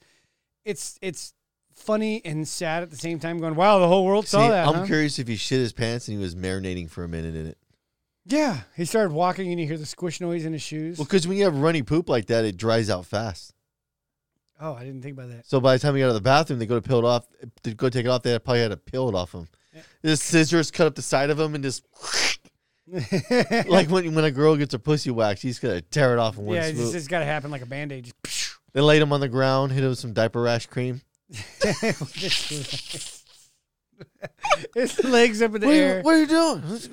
S4: It's it's funny and sad at the same time. Going, wow, the whole world
S5: See,
S4: saw that.
S5: I'm
S4: huh?"
S5: curious if he shit his pants and he was marinating for a minute in it.
S4: yeah, he started walking, and you hear the squish noise in his shoes.
S5: Well, because when you have runny poop like that, it dries out fast.
S4: oh, I didn't think about that.
S5: So by the time you got out of the bathroom, they go to peel it off. To go take it off, they probably had to peel it off him. This scissors cut up the side of him and just like when when a girl gets her pussy waxed, he's gonna tear it off in one
S4: Yeah, it's,
S5: swoop.
S4: just- it's got to happen like a band aid. Just
S5: They laid him on the ground, hit him with some diaper rash cream.
S4: his legs up in the
S5: What are,
S4: air.
S5: you, what are you doing? This-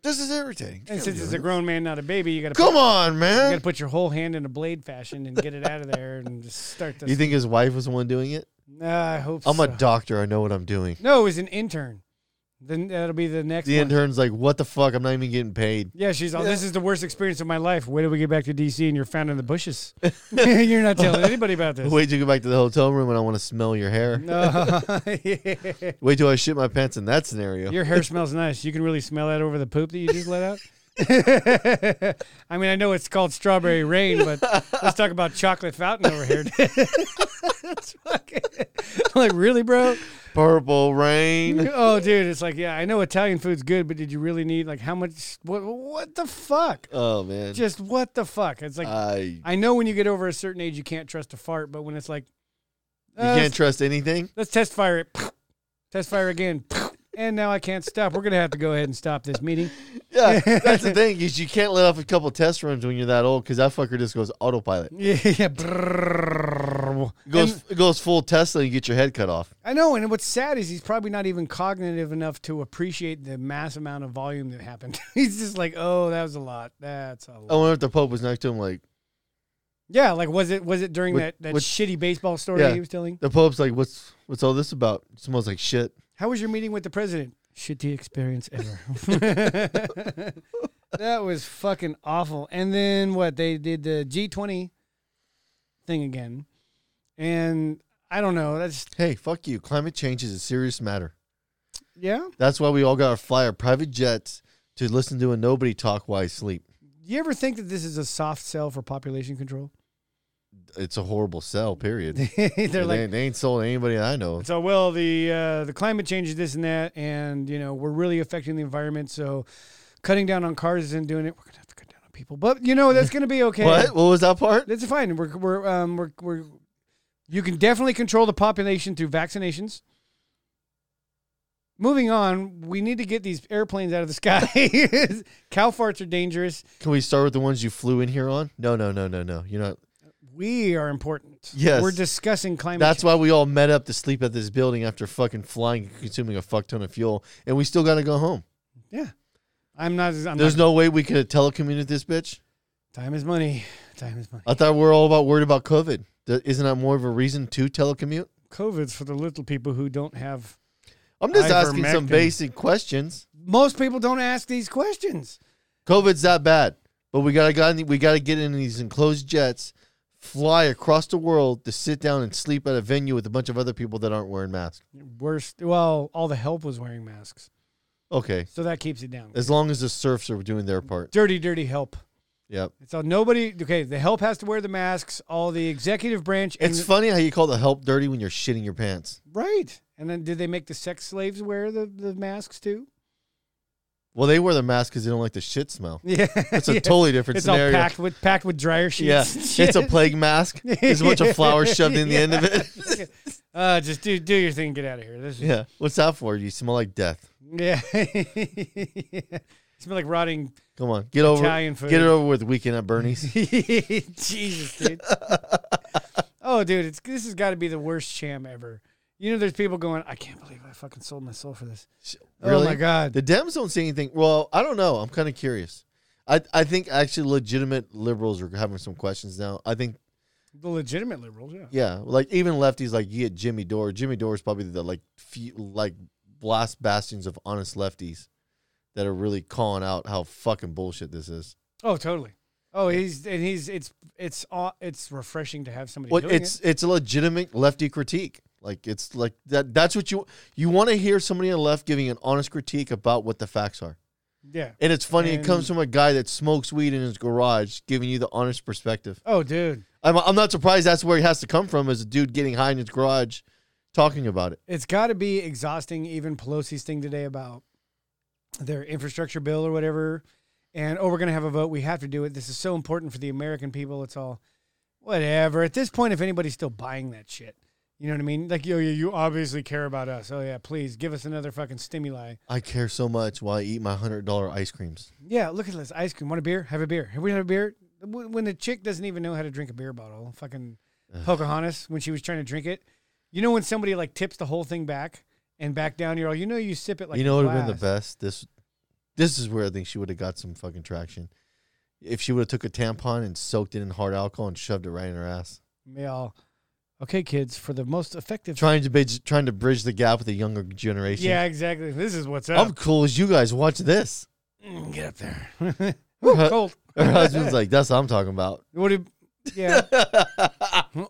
S5: This is irritating.
S4: and since it's a grown man, not a baby, you got to
S5: Come on,
S4: You got
S5: man.
S4: to put your whole hand in a blade fashion and get it out of there and just start this.
S5: You think his wife was the one doing it?
S4: Nah, I hope.
S5: I'm a
S4: so.
S5: doctor. I know what I'm doing.
S4: No, it was an intern. Then that'll be the next.
S5: The
S4: one.
S5: intern's like, what the fuck? I'm not even getting paid.
S4: Yeah, she's all. This is the worst experience of my life. When do we get back to DC and you're found in the bushes? you're not telling anybody about this.
S5: Wait till you go back to the hotel room and I want to smell your hair.
S4: No.
S5: Wait till I shit my pants in that scenario.
S4: Your hair smells nice. You can really smell that over the poop that you just let out. I mean, I know it's called strawberry rain, but let's talk about chocolate fountain over here. It's fucking- like, really, bro?
S5: Purple rain.
S4: Oh, dude, it's like, yeah, I know Italian food's good, but did you really need like how much? What? What the fuck?
S5: Oh man.
S4: Just what the fuck? It's like
S5: I
S4: I know when you get over a certain age, you can't trust a fart, but when it's like,
S5: you
S4: uh,
S5: can't trust anything.
S4: let's test fire it. Test fire again. And now I can't stop. We're going to have to go ahead and stop this meeting.
S5: Yeah, that's the thing is you can't let off a couple test runs when you're that old because that fucker just goes autopilot.
S4: Yeah. brrrr.
S5: It goes
S4: And
S5: it goes full Tesla and you get your head cut off.
S4: I know. And what's sad is he's probably not even cognitive enough to appreciate the mass amount of volume that happened. he's just like, oh, that was a lot. That's a lot.
S5: I wonder if the Pope was next to him. Like
S4: Yeah. Like, was it was it during
S5: With-
S4: that, that
S5: with-
S4: shitty baseball story
S5: Yeah.
S4: he was telling?
S5: the Pope's like, what's what's all this about? It smells like shit.
S4: How was your meeting with the president? Shitty experience ever. that was fucking awful. And then what? They did the G20 thing again. And I don't know. That's
S5: Hey, fuck you. Climate change is a serious matter.
S4: yeah.
S5: That's why we all got to fly our private jets to listen to a nobody talk while I sleep.
S4: You ever think that this is a soft sell for population control?
S5: It's a horrible sell, period. they,
S4: They're like,
S5: ain't- they ain't sold anybody that I know.
S4: So well, the uh, the climate change is this and that, and you know we're really affecting the environment. So cutting down on cars isn't doing it. We're gonna have to cut down on people, but you know that's gonna be okay.
S5: What? What was that part?
S4: That's fine. We're we're um we're we're you can definitely control the population through vaccinations. Moving on, we need to get these airplanes out of the sky. Cow farts are dangerous.
S5: Can we start with the ones you flew in here on? No, no, no, no, no. You're not.
S4: We are important.
S5: Yes.
S4: we're discussing climate.
S5: That's
S4: change.
S5: why we all met up to sleep at this building after fucking flying and consuming a fuck ton of fuel, and we still got to go home.
S4: yeah. I'm not. I'm
S5: There's
S4: not,
S5: no way we could have telecommute this bitch.
S4: time is money. Time is money.
S5: I thought we were all about worried about COVID. Th- Isn't that more of a reason to telecommute?
S4: COVID's for the little people who don't have.
S5: I'm just asking some
S4: Ivermectin.
S5: basic questions.
S4: Most people don't ask these questions.
S5: COVID's that bad, but we gotta got we gotta get in these enclosed jets, fly across the world to sit down and sleep at a venue with a bunch of other people that aren't wearing masks.
S4: Worst. Well, all the help was wearing masks,
S5: Okay,
S4: so that keeps it down.
S5: as long as the surfs are doing their part.
S4: dirty, dirty help.
S5: Yep.
S4: So nobody. Okay, the help has to wear the masks. All the executive branch. And,
S5: It's funny how you call the help dirty when you're shitting your pants.
S4: right. And then did they make the sex slaves wear the, the masks too?
S5: Well, they wear the mask because they don't like the shit smell.
S4: Yeah,
S5: It's a totally different
S4: It's all
S5: scenario.
S4: packed with packed with dryer
S5: yeah,
S4: sheets. and shit.
S5: it's a plague mask. There's a bunch of flowers shoved in the end of it.
S4: uh, just do do your thing. and Get out of here. This is
S5: yeah, what's that for? You smell like death.
S4: Yeah. yeah. Smell like rotting.
S5: Come on, get over,
S4: Italian food.
S5: get it over with. Weekend at Bernie's.
S4: Jesus, dude. oh, dude, it's this has got to be the worst sham ever. You know, there's people going, I can't believe I fucking sold my soul for this.
S5: Really?
S4: Oh my god.
S5: The Dems don't say anything. Well, I don't know. I'm kind of curious. I I think actually legitimate liberals are having some questions now. I think
S4: The legitimate liberals, yeah.
S5: yeah, like even lefties like you get Jimmy Dore. Jimmy Dore is probably the like few like last bastions of honest lefties that are really calling out how fucking bullshit this is.
S4: Oh, totally. Oh, he's and he's it's it's aw- it's refreshing to have somebody
S5: Well,
S4: doing
S5: it's
S4: it.
S5: it's a legitimate lefty critique. Like it's like that. That's what you you want to hear somebody on the left giving an honest critique about what the facts are.
S4: Yeah.
S5: And it's funny. it
S4: And-
S5: comes from a guy that smokes weed in his garage, giving you the honest perspective.
S4: Oh, dude.
S5: I'm, I'm not surprised that's where it has to come from is a dude getting high in his garage talking about it.
S4: It's got to be exhausting, even Pelosi's thing today about their infrastructure bill or whatever. And, oh, we're going to have a vote. We have to do it. This is so important for the American people. It's all whatever. At this point, if anybody's still buying that shit, you know what I mean? Like, yo, yo, you obviously care about us. Oh, yeah, please give us another fucking stimuli.
S5: I care so much while I eat my $100 ice creams.
S4: Yeah, look at this ice cream. Want a beer? Have a beer. Have we had a beer? When when the chick doesn't even know how to drink a beer bottle, fucking Pocahontas, when she was trying to drink it, you know when somebody like tips the whole thing back and back down, you're all, you know, you sip it like
S5: you know
S4: a
S5: what would have been the
S4: glass."
S5: best? This this is where I think she would have got some fucking traction. If she would have took a tampon and soaked it in hard alcohol and shoved it right in her ass.
S4: They all, okay, kids, for the most effective.
S5: Trying to bridge, trying to bridge the gap with the younger generation.
S4: yeah, exactly. This is what's
S5: I'm
S4: up.
S5: cool as you guys. Watch this.
S4: Mm, Get up there. Ooh,
S5: Her-
S4: cold.
S5: Her husband's like, that's what I'm talking about.
S4: Would it? Yeah.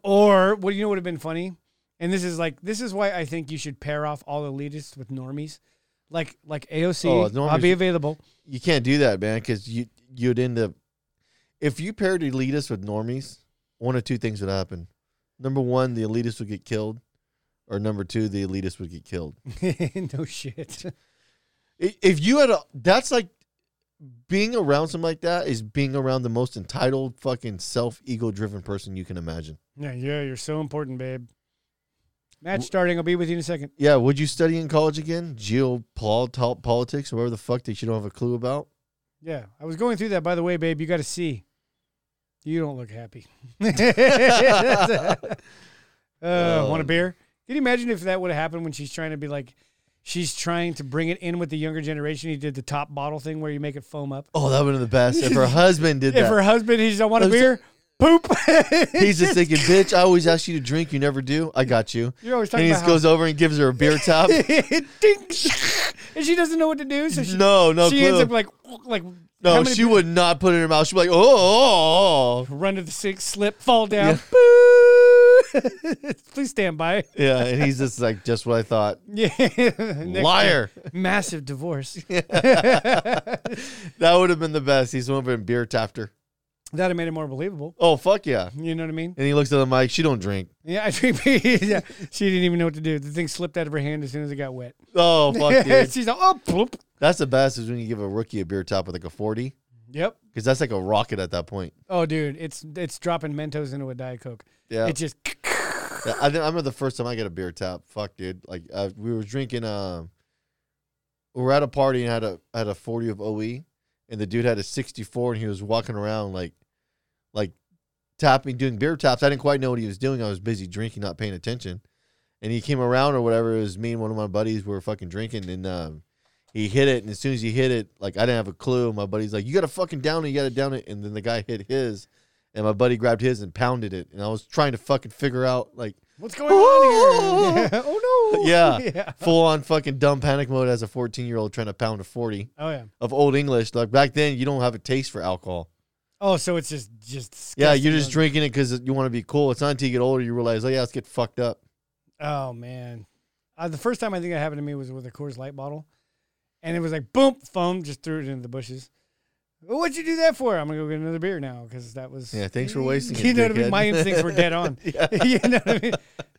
S4: or what do you know would have been funny? And this is like this is why I think you should pair off all elitists with normies, like like AOC.
S5: Oh, normies-
S4: I'll be available.
S5: you can't do that, man, because you you'd end up if you paired elitists with normies, one of two things would happen. Number one, the elitists would get killed, or number two, the elitists would get killed.
S4: no shit.
S5: I- If you had a, that's like being around something like that is being around the most entitled, fucking self ego driven person you can imagine.
S4: Yeah, yeah, you're so important, babe. Match starting. I'll be with you in a second.
S5: Yeah, would you study in college again? Geopolitics, politics, or whatever the fuck that you don't have a clue about.
S4: Yeah, I was going through that. By the way, babe, you got to see. You don't look happy. uh,
S5: Um,
S4: want a beer? Can you imagine if that would have happened when she's trying to be like, she's trying to bring it in with the younger generation? He did the top bottle thing where you make it foam up.
S5: Oh, that would have been the best if her husband did that.
S4: If her husband, he's, I want a
S5: I'm so-
S4: beer. Poop.
S5: He's just thinking, bitch, I always ask you to drink. You never do. I got you.
S4: You're always
S5: and
S4: talking
S5: he
S4: about
S5: just
S4: how-
S5: goes over and gives her a beer tap.
S4: Ding. and she doesn't know what to do, so she,
S5: no, no
S4: she
S5: clue.
S4: ends up like, like how
S5: no,
S4: many
S5: she would not put it in her mouth. She'd be like, oh.
S4: run to the sink, slip, fall down.
S5: Boo.
S4: Please stand by.
S5: Yeah, and he's just like, just what I thought.
S4: Yeah. Next
S5: Liar.
S4: year, Massive divorce.
S5: That would have been the best. He's would have been beer after.
S4: That'd have made it more believable.
S5: Oh fuck yeah!
S4: You know what I mean?
S5: And he looks at the mic. She don't drink.
S4: Yeah, I drink pee. yeah. She didn't even know what to do. The thing slipped out of her hand as soon as it got wet.
S5: Oh fuck dude.
S4: She's like, oh, bloop.
S5: That's the best is when you give a rookie a beer top with like a forty
S4: Yep.
S5: because that's like a rocket at that point.
S4: Oh, dude, it's it's dropping Mentos into a Diet Coke.
S5: Yeah.
S4: It just
S5: Yeah, I, think- I remember the first time I got a beer tap. Fuck, dude. Like uh, we were drinking. Um, we were at a party and had a had a forty of OE, and the dude had a sixty four, and he was walking around like, like, tapping, doing beer taps. I didn't quite know what he was doing. I was busy drinking, not paying attention. And he came around or whatever. It was me and one of my buddies. We were fucking drinking, and um, he hit it. And as soon as he hit it, like I didn't have a clue. My buddy's like, "You got to fucking down it. You got to down it." And then the guy hit his, and my buddy grabbed his and pounded it. And I was trying to fucking figure out like
S4: what's going on here? Yeah. Oh no.
S5: yeah.
S4: yeah.
S5: Full on fucking dumb panic mode as a 14 year old trying to pound a 40
S4: Oh yeah.
S5: of old English. Like back then, you don't have a taste for alcohol.
S4: Oh, so it's just just
S5: Yeah,
S4: disgusting.
S5: you're just drinking it because you want to be cool. It's not until you get older you realize, oh, yeah, let's get fucked up.
S4: Oh man. Uh, the first time I think that happened to me was with a Coors Light bottle, and it was like boom, foam, just threw it into the bushes. "Well, What'd you do that for? I'm gonna go get another beer now because that was
S5: Yeah, thanks for wasting it.
S4: You know what I mean?
S5: dickhead.
S4: My instincts were dead on.
S5: Yeah.
S4: you know what I mean?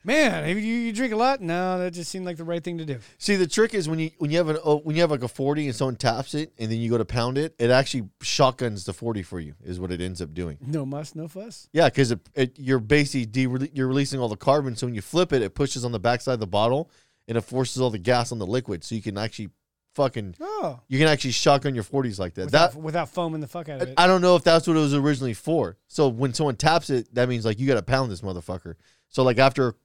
S4: Man, you, you drink a lot? No, that just seemed like the right thing to do.
S5: See, the trick is when you when you have an oh, when you have like a 40 and someone taps it and then you go to pound it, it actually shotguns the 40 for you, is what it ends up doing.
S4: No muss, no fuss.
S5: Yeah, because it, it, you're basically de- you're releasing all the carbon. So when you flip it, it pushes on the backside of the bottle and it forces all the gas on the liquid. So you can actually fucking
S4: Oh,
S5: you can actually shotgun your 40s like that.
S4: without,
S5: That
S4: without foaming the fuck out of it.
S5: I don't know if that's what it was originally for. So when someone taps it, that means like you got to pound this motherfucker. So like after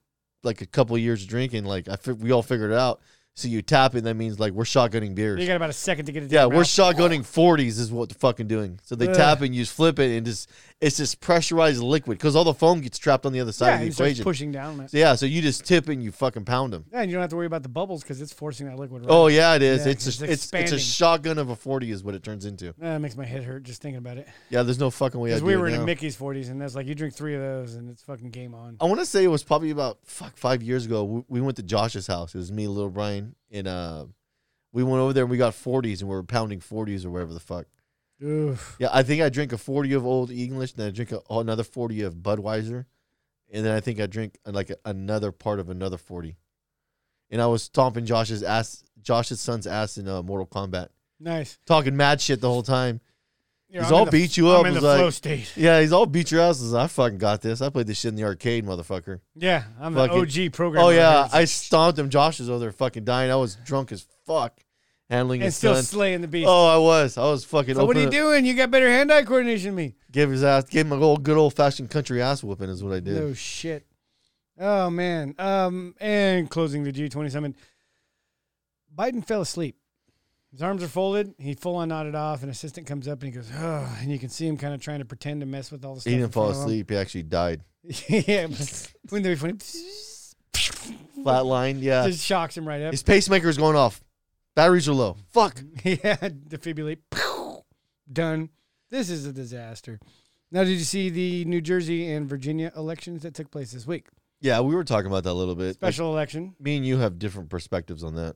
S5: like a couple of years of drinking, like I fi- we all figured it out. So you tap it, that means like we're shotgunning beers.
S4: you got about a second to get it. to
S5: Yeah,
S4: your
S5: we're
S4: mouth.
S5: shotgunning 40s is what the fucking doing. So they
S4: Ugh.
S5: tap and you just flip it and just it's just pressurized liquid because all the foam gets trapped on the other side
S4: yeah,
S5: of the
S4: it starts
S5: equation.
S4: pushing down on it.
S5: So yeah, so you just tip and you fucking pound them.
S4: Yeah, and you don't have to worry about the bubbles because it's forcing that liquid. Right
S5: Oh yeah, it is.
S4: Yeah,
S5: it's
S4: it's
S5: a, it's it's a
S4: expanding.
S5: shotgun of a 40 is what it turns into.
S4: Ah, it makes my head hurt just thinking about it.
S5: Yeah, there's no fucking way. I
S4: Because
S5: do
S4: we
S5: it
S4: were in
S5: now.
S4: a Mickey's 40s, and that's like you drink three of those, and it's fucking game on.
S5: I want to say it was probably about fuck five years ago. We, we went to Josh's house. It was me, little Brian, and uh, we went over there and we got 40s and we were pounding 40s or whatever the fuck.
S4: Oof.
S5: Yeah, I think I drink a 40 of Old English, and then I drink a, oh, another 40 of Budweiser, and then I think I drink uh, like another part of another 40. And I was stomping Josh's ass, Josh's son's ass in uh, Mortal Kombat,
S4: Nice. talking.
S5: talking mad shit the whole time.
S4: Yeah,
S5: He's
S4: I'm in
S5: all
S4: the-
S5: beat you
S4: I'm
S5: up.
S4: in
S5: He's
S4: the
S5: like-
S4: flow state.
S5: Yeah, he's all beat your ass. I was like, I fucking got this. I played this shit in the arcade, motherfucker.
S4: Yeah, I'm the
S5: Fucking-
S4: OG programmer.
S5: Oh
S4: over
S5: yeah,
S4: here.
S5: I stomped him. Josh was over there fucking dying. I was drunk as fuck, handling
S4: and
S5: his
S4: still
S5: son.
S4: slaying the beast.
S5: oh, I was. I was fucking.
S4: so what are you
S5: opening-
S4: doing? You got better hand-eye coordination than me.
S5: Give his ass. Gave him a old, good old fashioned country ass whooping is what I did.
S4: No shit. Oh man. Um, and closing the G twenty summit. Biden fell asleep. His arms are folded. He full on nodded off. An assistant comes up and he goes, "Oh," and you can see him kind of trying to pretend to mess with all the stuff.
S5: he
S4: in
S5: didn't fall
S4: front of him.
S5: asleep. He actually died.
S4: yeah, but wouldn't that be funny?
S5: Flatlined. Yeah.
S4: Just shocks him right up.
S5: His pacemaker is going off. Batteries are low. Fuck.
S4: Mm-hmm. yeah, defibrillate. Pew! Done. This is a disaster. Now, did you see the New Jersey and Virginia elections that took place this week?
S5: Yeah, we were talking about that a little bit. Like,
S4: Special election.
S5: me and you have different perspectives on that.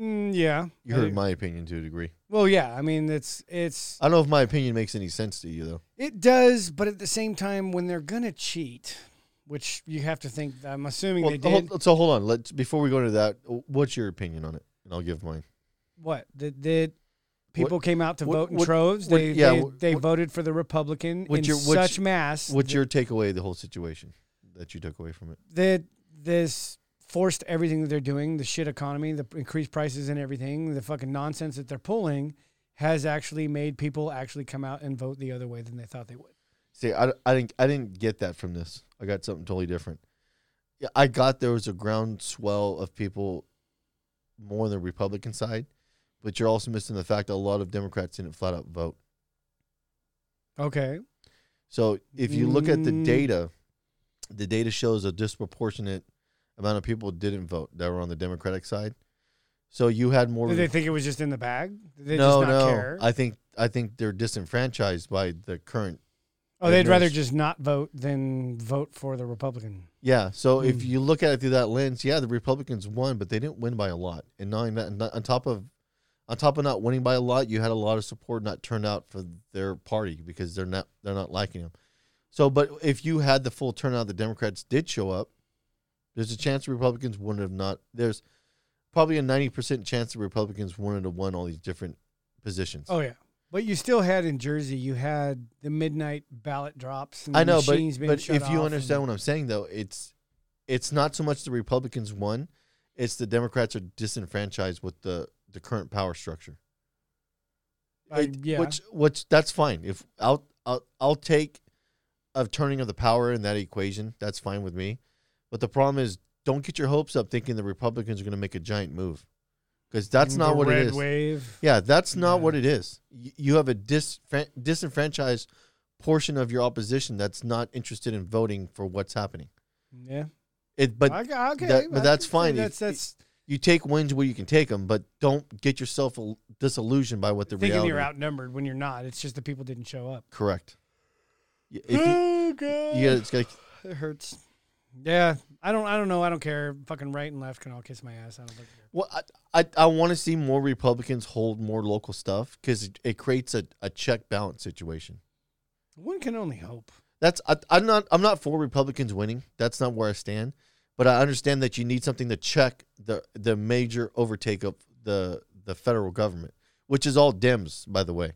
S4: Mm, yeah.
S5: You
S4: I
S5: heard
S4: do.
S5: my opinion to a degree.
S4: Well, yeah. I mean, it's it's
S5: I don't know if my opinion makes any sense to you though.
S4: it does, but at the same time, when they're gonna cheat, which you have to think, I'm assuming
S5: Well,
S4: they did.
S5: hold, so hold on. Let's before we go into that, what's your opinion on it? And I'll give mine.
S4: what that that people came out to
S5: what-
S4: vote in
S5: what-
S4: troves.
S5: what-
S4: they
S5: yeah,
S4: they,
S5: what-
S4: they
S5: what-
S4: voted for the Republican
S5: What's
S4: in
S5: your- what's-
S4: such mass
S5: What's your takeaway of the whole situation that you took away from it?
S4: that this forced everything that they're doing, the shit economy, the increased prices and everything, the fucking nonsense that they're pulling, has actually made people actually come out and vote the other way than they thought they would.
S5: See, I, I didn't I didn't get that from this. I got something totally different. Yeah, I got there was a groundswell of people more on the Republican side, but you're also missing the fact that a lot of Democrats didn't flat out vote.
S4: Okay.
S5: So if you look at the
S4: Mm.
S5: data, the data shows a disproportionate amount of people didn't vote that were on the Democratic side. So you had more.
S4: Did
S5: of
S4: they
S5: a-
S4: think it was just in the bag? Did they
S5: no,
S4: just not
S5: no.
S4: care?
S5: I think I think they're disenfranchised by the current
S4: Oh, they'd rather
S5: Ignorance.
S4: just not vote than vote for the Republican.
S5: Yeah. So if you look at it through that lens, yeah, the Republicans won, but they didn't win by a lot. And not only that, and on top of on top of not winning by a lot, you had a lot of support not turned out for their party because they're not they're not liking them. So, but if you had the full turnout, the Democrats did show up. There's a chance the Republicans wouldn't have not. There's probably a ninety percent chance the Republicans wouldn't have won all these different positions.
S4: Oh yeah, but you still had in Jersey, you had the midnight ballot drops. And
S5: I know, but,
S4: machines being
S5: but
S4: shut
S5: if you
S4: off
S5: understand
S4: and-
S5: what I'm saying, though, it's it's not so much the Republicans won, it's the Democrats are disenfranchised with the the current power structure.
S4: I-
S5: It-
S4: uh, yeah.
S5: which which that's fine. If I'll I'll, I'll take a turning of the power in that equation, that's fine with me. But the problem is, don't get your hopes up thinking the Republicans are going to make a giant move, because that's not
S4: the
S5: what
S4: red
S5: it is.
S4: Wave.
S5: Yeah, that's not
S4: Yeah.
S5: what it is. Y- You have a disfran- disenfranchised portion of your opposition that's not interested in voting for what's happening.
S4: Yeah.
S5: It, but
S4: Okay. okay,
S5: that- but
S4: I
S5: that's
S4: can see
S5: fine.
S4: That's
S5: If-
S4: that's
S5: you take wins where you can take them, but don't get yourself a- disillusioned by what the
S4: thinking
S5: reality.
S4: you're outnumbered when you're not. It's just the people didn't show up.
S5: Correct. Y- If you,
S4: oh god,
S5: you gotta, it's gotta-
S4: it hurts. Yeah, I don't. I don't know. I don't care. Fucking right and left can all kiss my ass. I don't fucking care.
S5: well, I I, I want to see more Republicans hold more local stuff because it, it creates a, a check balance situation.
S4: One can only hope.
S5: That's I, I'm not I'm not for Republicans winning. That's not where I stand. But I understand that you need something to check the the major overtake of the the federal government, which is all Dems, by the way.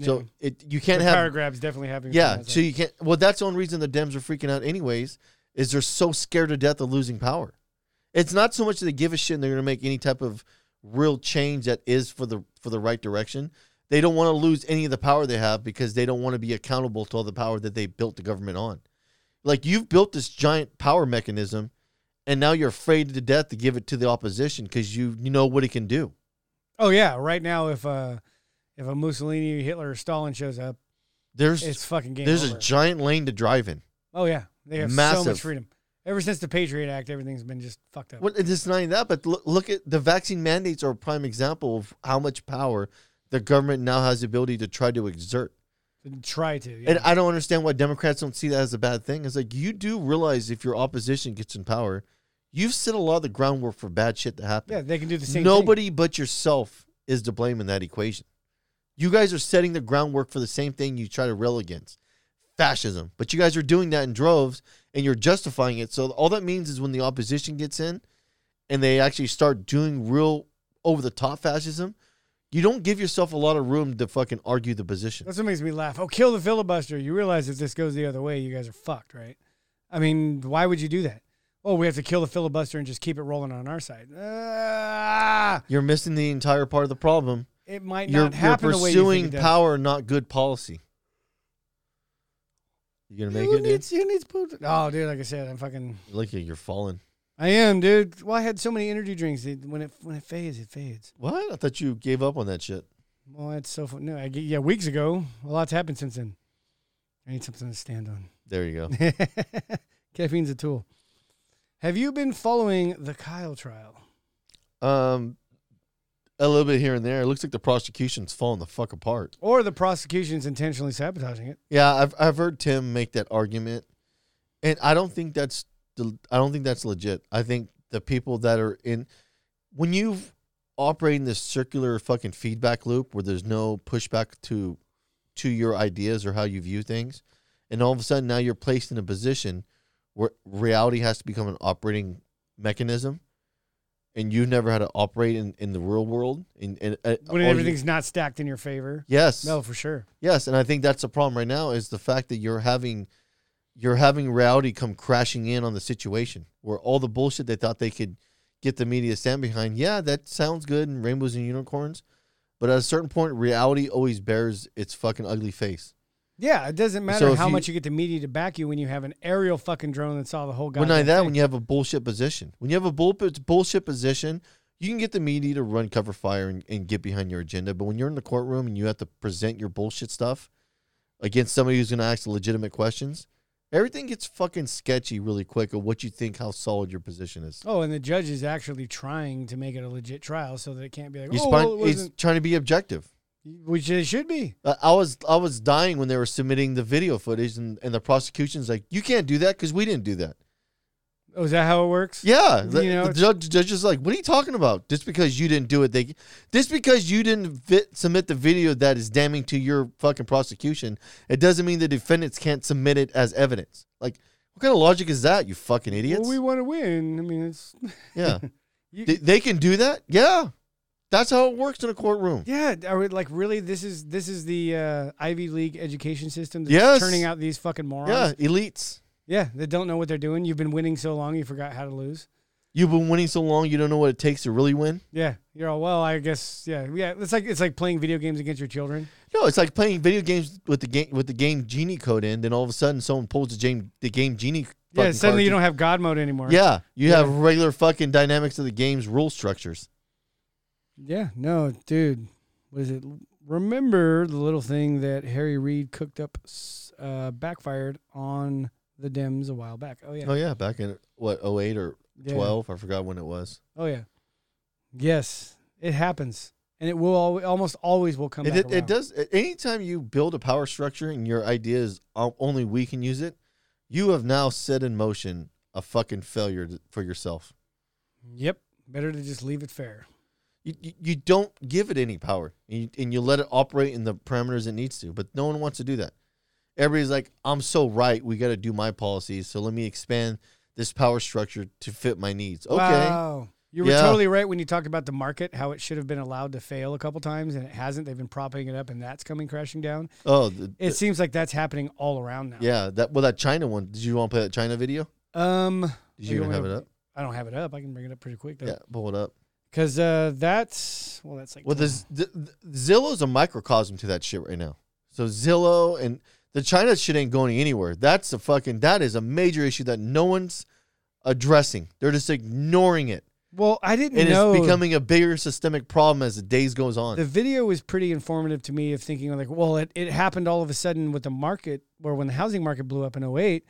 S5: So it you
S4: yeah.
S5: can't
S4: the
S5: have
S4: power grab's definitely happening.
S5: yeah.
S4: It's
S5: So
S4: like,
S5: you can't. Well, that's the only reason the Dems are freaking out, anyways, is they're so scared to death of losing power. It's not so much that they give a shit and they're going to make any type of real change that is for the for the right direction. They don't want to lose any of the power they have because they don't want to be accountable to all the power that they built the government on. Like you've built this giant power mechanism, and now you're afraid to death to give it to the opposition because you you know what it can do.
S4: oh yeah, right now if uh if a Mussolini, Hitler, or Stalin shows up,
S5: There's
S4: it's fucking game
S5: there's
S4: over.
S5: a giant lane to drive in.
S4: oh yeah, they have so
S5: Massive.
S4: much freedom. Ever since the Patriot Act, everything's been just fucked up.
S5: Well, it's not even that, but look, look at the vaccine mandates are a prime example of how much power the government now has the ability to try to exert.
S4: Didn't Try to.
S5: And
S4: yeah.
S5: I don't understand why Democrats don't see that as a bad thing. It's like you do realize if your opposition gets in power, you've set a lot of the groundwork for bad shit to happen.
S4: yeah, they can do the same. thing.
S5: Nobody but yourself is to blame in that equation. You guys are setting the groundwork for the same thing you try to rail against fascism. But you guys are doing that in droves and you're justifying it. So all that means is when the opposition gets in and they actually start doing real over the top fascism, you don't give yourself a lot of room to fucking argue the position.
S4: That's what makes me laugh. Oh, kill the filibuster. You realize if this goes the other way, you guys are fucked, right? I mean, why would you do that? Oh, we have to kill the filibuster and just keep it rolling on our side. Ah,
S5: You're missing the entire part of the problem.
S4: it might
S5: You're,
S4: not
S5: you're
S4: happen the way you
S5: pursuing
S4: think it does.
S5: power, not good policy. You gonna make
S4: Who
S5: it? Dude?
S4: needs, who needs Putin? Oh, dude, like I said, I'm fucking.
S5: Look at you're falling.
S4: I am, dude. Well, I had so many energy drinks. That when it when it fades, it fades.
S5: What? I thought you gave up on that shit.
S4: Well, that's so fun. No, I, get- yeah, weeks ago, a lot's happened since then. I need something to stand on.
S5: There you go.
S4: Caffeine's a tool. Have you been following the Kyle trial?
S5: Um, a little bit here and there. It looks like the prosecution's falling the fuck apart.
S4: Or the prosecution's intentionally sabotaging it.
S5: Yeah, I've I've heard Tim make that argument, and I don't think that's the I don't think that's legit. I think the people that are in when you operate in this circular fucking feedback loop where there's no pushback to to your ideas or how you view things, and all of a sudden now you're placed in a position where reality has to become an operating mechanism. And you've never had to operate in, in the real world, and, and uh, all
S4: When
S5: you-
S4: everything's not stacked in your favor.
S5: yes,
S4: No, for sure.
S5: Yes, and I think that's the problem right now is the fact that you're having you're having reality come crashing in on the situation where all the bullshit they thought they could get the media to stand behind. Yeah, that sounds good and rainbows and unicorns, but at a certain point, reality always bears its fucking ugly face.
S4: Yeah, it doesn't matter
S5: So if
S4: how
S5: you-
S4: much you get the media to back you when you have an aerial fucking drone that saw the whole guy.
S5: When not that, when you have a bullshit position, when you have a bull, bullshit position, you can get the media to run cover fire and, and get behind your agenda. But when you're in the courtroom and you have to present your bullshit stuff against somebody who's going to ask legitimate questions, everything gets fucking sketchy really quick of what you think how solid your position is.
S4: Oh, and the judge is actually trying to make it a legit trial so that it can't be like,
S5: He's,
S4: oh,
S5: fin-
S4: well, it
S5: he's
S4: wasn't.
S5: trying to be objective.
S4: Which they should be.
S5: I I was I was dying when they were submitting the video footage, and, and the prosecution's like, "You can't do that because we didn't do that."
S4: Oh, is that how it works?
S5: Yeah, the,
S4: You know,
S5: the judge, judge is like, "What are you talking about? Just because you didn't do it, they just because you didn't fit, submit the video that is damning to your fucking prosecution, it doesn't mean the defendants can't submit it as evidence." Like, what kind of logic is that? You fucking idiots!
S4: Well, we want to win. I mean, it's
S5: yeah,
S4: you,
S5: They- they can do that. Yeah, that's how it works in a courtroom.
S4: yeah. I would like really. This is this is the uh, Ivy League education system that's
S5: Yes.
S4: turning out these fucking morons.
S5: Yeah, elites.
S4: yeah. They don't know what they're doing. You've been winning so long, you forgot how to lose.
S5: You've been winning so long, you don't know what it takes to really win.
S4: Yeah, you're all well. I guess yeah, yeah. It's like it's like playing video games against your children.
S5: No, it's like playing video games with the game with the game genie code in. Then all of a sudden, someone pulls the game the game genie.
S4: Yeah,
S5: fucking
S4: suddenly you don't
S5: card.
S4: have God mode anymore.
S5: Yeah, you
S4: Yeah.
S5: have regular fucking dynamics of the game's rule structures.
S4: Yeah, no, dude. What is it? Remember the little thing that Harry Reid cooked up, s- uh, backfired on the Dems a while back. Oh yeah,
S5: Oh yeah, back in what 08 or
S4: Yeah.
S5: twelve? I forgot when it was.
S4: Oh yeah, yes, it happens, and it will al- almost always will come.
S5: It,
S4: back
S5: it, it
S4: around.
S5: does. a- Anytime you build a power structure and your idea is "Oh, only we can use it, you have now set in motion a fucking failure th- for yourself.
S4: Yep, better to just leave it fair.
S5: You, you, you don't give it any power and you, and you let it operate in the parameters it needs to, but no one wants to do that. Everybody's like, I'm so right. We got to do my policies. So let me expand this power structure to fit my needs. Okay.
S4: Wow. You were
S5: Yeah.
S4: totally right when you talked about the market, how it should have been allowed to fail a couple times, and it hasn't. They've been propping it up, and that's coming crashing down.
S5: Oh, the,
S4: It seems like that's happening all around now.
S5: yeah. That well, that China one. Did you want to play that China video?
S4: Um,
S5: Did
S4: Oh, you
S5: you even
S4: want
S5: have
S4: me
S5: it
S4: to-
S5: up?
S4: I don't have it up. I can bring it up pretty quick
S5: Yeah,
S4: though,
S5: pull it up.
S4: because uh, that's well, that's like
S5: Well, there's the, the- Zillow's a microcosm to that shit right now. So Zillow and the China shit ain't going anywhere. That's a fucking that is a major issue that no one's addressing. They're just ignoring it,
S4: well, I didn't
S5: and
S4: know.
S5: it's becoming a bigger systemic problem as the days goes on.
S4: the video was pretty informative to me of thinking like, well, it, it happened all of a sudden with the market or when the housing market blew up in 08.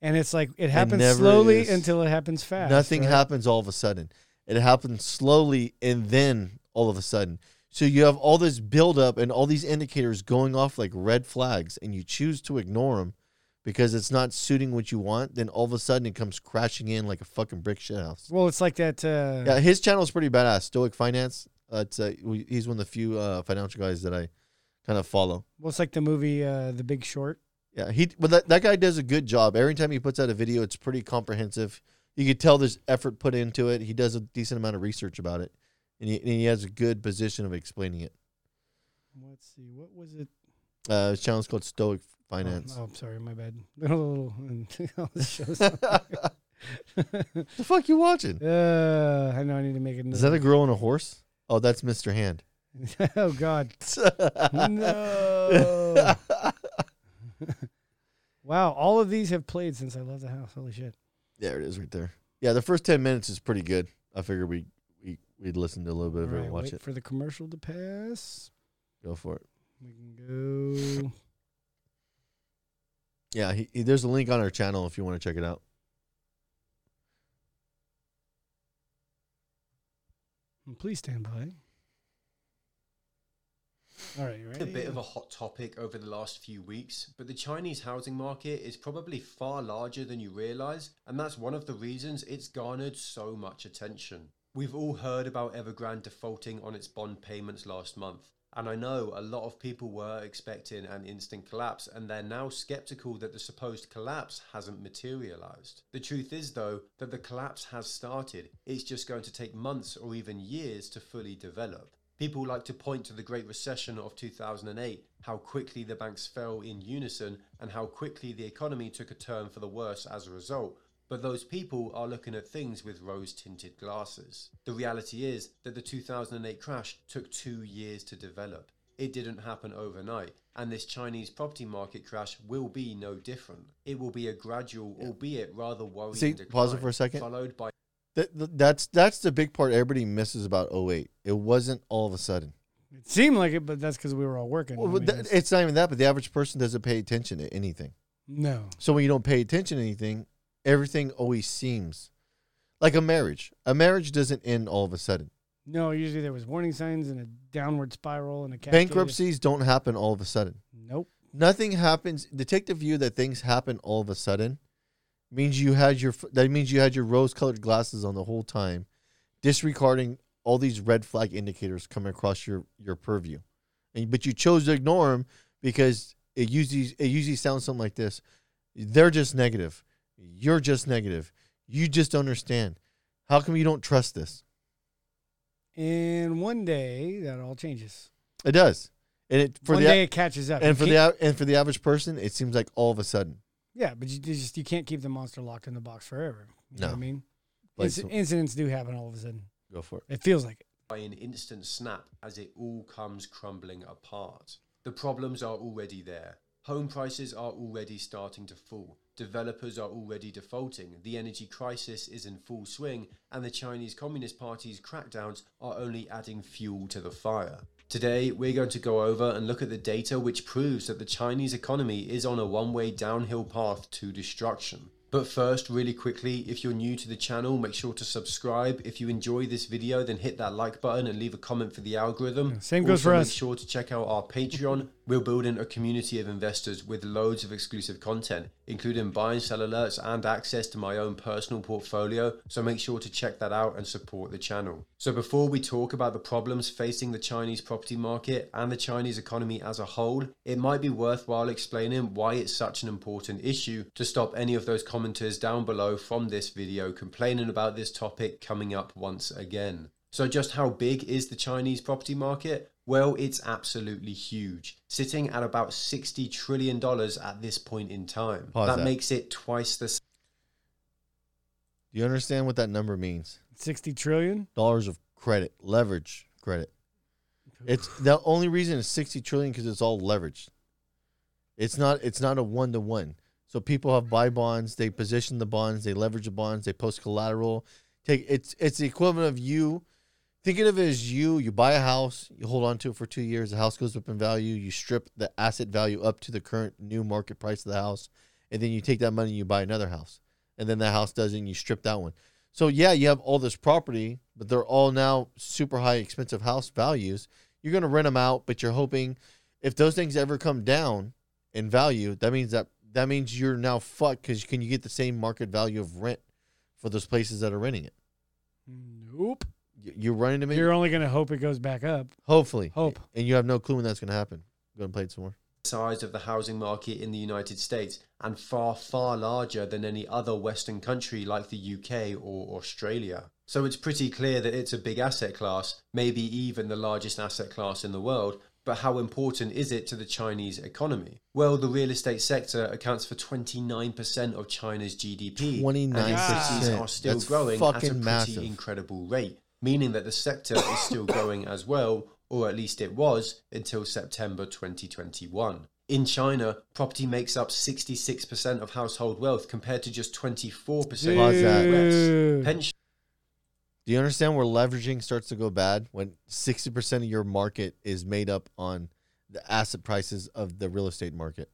S4: And it's like it happens
S5: never
S4: slowly
S5: is.
S4: until it happens fast.
S5: Nothing
S4: right?
S5: happens all of a sudden. It happens slowly and then all of a sudden. So you have all this buildup and all these indicators going off like red flags, and you choose to ignore them because it's not suiting what you want. Then all of a sudden it comes crashing in like a fucking brick shit house.
S4: Well, it's like that. Uh,
S5: Yeah, his channel is pretty badass. Stoic Finance. Uh, it's, uh, we- he's one of the few uh, financial guys that I kind of follow.
S4: Well, it's like the movie uh, The Big Short.
S5: Yeah, he but that, that guy does a good job. Every time he puts out a video, it's pretty comprehensive. You can tell there's effort put into it. He does a decent amount of research about it, and he, and he has a good position of explaining it.
S4: Let's see, what was it?
S5: Uh, his channel's called Stoic Finance.
S4: Oh, I'm sorry, my bad. A little.
S5: the fuck you watching?
S4: uh, I know I need to make it.
S5: Is that a girl on a horse? Oh, that's Mr. Hand.
S4: oh God. no. wow, all of these have played since I left the house. Holy shit.
S5: There it is, right there. Yeah, the first ten minutes is pretty good. I figured we we we'd listen to a little bit of it
S4: Alright,
S5: and watch
S4: wait
S5: it.
S4: for the commercial to pass.
S5: Go for it.
S4: We can go.
S5: Yeah, he, he, there's a link on our channel if you want to check it out.
S4: Please stand by. All right, you
S6: been a
S4: ready?
S6: bit of a hot topic over the last few weeks, but the Chinese housing market is probably far larger than you realize, and that's one of the reasons it's garnered so much attention. We've all heard about Evergrande defaulting on its bond payments last month, and I know a lot of people were expecting an instant collapse, and they're now skeptical that the supposed collapse hasn't materialized. The truth is, though, that the collapse has started. It's just going to take months or even years to fully develop. People like to point to the Great Recession of 2008, how quickly the banks fell in unison, and how quickly the economy took a turn for the worse as a result. But those people are looking at things with rose tinted glasses. The reality is that the 2008 crash took two years to develop. It didn't happen overnight, and this Chinese property market crash will be no different. It will be a gradual, albeit rather worrying
S5: See,
S6: decline.
S5: pause it for a second.
S6: Followed by
S5: That, th- that's that's the big part everybody misses about 08. It wasn't all of a sudden.
S4: It seemed like it, but that's because we were all working.
S5: Well,
S4: I
S5: but
S4: mean,
S5: that,
S4: it's-
S5: it's not even that, but the average person doesn't pay attention to anything.
S4: no.
S5: So when you don't pay attention to anything, everything always seems like a marriage. A marriage doesn't end all of a sudden.
S4: No, usually there was warning signs and a downward spiral and a cascade.
S5: Bankruptcies don't happen all of a sudden.
S4: Nope.
S5: nothing happens. To take the view that things happen all of a sudden means you had your that means you had your rose-colored glasses on the whole time, disregarding all these red flag indicators coming across your your purview, and but you chose to ignore them because it usually it usually sounds something like this: they're just negative, you're just negative, you just don't understand. How come you don't trust this?
S4: And one day that all changes.
S5: It does, and it for
S4: one
S5: the
S4: day it catches up. You
S5: and for the
S4: can't-
S5: a- and for the average person, it seems like all of a sudden.
S4: yeah, but you just you can't keep the monster locked in the box forever. You
S5: No.
S4: know what I mean?
S5: Like,
S4: Inci-
S5: so-
S4: incidents do happen all of a sudden.
S5: Go for it.
S4: It feels like it.
S6: by an instant snap as it all comes crumbling apart. The problems are already there. Home prices are already starting to fall. Developers are already defaulting. The energy crisis is in full swing, and the Chinese Communist Party's crackdowns are only adding fuel to the fire. Today, we're going to go over and look at the data which proves that the Chinese economy is on a one way downhill path to destruction. But first, really quickly, if you're new to the channel, make sure to subscribe. If you enjoy this video, then hit that like button and leave a comment for the algorithm.
S4: same goes
S6: Also,
S4: for
S6: make
S4: us.
S6: sure to check out our Patreon. We're building a community of investors with loads of exclusive content, including buy and sell alerts and access to my own personal portfolio. So make sure to check that out and support the channel. So before we talk about the problems facing the Chinese property market and the Chinese economy as a whole, it might be worthwhile explaining why it's such an important issue to stop any of those commenters down below from this video complaining about this topic coming up once again. So, just how big is the Chinese property market? Well, it's absolutely huge, sitting at about $60 trillion at this point in time.
S5: Pause
S6: that,
S5: that.
S6: makes it twice the size
S5: Do you understand what that number means?
S4: Sixty trillion.
S5: Dollars of credit, leverage credit. It's the only reason it's sixty trillion because it's all leveraged. It's not. It's not a one to one. So people have buy bonds. They position the bonds. They leverage the bonds. They post collateral. Take it's. It's the equivalent of you. Thinking of it as you. You buy a house. You hold on to it for two years. The house goes up in value. You strip the asset value up to the current new market price of the house, and then you take that money and you buy another house, and then that house does it and you strip that one. So yeah, you have all this property, but they're all now super high expensive house values. You're going to rent them out, but you're hoping if those things ever come down in value, that means that that means you're now fucked cuz can you get the same market value of rent for those places that are renting it?
S4: Nope.
S5: You- You're running to me.
S4: You're only gonna hope it goes back up.
S5: Hopefully.
S4: Hope.
S5: And you have no clue when that's going to happen. Go and play it some more.
S6: size of the housing market in the United States and far, far larger than any other Western country like the UK or Australia. So it's pretty clear that it's a big asset class, maybe even the largest asset class in the world. But how important is it to the Chinese economy? Well, the real estate sector accounts for 29% of China's GDP. And cities
S5: 29%.
S6: are still
S5: That's
S6: growing at a
S5: fucking
S6: pretty
S5: massive.
S6: incredible rate, meaning that the sector is still growing as well, or at least it was until September 2021. In China, property makes up 66% of household wealth compared to just 24% in
S5: Pause that.
S6: the US.
S4: Dude.
S6: Pension
S5: Do you understand where leveraging starts to go bad when 60% of your market is made up on the asset prices of the real estate market?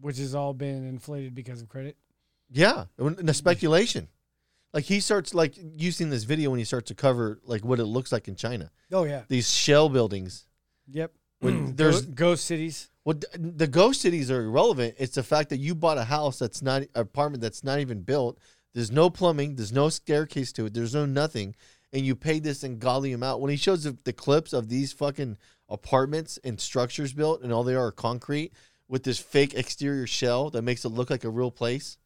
S4: Which has all been inflated because of credit.
S5: Yeah, in the speculation. Like he starts like using this video when he starts to cover like what it looks like in China.
S4: Oh yeah.
S5: These shell buildings.
S4: Yep.
S5: When
S4: There's
S5: there's-
S4: ghost, cities.
S5: Well, th- the ghost cities are irrelevant. It's the fact that you bought a house that's not an apartment that's not even built. There's no plumbing. There's no staircase to it. There's no nothing, and you paid this ungodly amount. When he shows the, the clips of these fucking apartments and structures built, and all they are are concrete with this fake exterior shell that makes it look like a real place.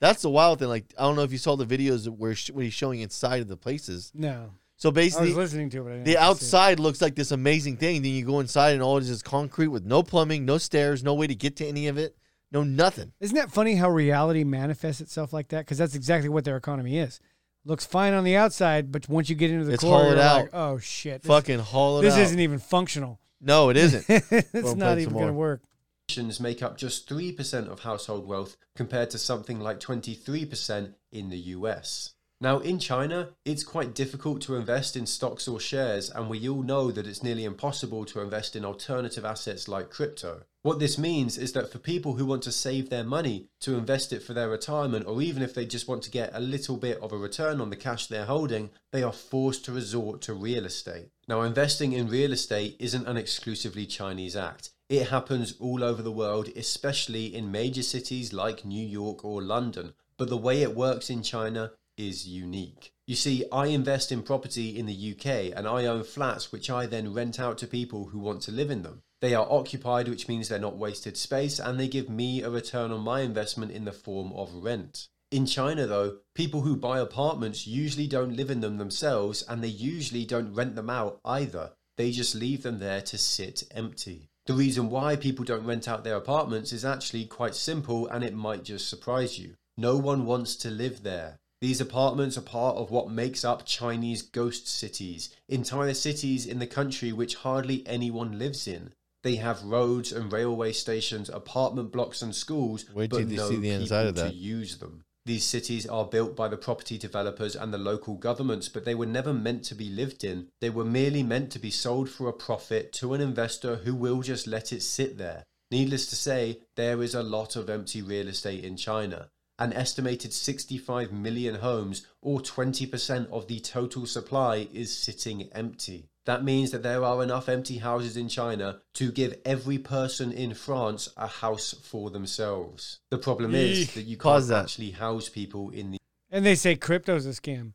S5: That's the wild thing. Like I don't know if you saw the videos where sh- when he's showing inside of the places.
S4: No,
S5: So
S4: I was
S5: basically,
S4: listening to it. but I didn't
S5: the
S4: actually see it.
S5: outside looks like this amazing thing. Then you go inside and all it is is concrete with no plumbing, no stairs, no way to get to any of it, no nothing.
S4: Isn't that funny how reality manifests itself like that? Because that's exactly what their economy is. Looks fine on the outside, but once you get into the
S5: It's
S4: core,
S5: hollowed
S4: you're like,
S5: out.
S4: oh shit, this,
S5: Fucking haul it
S4: this
S5: out.
S4: isn't even functional.
S5: no, it isn't.
S4: it's
S5: Well,
S4: not
S5: play
S4: even
S5: some
S4: going
S5: more.
S4: to work.
S6: pensions make up just 3% of household wealth compared to something like 23% in the US. Now, in China, it's quite difficult to invest in stocks or shares, and we all know that it's nearly impossible to invest in alternative assets like crypto. What this means is that for people who want to save their money to invest it for their retirement, or even if they just want to get a little bit of a return on the cash they're holding, they are forced to resort to real estate. Now, investing in real estate isn't an exclusively Chinese act. It happens all over the world, especially in major cities like New York or London. But the way it works in China is unique. You see, I invest in property in the UK and I own flats which I then rent out to people who want to live in them. They are occupied, which means they're not wasted space, and they give me a return on my investment in the form of rent. In China, though, people who buy apartments usually don't live in them themselves and they usually don't rent them out either. They just leave them there to sit empty. The reason why people don't rent out their apartments is actually quite simple and it might just surprise you. No one wants to live there. These apartments are part of what makes up Chinese ghost cities, entire cities in the country which hardly anyone lives in. They have roads and railway stations, apartment blocks and schools,
S5: Wait
S6: but
S5: till you
S6: no
S5: see the inside
S6: people
S5: of
S6: to
S5: that.
S6: use them. These cities are built by the property developers and the local governments, but they were never meant to be lived in. They were merely meant to be sold for a profit to an investor who will just let it sit there. Needless to say, there is a lot of empty real estate in China. An estimated 65 million homes, or 20% of the total supply, is sitting empty. That means that there are enough empty houses in China to give every person in France a house for themselves. The problem is
S4: Eek.
S6: that you
S5: Cause
S6: can't
S5: that.
S6: actually house people in the
S4: And they say crypto's a scam.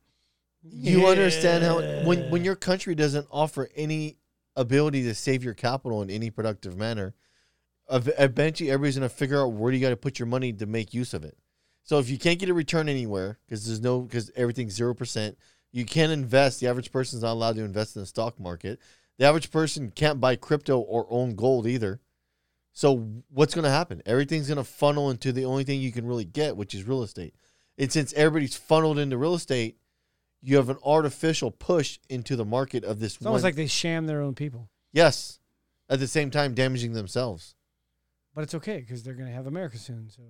S5: You understand how when when your country doesn't offer any ability to save your capital in any productive manner, ev- eventually everybody's gonna figure out where you got to put your money to make use of it. So if you can't get a return anywhere because there's no because everything's zero percent, you can't invest. The average person's not allowed to invest in the stock market. The average person can't buy crypto or own gold either. So what's going to happen? Everything's going to funnel into the only thing you can really get, which is real estate. And since everybody's funneled into real estate, you have an artificial push into the market of this
S4: It's
S5: one.
S4: almost like they sham their own people.
S5: yes, at the same time damaging themselves.
S4: But it's okay because they're going to have America soon. So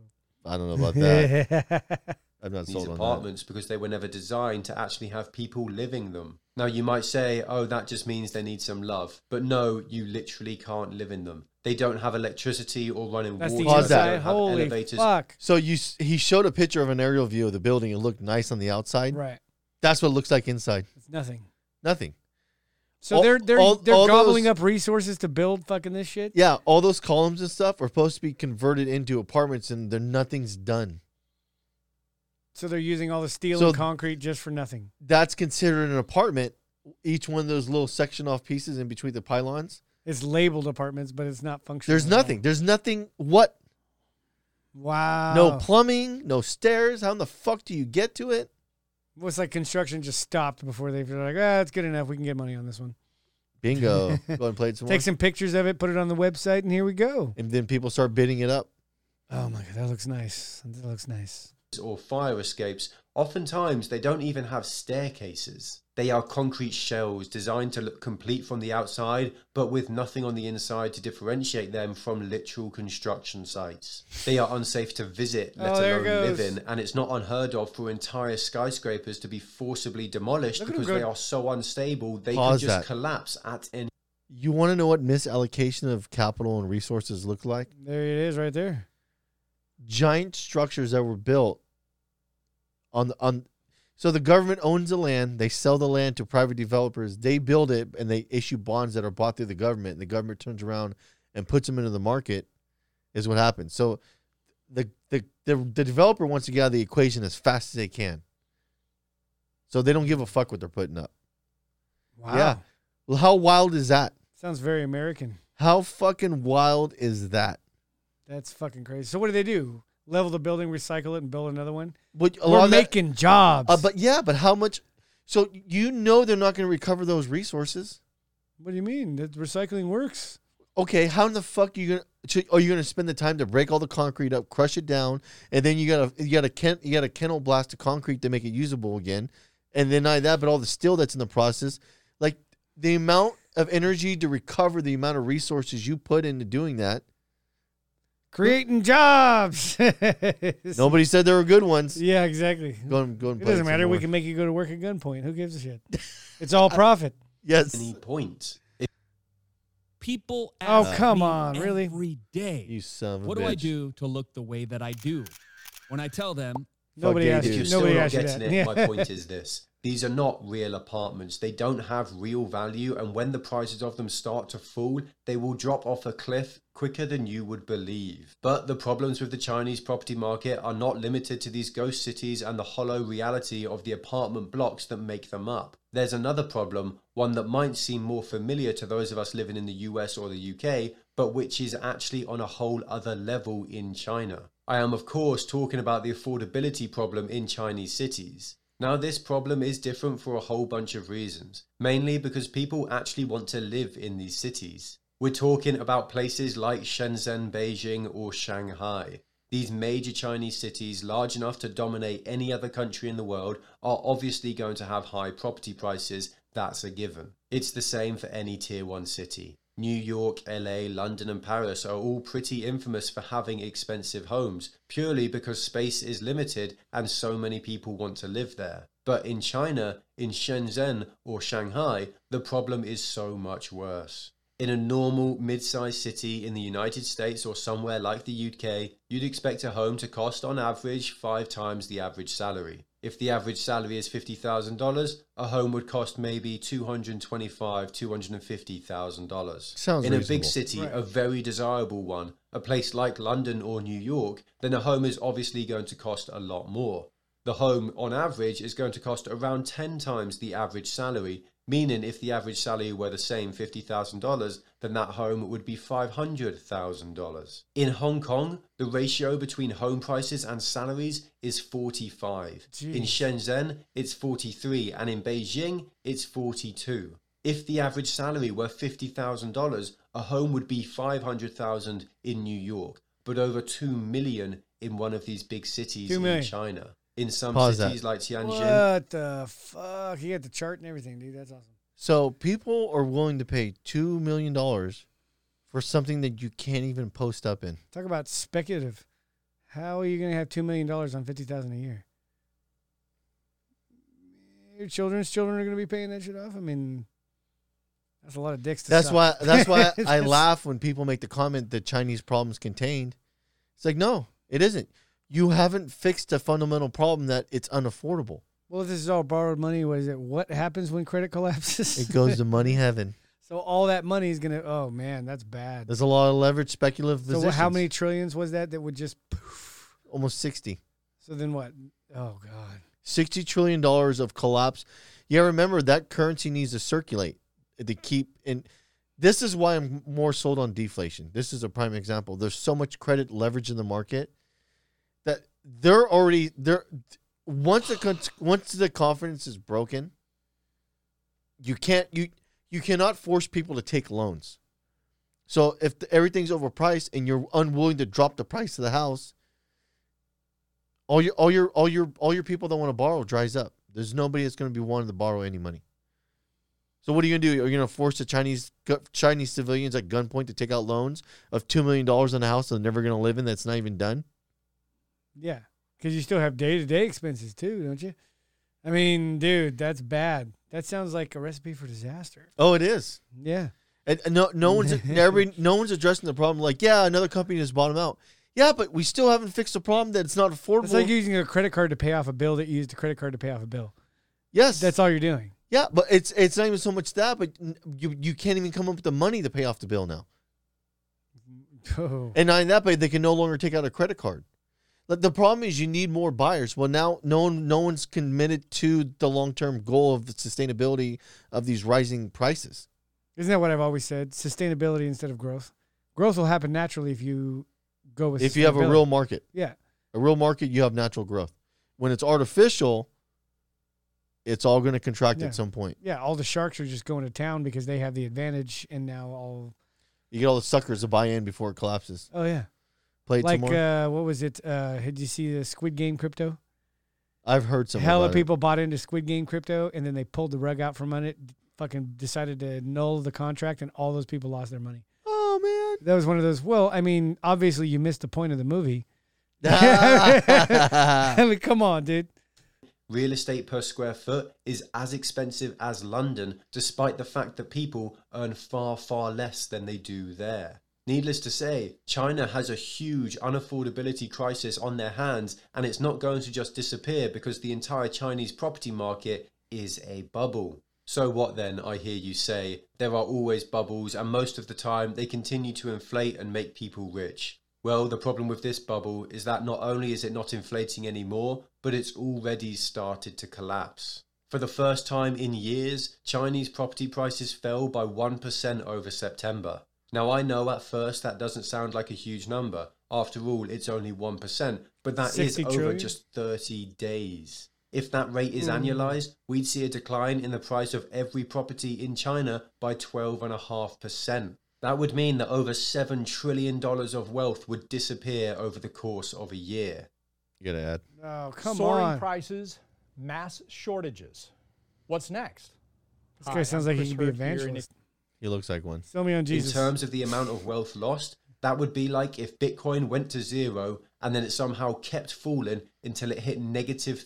S5: I don't know about that. I'm not
S6: these
S5: sold on that.
S6: apartments because they were never designed to actually have people living them. Now, you might say, oh, that just means they need some love. But no, you literally can't live in them. They don't have electricity or running
S4: that's the
S6: water.
S5: Pause
S4: inside.
S5: that.
S6: They don't have
S4: Holy
S6: elevators.
S4: fuck!
S5: So you s- he showed a picture of an aerial view of the building. It looked nice on the outside.
S4: Right,
S5: That's what it looks like inside.
S4: it's nothing.
S5: Nothing.
S4: So
S5: All-
S4: they're they're
S5: all-
S4: they're
S5: all
S4: gobbling
S5: those-
S4: up resources to build fucking this shit.
S5: Yeah, all those columns and stuff are supposed to be converted into apartments, and there nothing's done.
S4: So they're using all the steel
S5: So-
S4: and concrete just for nothing.
S5: That's considered an apartment. Each one of those little section off pieces in between the pylons.
S4: It's labeled apartments, but it's not functional.
S5: There's
S4: at all.
S5: nothing. There's nothing. What?
S4: Wow.
S5: No plumbing. No stairs. How in the fuck do you get to it?
S4: What's like construction just stopped before they were like, ah, it's good enough. We can get money on this one.
S5: Bingo. Go ahead and play it some more.
S4: Take some pictures of it, put it on the website, and here we go.
S5: and then people start bidding it up.
S4: Oh my god, that looks nice. That looks nice.
S6: or fire escapes, oftentimes they don't even have staircases. They are concrete shells designed to look complete from the outside, but with nothing on the inside to differentiate them from literal construction sites. They are unsafe to visit, let
S4: Oh, there
S6: alone
S4: it
S6: live
S4: goes.
S6: in, and it's not unheard of for entire skyscrapers to be forcibly demolished
S4: Look at 'em
S6: because
S4: go-
S6: they are so unstable they
S5: Pause
S6: can just
S5: that.
S6: collapse at any
S5: You want to know what misallocation of capital and resources look like?
S4: There it is, right there.
S5: giant structures that were built on the on so the government owns the land they sell the land to private developers they build it and they issue bonds that are bought through the government and the government turns around and puts them into the market is what happens so the the the, the developer wants to get out of the equation as fast as they can so they don't give a fuck what they're putting up
S4: Wow.
S5: Yeah. well how wild is that
S4: Sounds very American.
S5: how fucking wild is that
S4: That's fucking crazy. So what do they do? Level the building, recycle it, and build another one.
S5: what a lot
S4: We're
S5: of that-
S4: making jobs.
S5: Uh, but yeah, but how much? So you know they're not going to recover those resources.
S4: what do you mean? That recycling works.
S5: Okay, how in the fuck you gonna? so Are you gonna spend the time to break all the concrete up, crush it down, and then you gotta you gotta ken, you gotta kennel blast the concrete to make it usable again, and then not only that, but all the steel that's in the process, like the amount of energy to recover the amount of resources you put into doing that
S4: Creating jobs.
S5: Nobody said there were good ones.
S4: Yeah, exactly.
S5: Go and go and
S4: It
S5: play
S4: doesn't
S5: some
S4: matter. We
S5: more.
S4: can make you go to work at gunpoint. Who gives a shit? It's all profit.
S5: Yes,
S6: Any point?
S2: People
S4: Oh,
S2: ask
S4: come
S2: me
S4: on, really?
S2: Every day.
S5: you son of a
S2: what do I
S5: bitch.
S2: do to look the way that I do? When I tell them,
S4: Nobody
S5: you,
S4: asked
S5: dude.
S4: you.
S6: If you're
S4: Nobody asked
S6: still
S4: you
S6: not getting
S4: that.
S6: it,
S4: Yeah.
S6: my point is this. These are not real apartments. They don't have real value, and when the prices of them start to fall, they will drop off a cliff quicker than you would believe. But the problems with the Chinese property market are not limited to these ghost cities and the hollow reality of the apartment blocks that make them up. There's another problem, one that might seem more familiar to those of us living in the US or the UK, but which is actually on a whole other level in China. I am, of course, talking about the affordability problem in Chinese cities. Now, this problem is different for a whole bunch of reasons, mainly because people actually want to live in these cities. We're talking about places like Shenzhen, Beijing, or Shanghai. These major Chinese cities, large enough to dominate any other country in the world, are obviously going to have high property prices. That's a given. It's the same for any tier 1 city. New York, LA, London, and Paris are all pretty infamous for having expensive homes, purely because space is limited and so many people want to live there. But in China, in Shenzhen or Shanghai, the problem is so much worse. In a normal mid sized city in the United States or somewhere like the UK, you'd expect a home to cost on average five times the average salary. If the average salary is $50,000, a home would cost maybe $225,000, $250,000.
S5: Sounds
S6: In a big
S5: reasonable.
S6: city, a very desirable one, a place like London or New York, then a home is obviously going to cost a lot more. The home, on average, is going to cost around 10 times the average salary, meaning if the average salary were the same $50,000, then that home would be $500,000. In Hong Kong, the ratio between home prices and salaries is 45. In Shenzhen, it's 43, and in Beijing, it's 42. If the average salary were $50,000, a home would be 500,000 in New York, but over 2 million in one of these big cities
S4: Two
S6: in
S4: million.
S6: China. In some
S5: Pause that.
S6: cities like Tianjin,
S4: What the fuck? He had the chart and everything, dude. That's awesome.
S5: So people are willing to pay two million dollars for something that you can't even post up in.
S4: Talk about speculative. How are you going to have $2 million on 50000 a year? Your children's children are going to be paying that shit off? I mean, that's a lot of dicks to
S5: That's
S4: suck.
S5: why. That's why I
S4: That's-
S5: laugh when people make the comment that Chinese problems contained. It's like no, it isn't. You haven't fixed a fundamental problem that it's unaffordable.
S4: Well, if this is all borrowed money, what is it? What happens when credit collapses?
S5: It goes to money heaven.
S4: so all that money is going to, oh man, that's bad.
S5: There's a lot of leverage, speculative
S4: So
S5: positions.
S4: wha- how many trillions was that that would just poof?
S5: Almost sixty.
S4: So then what? Oh God.
S5: Sixty trillion dollars of collapse. Yeah, remember that currency needs to circulate to keep. And this is why I'm more sold on deflation. This is a prime example. There's so much credit leverage in the market that they're already they're once the con- once the confidence is broken, you can't you you cannot force people to take loans. So if the, everything's overpriced and you're unwilling to drop the price of the house, all your all your all your all your people that want to borrow dries up. There's nobody that's going to be wanting to borrow any money. So what are you going to do? Are you going to force the Chinese gu- Chinese civilians at gunpoint to take out loans of two million dollars on a house they're never going to live in that's not even done?
S4: Yeah, because you still have day to day expenses too, don't you? I mean, dude, that's bad. That sounds like a recipe for disaster.
S5: Oh, it is.
S4: Yeah.
S5: And and no, no one's every, no one's addressing the problem. Like, yeah, another company has bottomed out. Yeah, but we still haven't fixed the problem that it's not affordable.
S4: It's like using a credit card to pay off a bill that you used a credit card to pay off a bill.
S5: yes,
S4: That's all you're doing.
S5: yeah, but it's it's not even so much that, but n- you you can't even come up with the money to pay off the bill now.
S4: Oh.
S5: And not in that way, they can no longer take out a credit card. Like, the problem is you need more buyers. Well, now no one no one's committed to the long term goal of the sustainability of these rising prices.
S4: Isn't that what I've always said? Sustainability instead of growth. Growth will happen naturally if you go with
S5: If you have a
S4: sustainability.
S5: real market,
S4: yeah.
S5: a real market, you have natural growth. When it's artificial, it's all going to contract
S4: Yeah.
S5: at some point.
S4: Yeah, all the sharks are just going to town because they have the advantage, and now all
S5: You get all the suckers to buy in before it collapses.
S4: oh yeah,
S5: Play it
S4: like
S5: tomorrow.
S4: uh, what was it? Uh, did you see the Squid Game crypto?
S5: I've heard some.
S4: hella
S5: about it.
S4: people bought into Squid Game crypto and then they pulled the rug out from under it, fucking decided to null the contract, and all those people lost their money.
S5: Oh
S4: that was one of those. Well, I mean, obviously you missed the point of the movie. I mean, come on, dude.
S6: Real estate per square foot is as expensive as London, despite the fact that people earn far, far less than they do there. Needless to say, China has a huge unaffordability crisis on their hands, and it's not going to just disappear because the entire Chinese property market is a bubble. So, what then, I hear you say? There are always bubbles, and most of the time they continue to inflate and make people rich. Well, the problem with this bubble is that not only is it not inflating anymore, but it's already started to collapse. For the first time in years, Chinese property prices fell by 1% over September. Now, I know at first that doesn't sound like a huge number. After all, it's only 1%, but that is
S4: 60
S6: over
S4: trillion?
S6: just 30 days. If that rate is annualized, we'd see a decline in the price of every property in China by 12.5%. That would mean that over $7 trillion of wealth would disappear over the course of a year.
S5: You gotta add.
S4: Oh, come
S7: Soaring
S4: on.
S7: prices, mass shortages. What's next?
S4: This guy sounds like he could be evangelist.
S5: He looks like one.
S4: Sell me on Jesus.
S6: In terms of the amount of wealth lost, that would be like if Bitcoin went to zero and then it somehow kept falling until it hit negative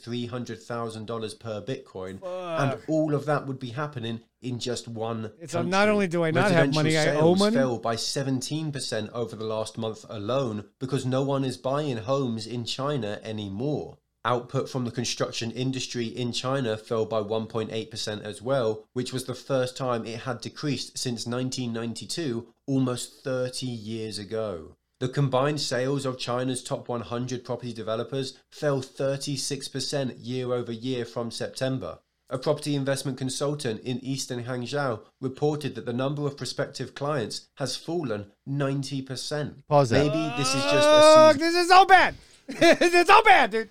S6: $300,000 per Bitcoin. And all of that would be happening in just one.
S4: It's
S6: country.
S4: not only do I not have money, I
S6: Residential
S4: owe
S6: sales
S4: money?
S6: fell by 17% over the last month alone because no one is buying homes in China anymore. Output from the construction industry in China fell by 1.8% as well, which was the first time it had decreased since 1992, almost 30 years ago. The combined sales of China's top 100 property developers fell 36% year over year from September. A property investment consultant in eastern Hangzhou reported that the number of prospective clients has fallen 90%.
S5: Pause that.
S6: Maybe this is just a
S4: Fuck,
S6: season.
S4: this is all bad. it's all bad, dude.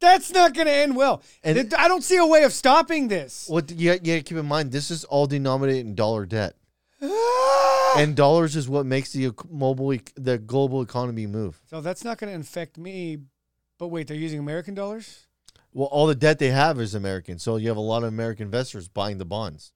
S4: That's not going to end well.
S5: And-
S4: I don't see a way of stopping this.
S5: What you got- you gotta keep in mind, this is all denominated in dollar debt, and dollars is what makes the ec- mobile ec- the global economy move.
S4: So that's not going to infect me. But wait, they're using American dollars?
S5: Well, all the debt they have is American, so you have a lot of American investors buying the bonds.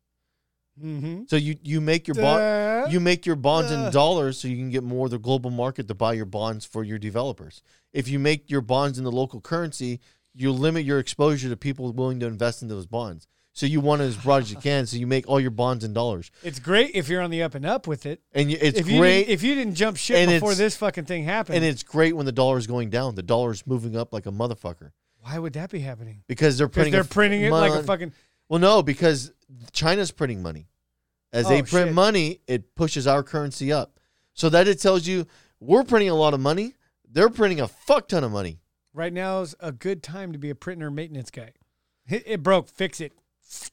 S4: Mm-hmm.
S5: So you you make your
S4: Duh.
S5: bond you make your bonds
S4: Duh.
S5: in dollars, so you can get more of the global market to buy your bonds for your developers. If you make your bonds in the local currency, you limit your exposure to people willing to invest in those bonds. So you want it as broad as you can. So you make all your bonds in dollars,
S4: It's great if you're on the up and up with it.
S5: and you, it's
S4: if you
S5: great.
S4: didn't, if you didn't jump ship
S5: and
S4: before
S5: it's-
S4: this fucking thing happened,
S5: and it's great when the dollar's going down. The dollar's moving up like a motherfucker
S4: why would that be happening?
S5: because they're
S4: Because
S5: printing. a
S4: they're
S5: f-
S4: printing it like a
S5: mon-
S4: fucking.
S5: Well, no, because China's printing money. As they
S4: Oh,
S5: print
S4: shit.
S5: money, it pushes our currency up. So that it tells you we're printing a lot of money. They're printing a fuck ton of money.
S4: Right now's a good time to be a printer maintenance guy. It, it broke. Fix it.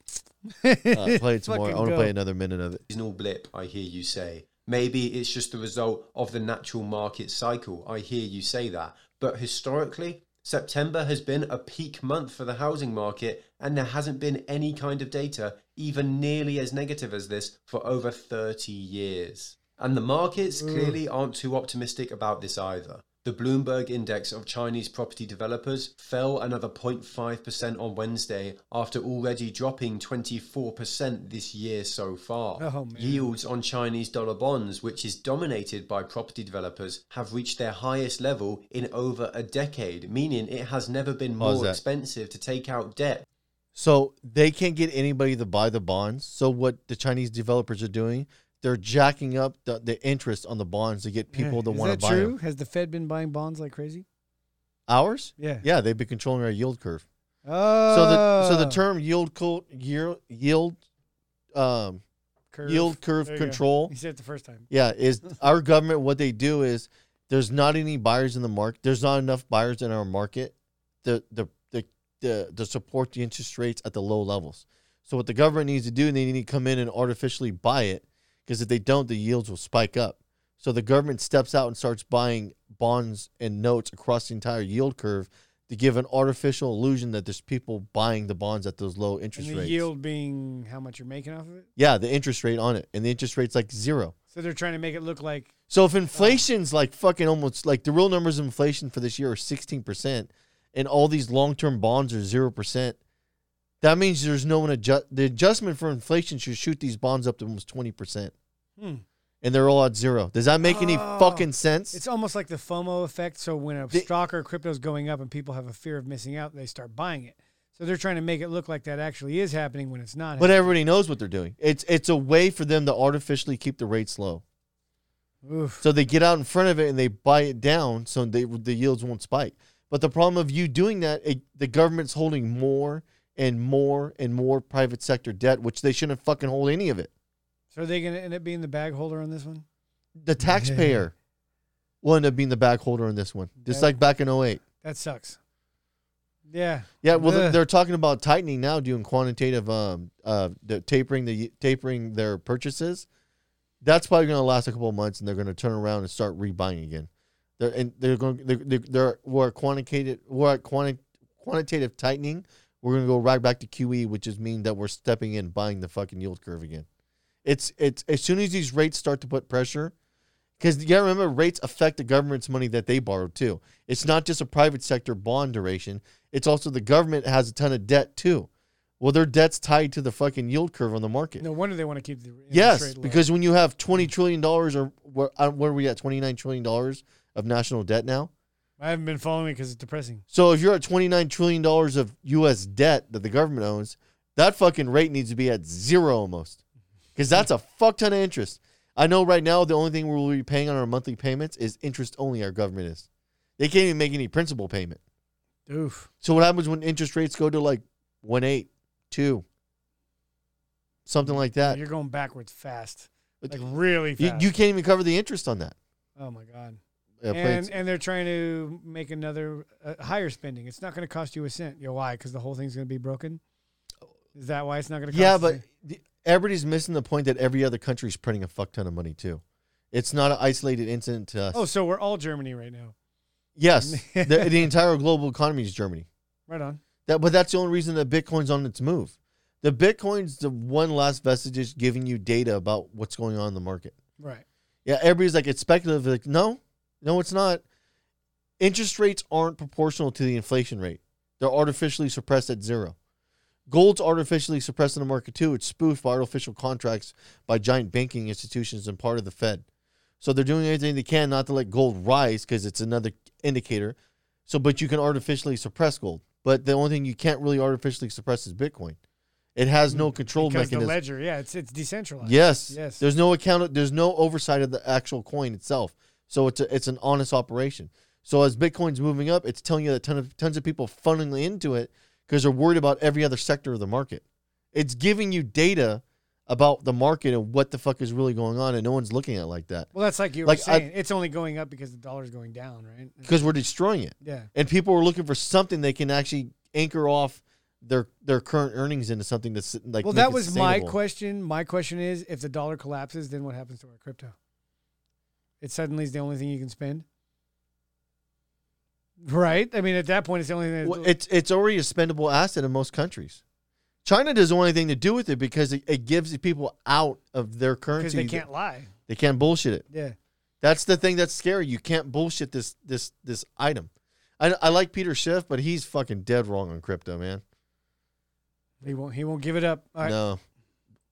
S5: Uh, play it some more. I
S4: Fucking
S5: want to
S4: go.
S5: play another minute of it.
S6: seasonal blip, I hear you say. Maybe it's just the result of the natural market cycle. I hear you say that. But historically, September has been a peak month for the housing market, and there hasn't been any kind of data even nearly as negative as this for over 30 years. And the markets clearly aren't too optimistic about this either. The Bloomberg index of Chinese property developers fell another 0.5% on Wednesday after already dropping 24% this year so far.
S4: Oh, man.
S6: Yields on Chinese dollar bonds, which is dominated by property developers, have reached their highest level in over a decade, meaning it has never been
S5: Pause
S6: more
S5: that.
S6: expensive to take out debt
S5: So they can't get anybody to buy the bonds. So what the Chinese developers are doing, they're jacking up the, the interest on the bonds to get people to
S4: Eh, Is
S5: want to
S4: that
S5: buy
S4: true?
S5: them.
S4: Has the Fed been buying bonds like crazy?
S5: Ours?
S4: Yeah.
S5: Yeah, they've been controlling our yield curve.
S4: Oh.
S5: So the so the term yield cult, yield yield um
S4: Oh, Curve.
S5: yield curve
S4: There you go.
S5: control.
S4: You said it the first time.
S5: Yeah, is our government what they do is there's not any buyers in the market. There's not enough buyers in our market to the the the to support the interest rates at the low levels. So what the government needs to do, they need to come in and artificially buy it because if they don't, the yields will spike up. So the government steps out and starts buying bonds and notes across the entire yield curve to give an artificial illusion that there's people buying the bonds at those low
S4: And
S5: interest
S4: the
S5: rates.
S4: yield being how much you're making off of it.
S5: Yeah, the interest rate on it, and the interest rate's like zero.
S4: So they're trying to make it look like
S5: So if inflation's like fucking almost like the real numbers of inflation for this year are sixteen percent, and all these long term bonds are zero percent, that means there's no one adjust. The adjustment for inflation should shoot these bonds up to almost twenty percent.
S4: Hmm.
S5: and they're all at zero. Does that make any fucking sense?
S4: It's almost like the FOMO effect. So when a
S5: The-
S4: stock or crypto is going up and people have a fear of missing out, they start buying it. So they're trying to make it look like that actually is happening when it's not.
S5: but everybody knows what they're doing. It's it's a way for them to artificially keep the rates low.
S4: happening. Oof.
S5: So they get out in front of it and they buy it down, so they, the yields won't spike. But the problem of you doing that, it, the government's holding more and more and more private sector debt, which they shouldn't fucking hold any of it.
S4: So are they going to end up being the bag holder on this one?
S5: The taxpayer will end up being the back holder on this one, just
S4: That-
S5: like back in 08.
S4: That sucks. Yeah.
S5: Yeah, well, they're-
S4: Ugh.
S5: they're talking about tightening now, doing quantitative, um, uh, the tapering the tapering their purchases. That's probably going to last a couple of months, and they're going to turn around and start rebuying again. They're and they're going they're, they're, they're we're at quantitative we're at quanti- quantitative tightening. We're going to go right back to QE, which is mean that we're stepping in, buying the fucking yield curve again. It's it's as soon as these rates start to put pressure, because you gotta remember rates affect the government's money that they borrow too. It's not just a private sector bond duration. It's also the government has a ton of debt too. Well, their debt's tied to the fucking yield curve on the market.
S4: No wonder they want to keep the interest
S5: yes,
S4: rate low.
S5: because when you have twenty trillion dollars or where, uh, where are we at twenty nine trillion dollars of national debt now.
S4: I haven't been following it because it's depressing.
S5: So if you're at twenty nine trillion dollars of U.S. debt that the government owns, that fucking rate needs to be at zero almost, because that's a fuck ton of interest. I know right now the only thing we'll be paying on our monthly payments is interest only. Our government is, they can't even make any principal payment.
S4: Oof.
S5: So what happens when interest rates go to like one eight, two, something like that?
S4: You're going backwards fast.
S5: But
S4: Like really
S5: You,
S4: fast.
S5: you can't even cover the interest on that.
S4: oh my god.
S5: Yeah, but
S4: and
S5: it's-
S4: and they're trying to make another uh, higher spending. It's not going to cost you a cent. You know why? Because the whole thing's going to be broken. Is that why it's not going to?
S5: yeah,
S4: cost
S5: but
S4: you?
S5: the- everybody's missing the point that every other country's printing a fuck ton of money too. It's not an isolated incident to us.
S4: oh, so we're all Germany right now.
S5: Yes, the, the entire global economy is Germany.
S4: Right on.
S5: That, but that's the only reason that Bitcoin's on its move. The Bitcoin's the one last vestige is giving you data about what's going on in the market.
S4: Right.
S5: Yeah, everybody's like it's speculative. Like, no, no, it's not. Interest rates aren't proportional to the inflation rate. They're artificially suppressed at zero. Gold's artificially suppressed in the market too. It's spoofed by artificial contracts by giant banking institutions and part of the Fed. So they're doing everything they can not to let gold rise because it's another indicator. So, but you can artificially suppress gold. But the only thing you can't really artificially suppress is Bitcoin. It has no control
S4: Because the
S5: mechanism.
S4: ledger, yeah, it's it's decentralized.
S5: Yes.
S4: Yes.
S5: There's no account. There's no oversight of the actual coin itself. So it's a, it's an honest operation. So as Bitcoin's moving up, it's telling you that ton of, tons of people funneling into it because they're worried about every other sector of the market. It's giving you data about the market and what the fuck is really going on, and no one's looking at it like that
S4: Well, that's like you were
S5: Like, I-
S4: saying. it's only going up because the dollar's going down, right?
S5: because we're destroying it.
S4: Yeah.
S5: And people are looking for something they can actually anchor off their their current earnings into something that's like.
S4: Well,
S5: make
S4: that
S5: it
S4: was my
S5: sustainable.
S4: question. My question is, if the dollar collapses, then what happens to our crypto? It suddenly is the only thing you can spend. Right. I mean, at that point, it's the only thing.
S5: Well,
S4: That,
S5: it's it's already a spendable asset in most countries. China doesn't want anything to do with it because it, it gives the people out of their
S4: because
S5: currency.
S4: they can't lie.
S5: They can't bullshit it.
S4: Yeah.
S5: That's the thing that's scary. You can't bullshit this this this item. I, I like Peter Schiff, but he's fucking dead wrong on crypto, man.
S4: He won't. He won't give it up. All right.
S5: No,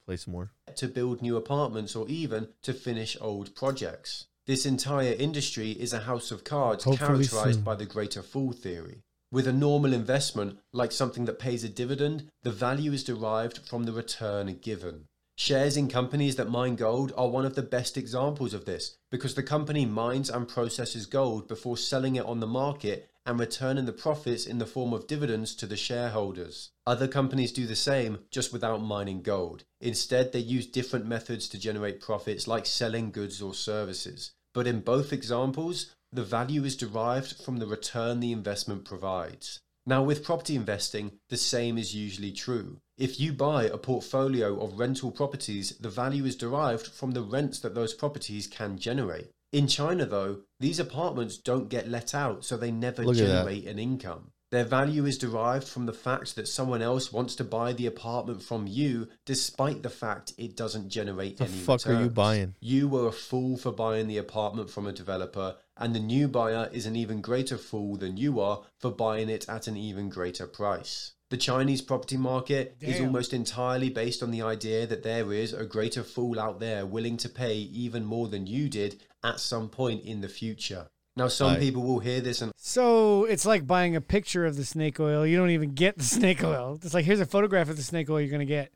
S5: play some more.
S6: to build new apartments or even to finish old projects. This entire industry is a house of cards
S8: Hopefully
S6: characterized
S8: soon.
S6: by the greater fool theory. With a normal investment, like something that pays a dividend, the value is derived from the return given. Shares in companies that mine gold are one of the best examples of this because the company mines and processes gold before selling it on the market and returning the profits in the form of dividends to the shareholders. Other companies do the same, just without mining gold. Instead, they use different methods to generate profits, like selling goods or services. But in both examples, the value is derived from the return the investment provides. Now, with property investing, the same is usually true. If you buy a portfolio of rental properties, the value is derived from the rents that those properties can generate. In China, though, these apartments don't get let out, so they never
S5: Look at that.
S6: generate an income. Their value is derived from the fact that someone else wants to buy the apartment from you, despite the fact it doesn't generate
S5: The
S6: any
S5: fuck are you
S6: returns.
S5: buying?
S6: You were a fool for buying the apartment from a developer, and the new buyer is an even greater fool than you are for buying it at an even greater price. The Chinese property market is
S4: Damn.
S6: almost entirely based on the idea that there is a greater fool out there willing to pay even more than you did at some point in the future. Now, some
S5: Right.
S6: people will hear this and
S4: So it's like buying a picture of the snake oil. You don't even get the snake oil. It's like here's a photograph of the snake oil you're gonna get.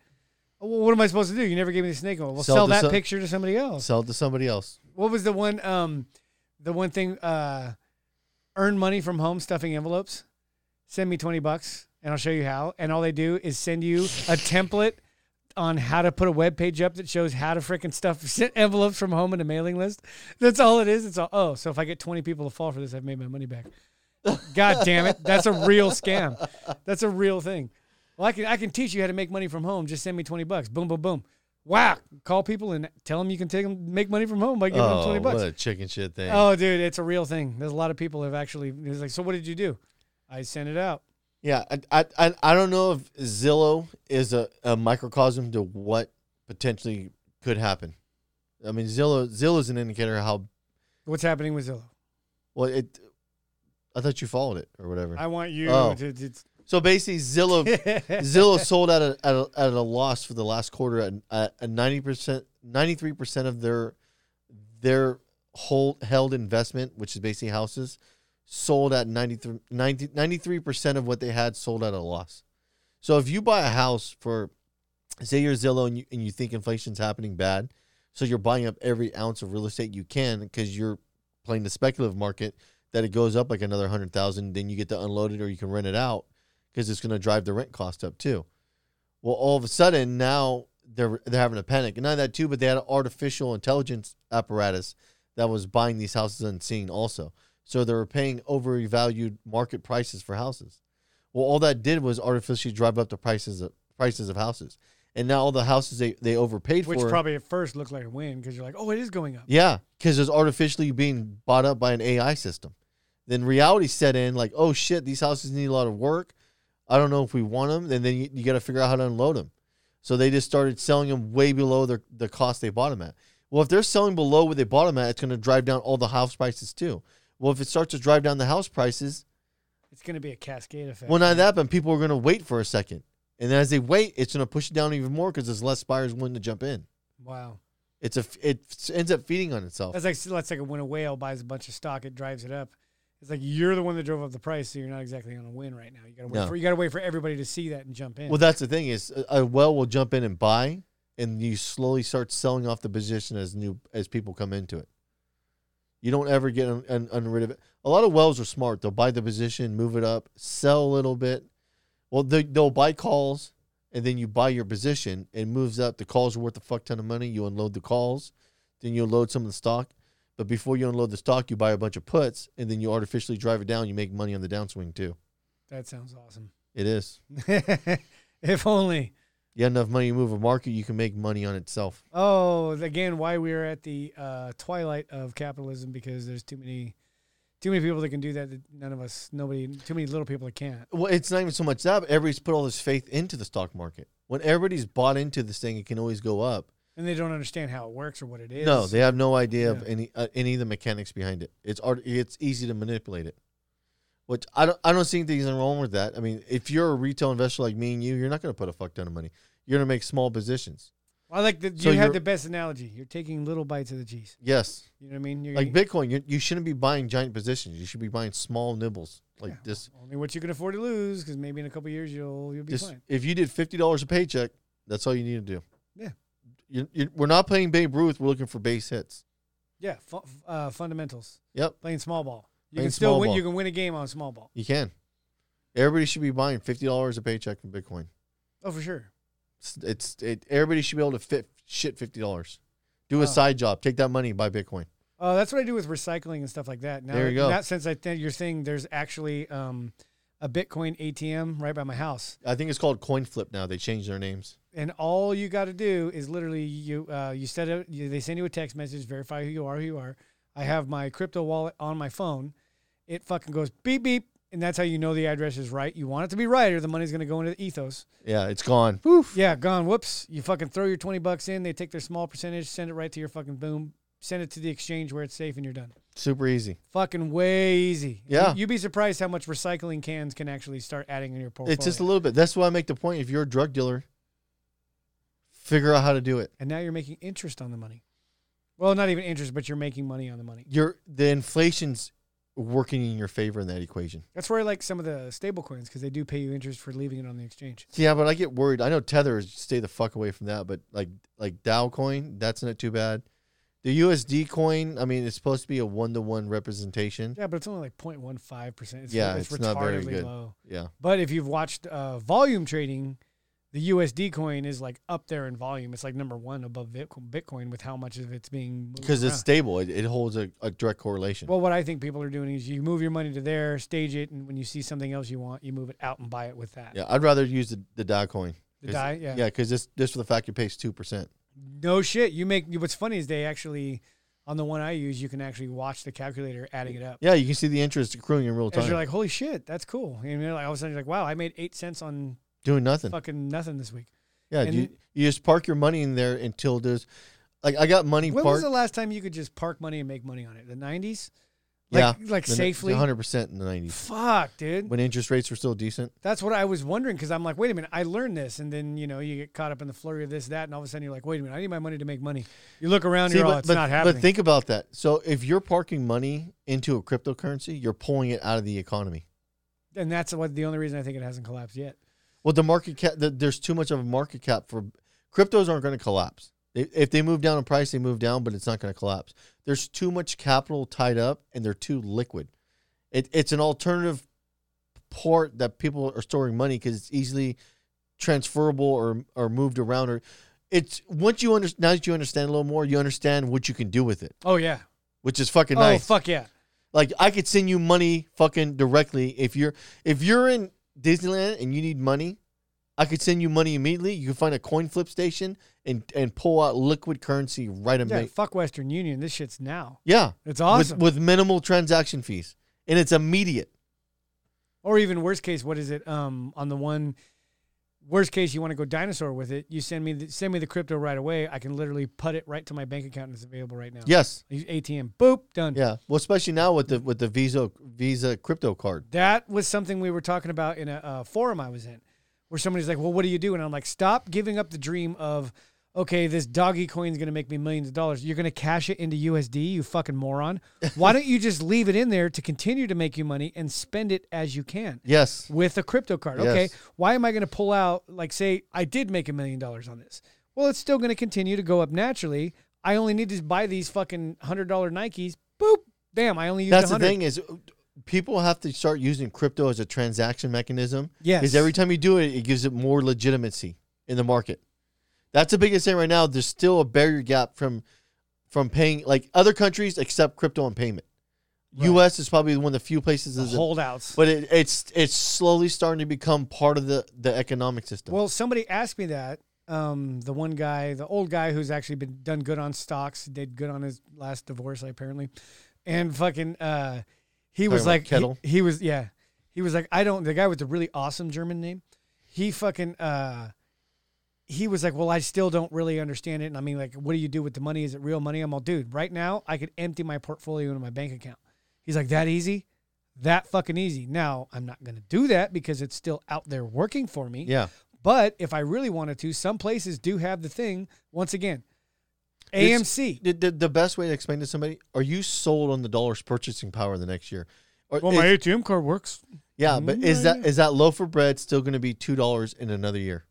S4: Oh, Well, what am I supposed to do? You never gave me the snake oil. Well,
S5: Sell
S4: sell
S5: this
S4: that
S5: up-
S4: picture to somebody else.
S5: Sell it to somebody else.
S4: What was the one? Um, the one thing. Uh, earn money from home stuffing envelopes. Send me twenty bucks, and I'll show you how. And all they do is send you a template on how to put a web page up that shows how to freaking stuff send envelopes from home in a mailing list. That's all it is. It's all oh, so if I get twenty people to fall for this, I've made my money back. God damn it, that's a real scam. That's a real thing. Well, I can I can teach you how to make money from home. Just send me twenty bucks. Boom, boom, boom. Wow. Call people and tell them you can take 'em- make money from home by giving them
S5: Oh,
S4: twenty bucks.
S5: what a chicken shit thing.
S4: Oh, dude, it's a real thing. There's a lot of people have actually. It's like, so what did you do? I sent it out.
S5: Yeah, I- I, I I don't know if Zillow is a, a microcosm to what potentially could happen. I mean, Zillow Zillow is an indicator of how
S4: What's happening with Zillow?
S5: well it. I thought you followed it or whatever.
S4: I want you
S5: Oh.
S4: to. to
S5: so basically, Zillow Zillow sold at a, at a at a loss for the last quarter at- at a ninety percent ninety three percent of their their hold held investment, which is basically houses, sold at 93 percent of what they had sold at a loss. So if you buy a house for say you're Zillow and you and you think inflation's happening bad, so you're buying up every ounce of real estate you can because you're playing the speculative market that it goes up like another hundred thousand, then you get to unload it or you can rent it out because it's going to drive the rent cost up too. Well, all of a sudden now they're they're having a panic, and not that too, but they had an artificial intelligence apparatus that was buying these houses unseen also. So they were paying overvalued market prices for houses. Well, all that did was artificially drive up the prices of prices of houses, and now all the houses they they overpaid
S4: which
S5: for.
S4: probably at first looked like a win because you're like, oh, it is going up.
S5: Yeah, because it's artificially being bought up by an AI system. Then reality set in, like, oh shit, these houses need a lot of work. I don't know if we want them. And then you, you got to figure out how to unload them. So they just started selling them way below their, the cost they bought them at. Well, if they're selling below what they bought them at, it's going to drive down all the house prices too. Well, if it starts to drive down the house prices,
S4: It's going to be a cascade effect.
S5: well, not that, but people are going to wait for a second. And as they wait, it's going to push it down even more because there's less buyers willing to jump in.
S4: wow,
S5: It's a it ends up feeding on itself.
S4: that's like that's like when a whale buys a bunch of stock, it drives it up. It's like you're the one that drove up the price, so you're not exactly on a win right now. You got to wait
S5: No.
S4: for you got to wait for everybody to see that and jump in.
S5: Well, that's the thing is a- a well will jump in and buy, and you slowly start selling off the position as new as people come into it. You don't ever get un, un, un- rid of it. A lot of wells are smart. They'll buy the position, move it up, sell a little bit. Well, they, they'll buy calls, and then you buy your position. It moves up. The calls are worth a fuck ton of money. You unload the calls, then you unload some of the stock. But before you unload the stock, you buy a bunch of puts, and then you artificially drive it down. You make money on the downswing too.
S4: that sounds awesome.
S5: It is.
S4: if only.
S5: You have enough money to move a market, you can make money on itself.
S4: Oh, again, why we are at the uh, twilight of capitalism because there's too many, too many people that can do that. that none of us, nobody, too many little people that can't.
S5: Well, it's not even so much that but everybody's put all this faith into the stock market. When everybody's bought into this thing, it can always go up.
S4: And they don't understand how it works or what it is.
S5: no, they have no idea of
S4: Yeah.
S5: any uh, any of the mechanics behind it. It's art. It's easy to manipulate it. Which I don't. I don't see anything wrong with that. I mean, if you're a retail investor like me and you, you're not going to put a fuck ton of money. You're going to make small positions.
S4: I like that
S5: So
S4: you had
S5: you're-
S4: the best analogy. You're taking little bites of the cheese.
S5: Yes,
S4: You know what I mean? You're
S5: like
S4: gonna-
S5: Bitcoin, you, you shouldn't be buying giant positions. You should be buying small nibbles. Like this.
S4: only what you can afford to lose because maybe in a couple years you'll you'll be
S5: Just
S4: fine.
S5: if you did fifty dollars a paycheck, that's all you need to do.
S4: Yeah.
S5: you, you, we're not playing Babe Ruth. We're looking for base hits.
S4: Yeah, fu- uh, fundamentals
S5: Yep,
S4: playing small ball. You
S5: Playing
S4: can still
S5: small
S4: win.
S5: ball.
S4: You can win a game on small ball.
S5: you can. Everybody should be buying fifty dollars a paycheck in Bitcoin.
S4: Oh, for sure.
S5: It's, it's it. Everybody should be able to fit shit fifty dollars. Do
S4: Wow.
S5: a side job. Take that money. Buy Bitcoin.
S4: Oh, that's what I do with recycling and stuff like that. Now,
S5: There you
S4: that-
S5: go.
S4: Not since I think you're saying there's actually um, a Bitcoin ATM right by my house,
S5: I think it's called coin flip now. They changed their names.
S4: and all you got to do is literally you uh, you set up. You, they send you a text message, verify who you are, who you are. I have my crypto wallet on my phone. It fucking goes beep beep, and that's how you know the address is right. You want it to be right, or the money's gonna go into the ethos.
S5: Yeah, it's gone. Woof.
S4: Yeah, gone. Whoops. You fucking throw your twenty bucks in. They take their small percentage, send it right to your fucking boom send it to the exchange where it's safe and you're done.
S5: Super easy.
S4: Fucking way easy.
S5: Yeah.
S4: You, would be surprised how much recycling cans can actually start adding in your portfolio.
S5: It's just a little bit. That's why I make the point. If you're a drug dealer, figure out how to do it.
S4: and now you're making interest on the money. Well, not even interest, but you're making money on the money.
S5: Your the inflation's working in your favor in that equation.
S4: That's where I like some of the stable coins because they do pay you interest for leaving it on the exchange.
S5: Yeah, but I get worried. I know Tether is stay the fuck away from that, but like like Dow coin, that's not too bad. The USD coin, I mean, it's supposed to be a one to one representation.
S4: Yeah, but it's only like 0.15 percent.
S5: Yeah, it's not very good.
S4: low.
S5: Yeah.
S4: But if you've watched uh, volume trading, the USD coin is like up there in volume. It's like number one above Bit- Bitcoin with how much of it's being moved
S5: Because it's
S4: around.
S5: stable. It, it holds a, a direct correlation.
S4: Well, what I think people are doing is you move your money to there, stage it, and when you see something else you want, you move it out and buy it with that.
S5: yeah, I'd rather use the, the Dow coin.
S4: The
S5: 'Cause-
S4: die, yeah.
S5: Yeah, because this just for the fact it pays two percent.
S4: No shit. You make what's funny is they actually on the one I use, you can actually watch the calculator adding it up.
S5: Yeah, you can see the interest accruing in real
S4: Because
S5: time.
S4: you're like, holy shit, that's cool. And you're like, all of a sudden, you're like, wow, I made eight cents on
S5: doing nothing.
S4: fucking nothing this week.
S5: Yeah,
S4: and-
S5: you, you just park your money in there until there's like I got money
S4: When was
S5: parked.
S4: the last time you could just park money and make money on it? The 90s?
S5: yeah,
S4: Like, like safely?
S5: one hundred percent in the nineties
S4: Fuck, dude.
S5: when interest rates were still decent.
S4: That's what I was wondering because I'm like, wait a minute, I learned this, and then you know you get caught up in the flurry of this, that, and all of a sudden you're like, wait a minute, I need my money to make money. You look around,
S5: See,
S4: you're all, it's not happening.
S5: think about that. So if you're parking money into a cryptocurrency, you're pulling it out of the economy.
S4: and that's what the only reason I think it hasn't collapsed yet.
S5: Well, the market cap the, there's too much of a market cap for cryptos aren't going to collapse. They, if they move down in price, they move down, but it's not going to collapse. There's too much capital tied up, and they're too liquid. It, it's an alternative port that people are storing money because it's easily transferable or or moved around. Or it's once you understand now that you understand a little more, you understand what you can do with it,
S4: Oh yeah.
S5: which is fucking
S4: Oh
S5: nice.
S4: fuck yeah.
S5: Like I could send you money fucking directly if you're if you're in Disneyland and you need money, I could send you money immediately. You can find a coin flip station and and pull out liquid currency right
S4: Yeah,
S5: away.
S4: fuck Western Union. This shit's now.
S5: Yeah.
S4: It's awesome.
S5: With, with minimal transaction fees. And it's immediate.
S4: Or even worst case, what is it? Um, on the one worst case, you want to go dinosaur with it. You send me the, send me the crypto right away. I can literally put it right to my bank account and it's available right now.
S5: Yes.
S4: Use ATM, boop, done.
S5: Yeah. Well, especially now with the with the Visa Visa crypto card.
S4: That was something we were talking about in a, uh forum I was in, where somebody's like, "Well, what do you do?" And I'm like, "Stop giving up the dream of." Okay, this doggy coin's gonna make me millions of dollars. You're gonna cash it into USD, you fucking moron. Why don't you just leave it in there to continue to make you money and spend it as you can?
S5: Yes.
S4: with a crypto card.
S5: Yes.
S4: Okay, why am I going to pull out? Like, say I did make a million dollars on this. Well, it's still going to continue to go up naturally. I only need to buy these fucking hundred dollar Nikes. Boop, damn! I only used
S5: That's the
S4: 100.
S5: thing is people have to start using crypto as a transaction mechanism.
S4: Yes.
S5: Because every time you do it, it gives it more legitimacy in the market. That's the biggest thing right now. There's still a barrier gap from from paying like other countries accept crypto and payment. US is probably one of the few places
S4: The
S5: that's
S4: holdouts.
S5: but it, it's it's slowly starting to become part of the, the economic system.
S4: Well, somebody asked me that. Um, the one guy, the old guy who's actually been done good on stocks, did good on his last divorce, apparently, and fucking, uh, he was
S5: about
S4: like,
S5: Kettle?
S4: he, he was, yeah, he was like, I don't. The guy with the really awesome German name, he fucking, uh, he was like, well, I still don't really understand it, and I mean, like, what do you do with the money? Is it real money? I'm all, dude, right now I could empty my portfolio into my bank account. He's like, that easy. That fucking easy. Now, I'm not going to do that because it's still out there working for me.
S5: yeah.
S4: But if I really wanted to, some places do have the thing. Once again,
S5: It's-
S4: AMC.
S5: The, the, the best way to explain to somebody, are you sold on the dollar's purchasing power the next year? Or is-
S4: ATM card works.
S5: yeah, but is
S4: Yeah,
S5: that is that loaf of bread still going to be two dollars in another year?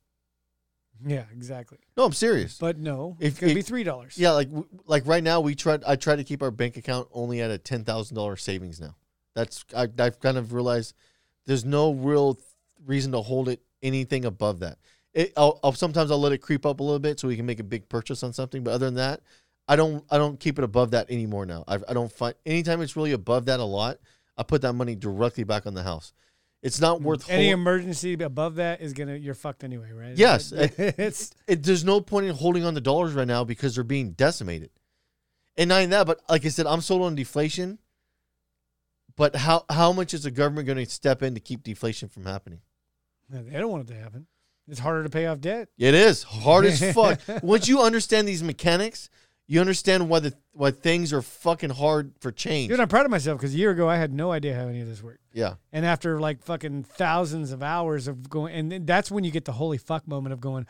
S4: Yeah, exactly.
S5: No, I'm serious.
S4: But no,
S5: If
S4: it's gonna
S5: it-
S4: be three dollars.
S5: Yeah, like w- like right now we try. I try to keep our bank account only at a ten thousand dollars savings now. That's I, I've kind of realized there's no real th- reason to hold it anything above that. It, I'll, I'll sometimes I'll let it creep up a little bit so we can make a big purchase on something. But other than that, I don't I don't keep it above that anymore now. I, I don't find anytime it's really above that a lot. I put that money directly back on the house. It's not worth
S4: Any
S5: hol-
S4: emergency above that is gonna you're fucked anyway, right?
S5: Yes.
S4: it's
S5: it, there's no point in holding on the dollars right now because they're being decimated. And not even that, but like I said, I'm sold on deflation. But how how much is the government going to step in to keep deflation from happening?
S4: no, they don't want it to happen. It's harder to pay off debt.
S5: It is hard as fuck. Once you understand these mechanics, You understand why the why things are fucking hard for change.
S4: Dude, I'm proud of myself because a year ago I had no idea how any of this worked.
S5: yeah.
S4: And after like fucking thousands of hours of going, and then that's when you get the holy fuck moment of going,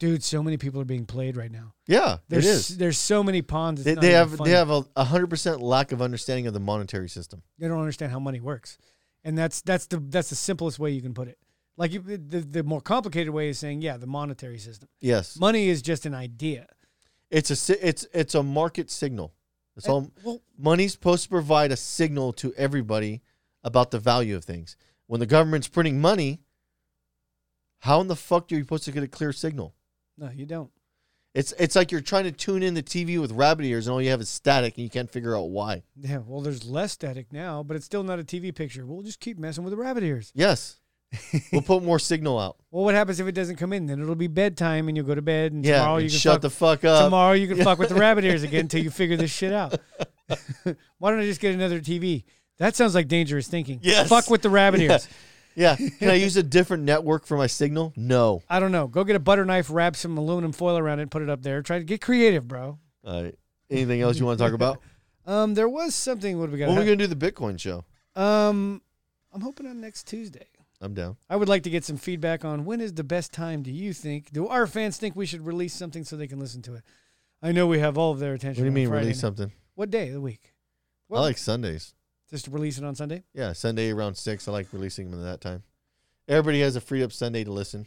S4: dude, so many people are being played right now.
S5: Yeah.
S4: There's,
S5: it is.
S4: There's so many pawns. it's
S5: They,
S4: not
S5: they
S4: even
S5: have
S4: funny.
S5: they have a a hundred percent lack of understanding of the monetary system.
S4: They don't understand how money works, and that's that's the that's the simplest way you can put it. Like you, the the more complicated way is saying, yeah, the monetary system.
S5: Yes.
S4: Money is just an idea.
S5: It's a si- it's it's a market signal. It's all
S4: Well,
S5: money's supposed to provide a signal to everybody about the value of things. When the government's printing money, how in the fuck are you supposed to get a clear signal?
S4: no, you don't.
S5: It's it's like you're trying to tune in the TV with rabbit ears and all you have is static and you can't figure out why.
S4: Yeah, well, there's less static now, but it's still not a TV picture. We'll just keep messing with the rabbit ears.
S5: Yes. we'll put more signal out.
S4: Well, what happens if it doesn't come in? Then it'll be bedtime, and you'll go to bed. And
S5: Yeah.
S4: tomorrow
S5: and
S4: you can
S5: shut
S4: fuck,
S5: the fuck up.
S4: tomorrow you can fuck with the rabbit ears again until you figure this shit out. Why don't I just get another TV? That sounds like dangerous thinking.
S5: Yes.
S4: Fuck with the rabbit
S5: Yeah.
S4: ears.
S5: Yeah. Can I use a different network for my signal? No.
S4: I don't know. Go get a butter knife, wrap some aluminum foil around it, and put it up there. Try to get creative, bro.
S5: All right. Anything else you want to talk about?
S4: Um, there was something. What do we got?
S5: when are we gonna do the Bitcoin show?
S4: um, I'm hoping on next Tuesday.
S5: I'm down.
S4: I would like to get some feedback on when is the best time. Do you think? Do our fans think we should release something so they can listen to it? I know we have all of their
S5: What
S4: attention.
S5: do you
S4: on
S5: mean
S4: Friday
S5: release
S4: night.
S5: something?
S4: What day of the week?
S5: I like Sundays.
S4: just release it on Sunday.
S5: Yeah, Sunday around six. I like releasing them at that time. Everybody has a freed up Sunday to listen.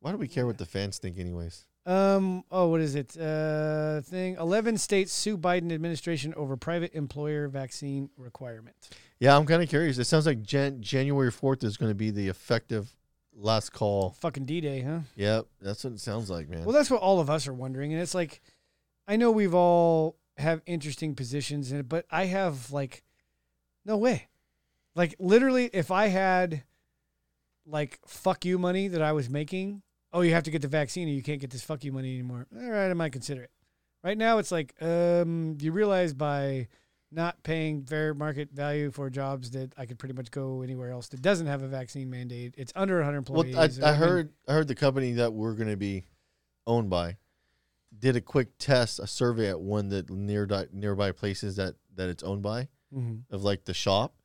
S5: Why do we care what the fans think, anyways?
S4: Um. Oh, what is it? Uh, thing. Eleven states sue Biden administration over private employer vaccine requirement.
S5: Yeah, I'm kind of curious. It sounds like Jan- January 4th is going to be the effective last call.
S4: Fucking D Day, huh?
S5: Yep, that's what it sounds like, man.
S4: Well, that's what all of us are wondering, and it's like, I know we've all have interesting positions in it, but I have like, no way, like literally, if I had, like, fuck you money that I was making, oh, you have to get the vaccine, or you can't get this fuck you money anymore. All right, I might consider it. Right now, it's like, um, you realize by not paying fair market value for jobs that I could pretty much go anywhere else that doesn't have a vaccine mandate. It's under 100
S5: Well,
S4: employees.
S5: I,
S4: and
S5: I
S4: mean-
S5: heard I heard the company that we're going to be owned by did a quick test, a survey at one that near nearby places that that it's owned by.
S4: Mhm.
S5: of like the shop,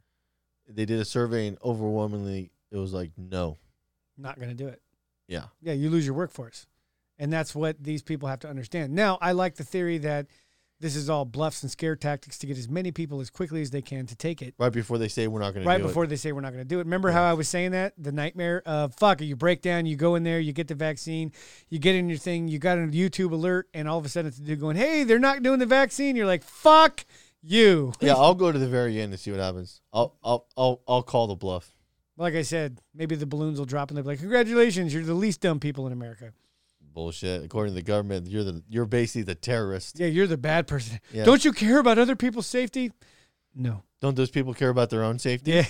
S5: they did a survey and overwhelmingly it was like no.
S4: not going to do it.
S5: Yeah.
S4: Yeah, you lose your workforce. And that's what these people have to understand. Now, I like the theory that this is all bluffs and scare tactics to get as many people as quickly as they can to take it.
S5: Right before they say we're not gonna
S4: Right
S5: do it.
S4: before they say we're not going to do it. Remember how I was saying that? The nightmare of fuck, you break down, you go in there, you get the vaccine, you get in your thing, you got a YouTube alert, and all of a sudden it's dude going, hey, they're not doing the vaccine. You're like, fuck you.
S5: Yeah, I'll go to the very end and see what happens. I'll I'll I'll, I'll call the bluff.
S4: Like I said, maybe the balloons will drop and they'll be like, congratulations, you're the least dumb people in America.
S5: Bullshit. According to the government, you're the you're basically the terrorist.
S4: Yeah, you're the bad person.
S5: Yeah.
S4: Don't you care about other people's safety? No.
S5: Don't those people care about their own safety?
S4: Yeah,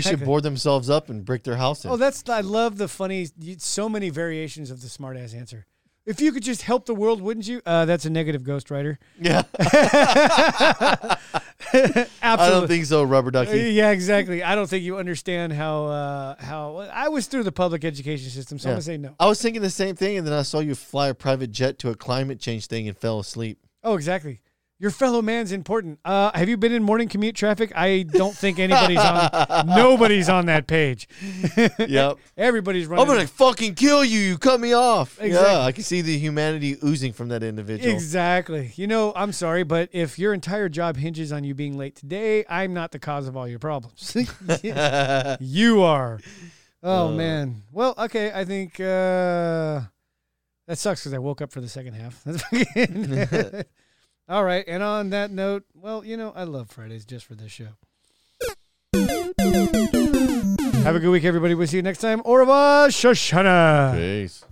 S5: They should board themselves up and brick their house in.
S4: Oh, that's I love the funny. you- So many variations of the smartass answer. If you could just help the world, wouldn't you? Uh, that's a negative ghostwriter.
S5: yeah.
S4: Absolutely.
S5: I don't think so, rubber
S4: Uh,
S5: ducky.
S4: yeah, exactly. I don't think you understand how uh, how I was through the public education system, so
S5: Yeah.
S4: I'm gonna say no.
S5: I was thinking the same thing and then I saw you fly a private jet to a climate change thing and fell asleep.
S4: Oh, exactly. Your fellow man's important. Uh, have you been in morning commute traffic? I don't think anybody's on. nobody's on that page.
S5: Yep.
S4: Everybody's running.
S5: I'm gonna fucking kill you. You cut me off.
S4: Exactly.
S5: Yeah, I can see the humanity oozing from that individual.
S4: Exactly. You know, I'm sorry, but if your entire job hinges on you being late today, I'm not the cause of all your problems. you are. Oh man. Well, okay. I think uh, that sucks because I woke up for the second half. That's fucking- all right. And on that note, well, you know, I love Fridays just for this show. Have a good week, everybody. We'll see you next time. Au revoir, Shoshana.
S5: Peace.